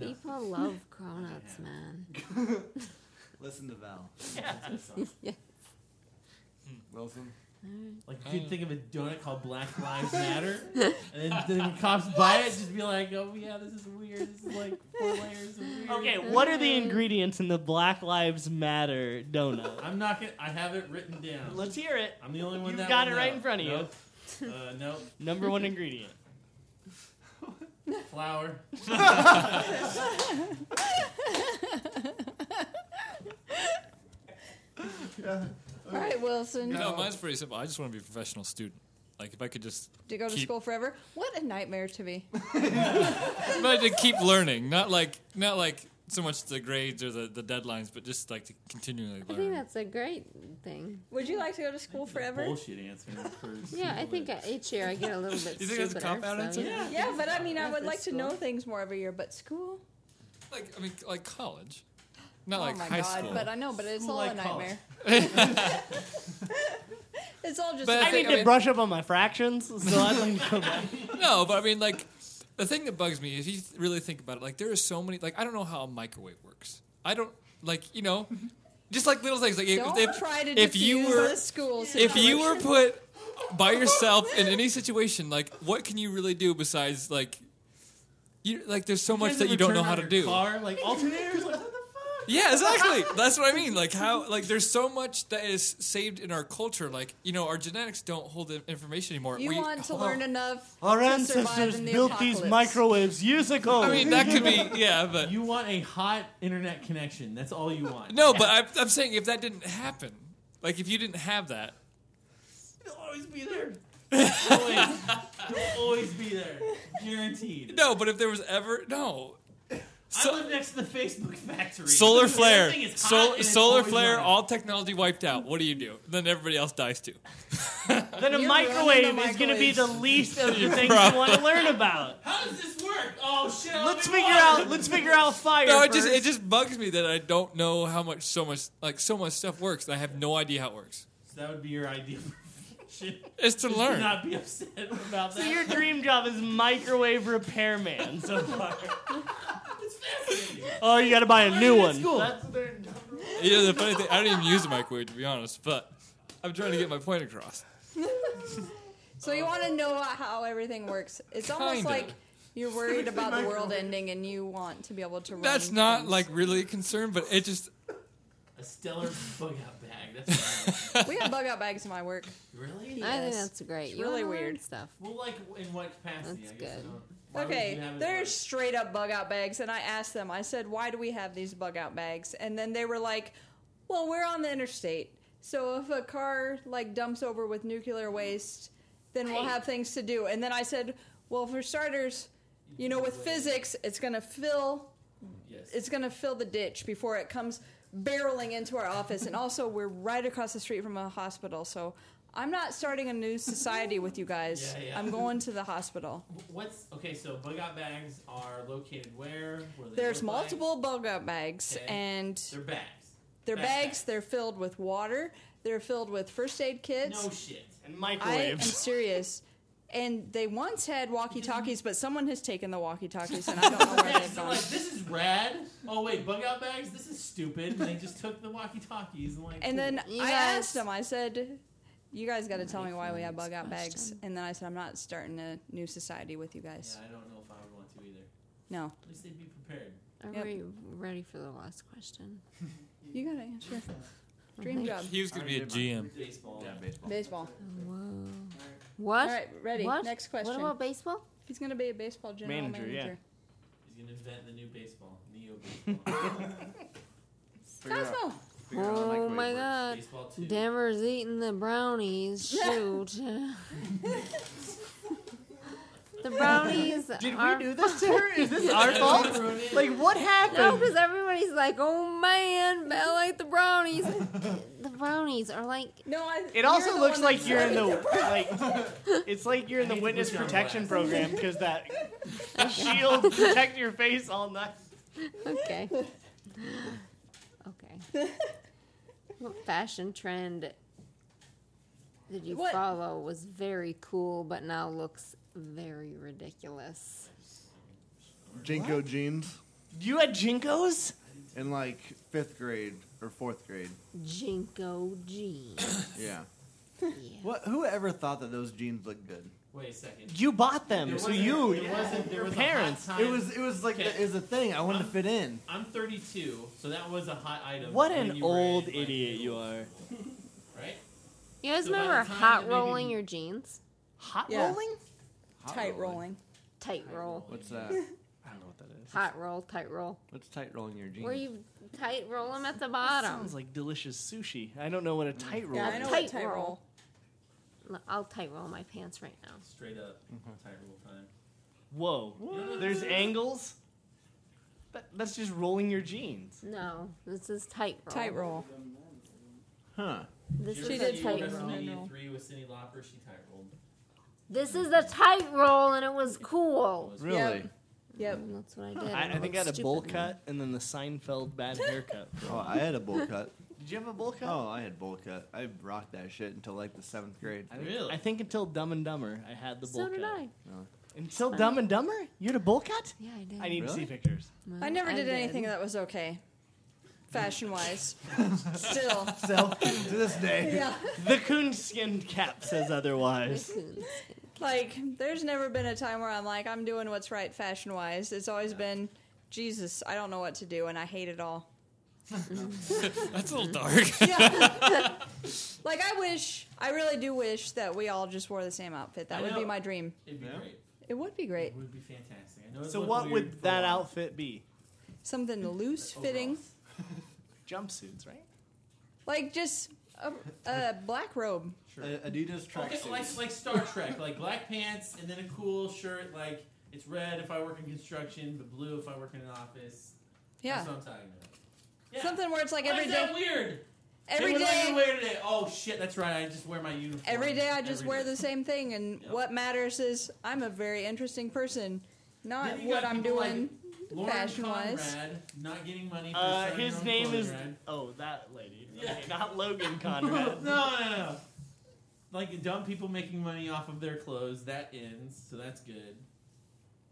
No. People love cronuts, man. *laughs* *laughs* *laughs* Listen to Val. Yeah. *laughs* Wilson. Like, you could think of a donut called *laughs* Black Lives Matter, and then, then when cops buy it, just be like, oh, yeah, this is weird. This is like *laughs* four layers of weird. Okay, what are the Mm. ingredients in the Black Lives Matter donut? I'm not going to, I have it written down. Let's hear it. I'm the only one You've that got will it right know. in front of you. Nope. Uh, no. *laughs* Number one ingredient. *laughs* Flour. All right, Wilson. No, mine's pretty simple. I just want to be a professional student. Like if I could just, To go to Keep- school forever. What a nightmare to be. but to keep learning, not like not like so much the grades or the, the deadlines, but just like to continually I think learn. that's a great thing. Would you like to go to school forever? Bullshit answer. for Yeah, I people think that- uh, each year I get a little bit You think that's a stupider, cop-out so, answer? yeah. Yeah, but I mean, I Yeah, would for like to school. know things more every year, but school? Like I mean, like college, not like oh my high god. school. But I know, but it's School all a like college. nightmare. *laughs* *laughs* it's all just. But I need I think- I to mean- brush up on my fractions, so I'd like to go back. *laughs* No, but I mean, like, the thing that bugs me, if you th- really think about it, like, there are so many, like, I don't know how a microwave works. I don't, like, you *laughs* know, just like little things. Like, if, don't if, try to if you diffuse were, the school if you were situation. put by yourself in any situation, like, what can you really do besides, like, you, like, there's so much Here's that a you don't know return how on to your do. Car, like alternators, like what the Yeah, exactly. That's what I mean. Like how like there's so much that is saved in our culture. Like you know, our genetics don't hold the information anymore. You We- want to learn enough. Our to survive ancestors in the built apocalypse. these microwaves years ago. I mean, that could be yeah, but You want a hot internet connection. That's all you want. No, but I'm, I'm saying if that didn't happen, like if you didn't have that, You'll always be there. always. You'll always be there. Guaranteed. no. But if there was ever no I so- live next to the Facebook factory. solar flare, Everything is hot Sol- and it's solar always flare, on. all technology wiped out. What do you do? Then everybody else dies *laughs* too. then *laughs* a You're microwave running the is going to be the least of the things Right. you want to learn about. How does this work? Oh shit! I'll Let's be figure warm. out. Let's figure *laughs* out fire. No, it just first. it just bugs me that I don't know how much so much like so much stuff works. And I have no idea how it works. So that would be your idea. Should It's *laughs* to learn. not be upset about So that. your dream job is microwave repairman so far. It's fascinating. Oh, you got to buy a new one. That's You know, the funny thing, I don't even use a microwave to be honest, but I'm trying to get my point across. So you want to know how everything works. It's almost Kinda. like you're worried about the world ending and you want to be able to run. That's not things. like really a concern, but it just a stellar bug out bag. That's what I want. We have bug out bags in my work. really. I think Yes. that's great. It's You really wanna learn weird. stuff. Well, like in what capacity? That's I guess I good. don't. why would Okay, you have it they're like- straight up bug out bags, and I asked them. I said, "Why do we have these bug out bags?" And then they were like, "Well, we're on the interstate, so if a car like dumps over with nuclear waste, then we'll have things to do." And then I said, "Well, for starters, you know, with physics, it's gonna fill Yes. it's going to fill the ditch before it comes barreling into our office. And also, we're right across the street from a hospital, so I'm not starting a new society with you guys. *laughs* Yeah, yeah. I'm going to the hospital. What's okay? So bug out bags are located where? What do they There's look like? multiple bug out bags, Okay. and They're bags. they're backpacks. bags. They're filled with water. They're filled with first aid kits. No shit. And I am microwaves. serious. And they once had walkie talkies, but someone has taken the walkie talkies, and I don't know where Yeah, they've so gone. like this is rad. Oh wait, bug out bags. This is stupid. And they just took the walkie talkies and like. And *laughs* then You I guys- asked him, I said, You guys got to tell me why we have bug out bags. And then I said, I'm not starting a new society with you Yeah, guys. I don't know if I would want to either. No. At least they'd be prepared. Are Yep. we ready for the last question? *laughs* You got to answer. Dream job. he was gonna be a GM. Baseball. Yeah, baseball. Baseball. Whoa. Alright. All What? right, ready. What? Next question. What about baseball? He's going to be a baseball general manager. Manager, yeah. He's gonna invent the new baseball. *laughs* Neo baseball. Figure out- Cosmo. figure out how the Oh microwave my works. god. baseball two. Denver's eating the brownies. *laughs* Shoot. the brownies Did we are do this to her? Is *laughs* this our fault? Like, what No, happened? because everybody's like, "Oh man, Belle like the *laughs* brownies." the brownies are like, No, I, It also looks like you're in the like. It's like you're in I the need to witness put you on protection blast. program because that *laughs* *laughs* *laughs* shield protect your face all night. *laughs* okay, okay. What fashion trend did you What? follow was very cool, but now looks very ridiculous? Jinko jeans You had jinkos? in like fifth grade or fourth grade. Jinko jeans. Yeah. Yeah. What? Who ever thought that those jeans looked good? Wait a second. You bought them, There so wasn't- you, There wasn't. There your was parents. A hot time. It was. It was like Okay. it was a thing. I wanted to fit in. I'm 32, so that was a hot item. What when an you were old in, like, idiot middle you are! school, Right. You guys So by the remember time hot that maybe- rolling your jeans? Hot Yeah. rolling? Hot tight rolling. Tight roll, What's *laughs* that? I don't know what that is. hot roll, tight roll. What's tight rolling your jeans? Where you tight roll them at the That bottom. sounds like delicious sushi. I don't know what a tight roll. Yeah, is. I know Tight what tight roll. roll. Look, I'll tight roll my pants right now. Straight up. Mm-hmm. Tight rule time. Whoa! There's angles. That, that's just rolling your jeans. No, this is tight roll. Tight roll. Huh? This Did is you She ever a did see tight roll. roll. WrestleMania three with Cindy Lauper? She tight rolled. This is a tight roll, and it was cool. Really? Yep. And that's what I did. I, and I think I looked had a bowl stupid now. cut and then the Seinfeld bad haircut. Oh, I had *laughs* a bowl cut. Did you have a bowl cut? Oh, I had bowl cut. I rocked that shit until like the seventh grade. Really? I think until Dumb and Dumber, I had the bowl So cut. did I. Until Dumb and Dumber, you had a bowl cut. Yeah, I did. I need to see Really? pictures. Well, I never did, anything that was okay, fashion *laughs* wise. Still. So *laughs* to this day, Yeah. The coonskin cap says otherwise. Like, there's never been a time where I'm like, I'm doing what's right fashion wise. It's always been, Jesus, I don't know what to do, and I hate it all. *laughs* That's a little dark. *laughs* Like, I wish, I really do wish that we all just wore the same outfit. That I would be know. my dream. It'd be Yeah. great. It would be great. It would be fantastic. I know. it So looked what weird for would a that while. outfit be? Something loose *laughs* fitting, Overalls. Jumpsuits, right? like just a, a black robe. A- Adidas Okay, like tracksuit. like Star Trek, like black pants and then a cool shirt. Like it's red if I work in construction, but blue if I work in an office. Yeah. That's what I'm talking about. Yeah. Something where it's like Why every is day. that weird? Every Hey, what am I day. gonna wear today? Oh shit, that's right. I just wear my uniform. Every day I just every wear day. the same thing, and Yeah. what matters is I'm a very interesting person, not Then you what got I'm people doing. like Lauren fashion-wise. Conrad, not getting money. For Uh, starting her his own name *laughs* clothing is brand. oh that lady, Yeah. Okay, not Logan *laughs* no, Conrad. no, no. like dumb people making money off of their clothes. That ends, so that's good.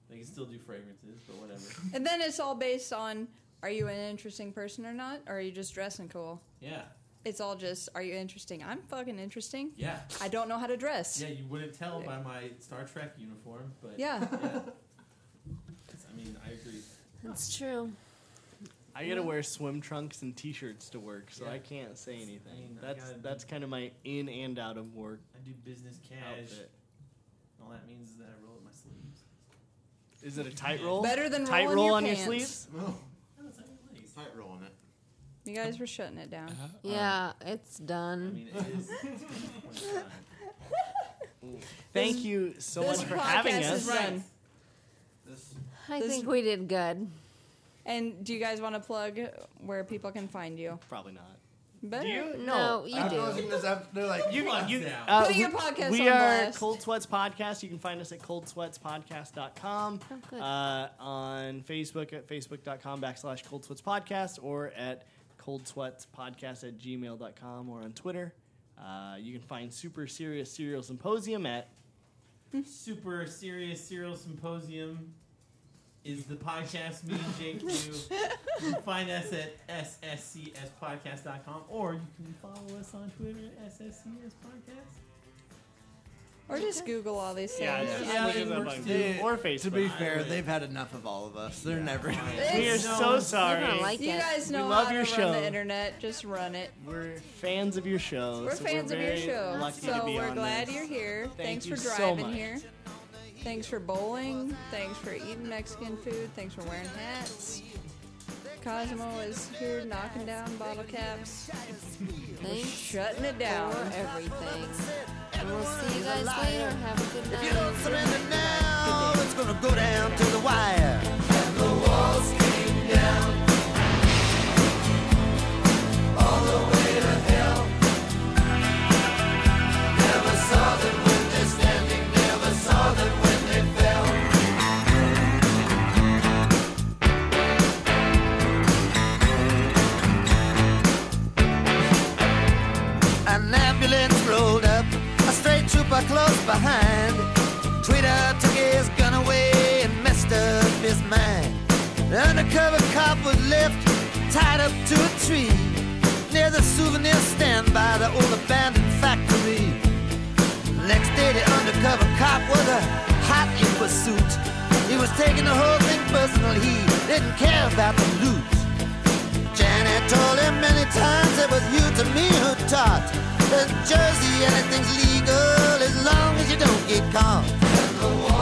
They can still do fragrances, but whatever. *laughs* And then it's all based on are you an interesting person or not? Or are you just dressing cool? Yeah, It's all just are you interesting? I'm fucking interesting. yeah, I don't know how to *laughs* dress. yeah. You wouldn't tell by my Star Trek uniform, but Yeah. It's- I mean, I agree. That's true. I Mm. gotta wear swim trunks and t-shirts to work, so Yeah. I can't say anything. I That's gotta- that's kind of my in and out of work I do business cash. outfit. All that means is that I roll up my sleeves. Is it a tight roll? Better than tight rolling roll your on pants. your sleeves? No, it's not your legs. Tight rolling it. You guys were shutting it down. Uh-huh. Uh, Yeah, it's I done. mean, it *laughs* is. it's been 25. Thank you so this much for podcast having is us. done. Right. This, I this- think we did good. And do you guys want to plug where people can find you? Probably not. Better. No, Oh, you I do. was looking this up. They're like, You, Come on you, now. uh, Putting we, your podcast we on are blast. Cold Sweats Podcast. You can find us at coldsweatspodcast.com, Oh, good. uh, on Facebook at facebook.com backslash Cold Sweats Podcast, or at Cold Sweats Podcast at gmail.com, or on Twitter. Uh, you can find Super Serious Serial Symposium at Super serious serial symposium is the podcast me and Jake do. You can find us at sscspodcast.com or you can follow us on Twitter at sscspodcast. Or just Google all these Yeah, things. just Yeah, look it at that works button. too. or Facebook. to be I fair, would- they've had enough of all of us. They're never. we *laughs* are It's- so sorry. You're gonna like You it. guys know love how your to show. run the internet. Just run it. We're fans of your show. We're so fans we're of your very show, Lucky so to be we're on glad this. you're here. Thank Thanks you for so driving much. here. Thanks for bowling. Thanks for eating Mexican food. Thanks for wearing hats. Cosmo is here knocking down bottle caps, Thanks shutting it for down. everything. *laughs* And we'll see you guys later. Have a good night. If you don't surrender now, it's gonna go down to the wire. And the walls came down. All the way to hell. Never saw them when they're standing, never saw them when they fell. An ambulance rolled up, a straight trooper close behind. Twitter took his gun away and messed up his mind. The undercover cop was left tied up to a tree near the souvenir stand by the old abandoned factory. Next day, the undercover cop was a hot in pursuit. He was taking the whole thing personal. He didn't care about the loot. Janet told him many times it was you to me who taught that Jersey anything's legal as long as you don't get caught. And the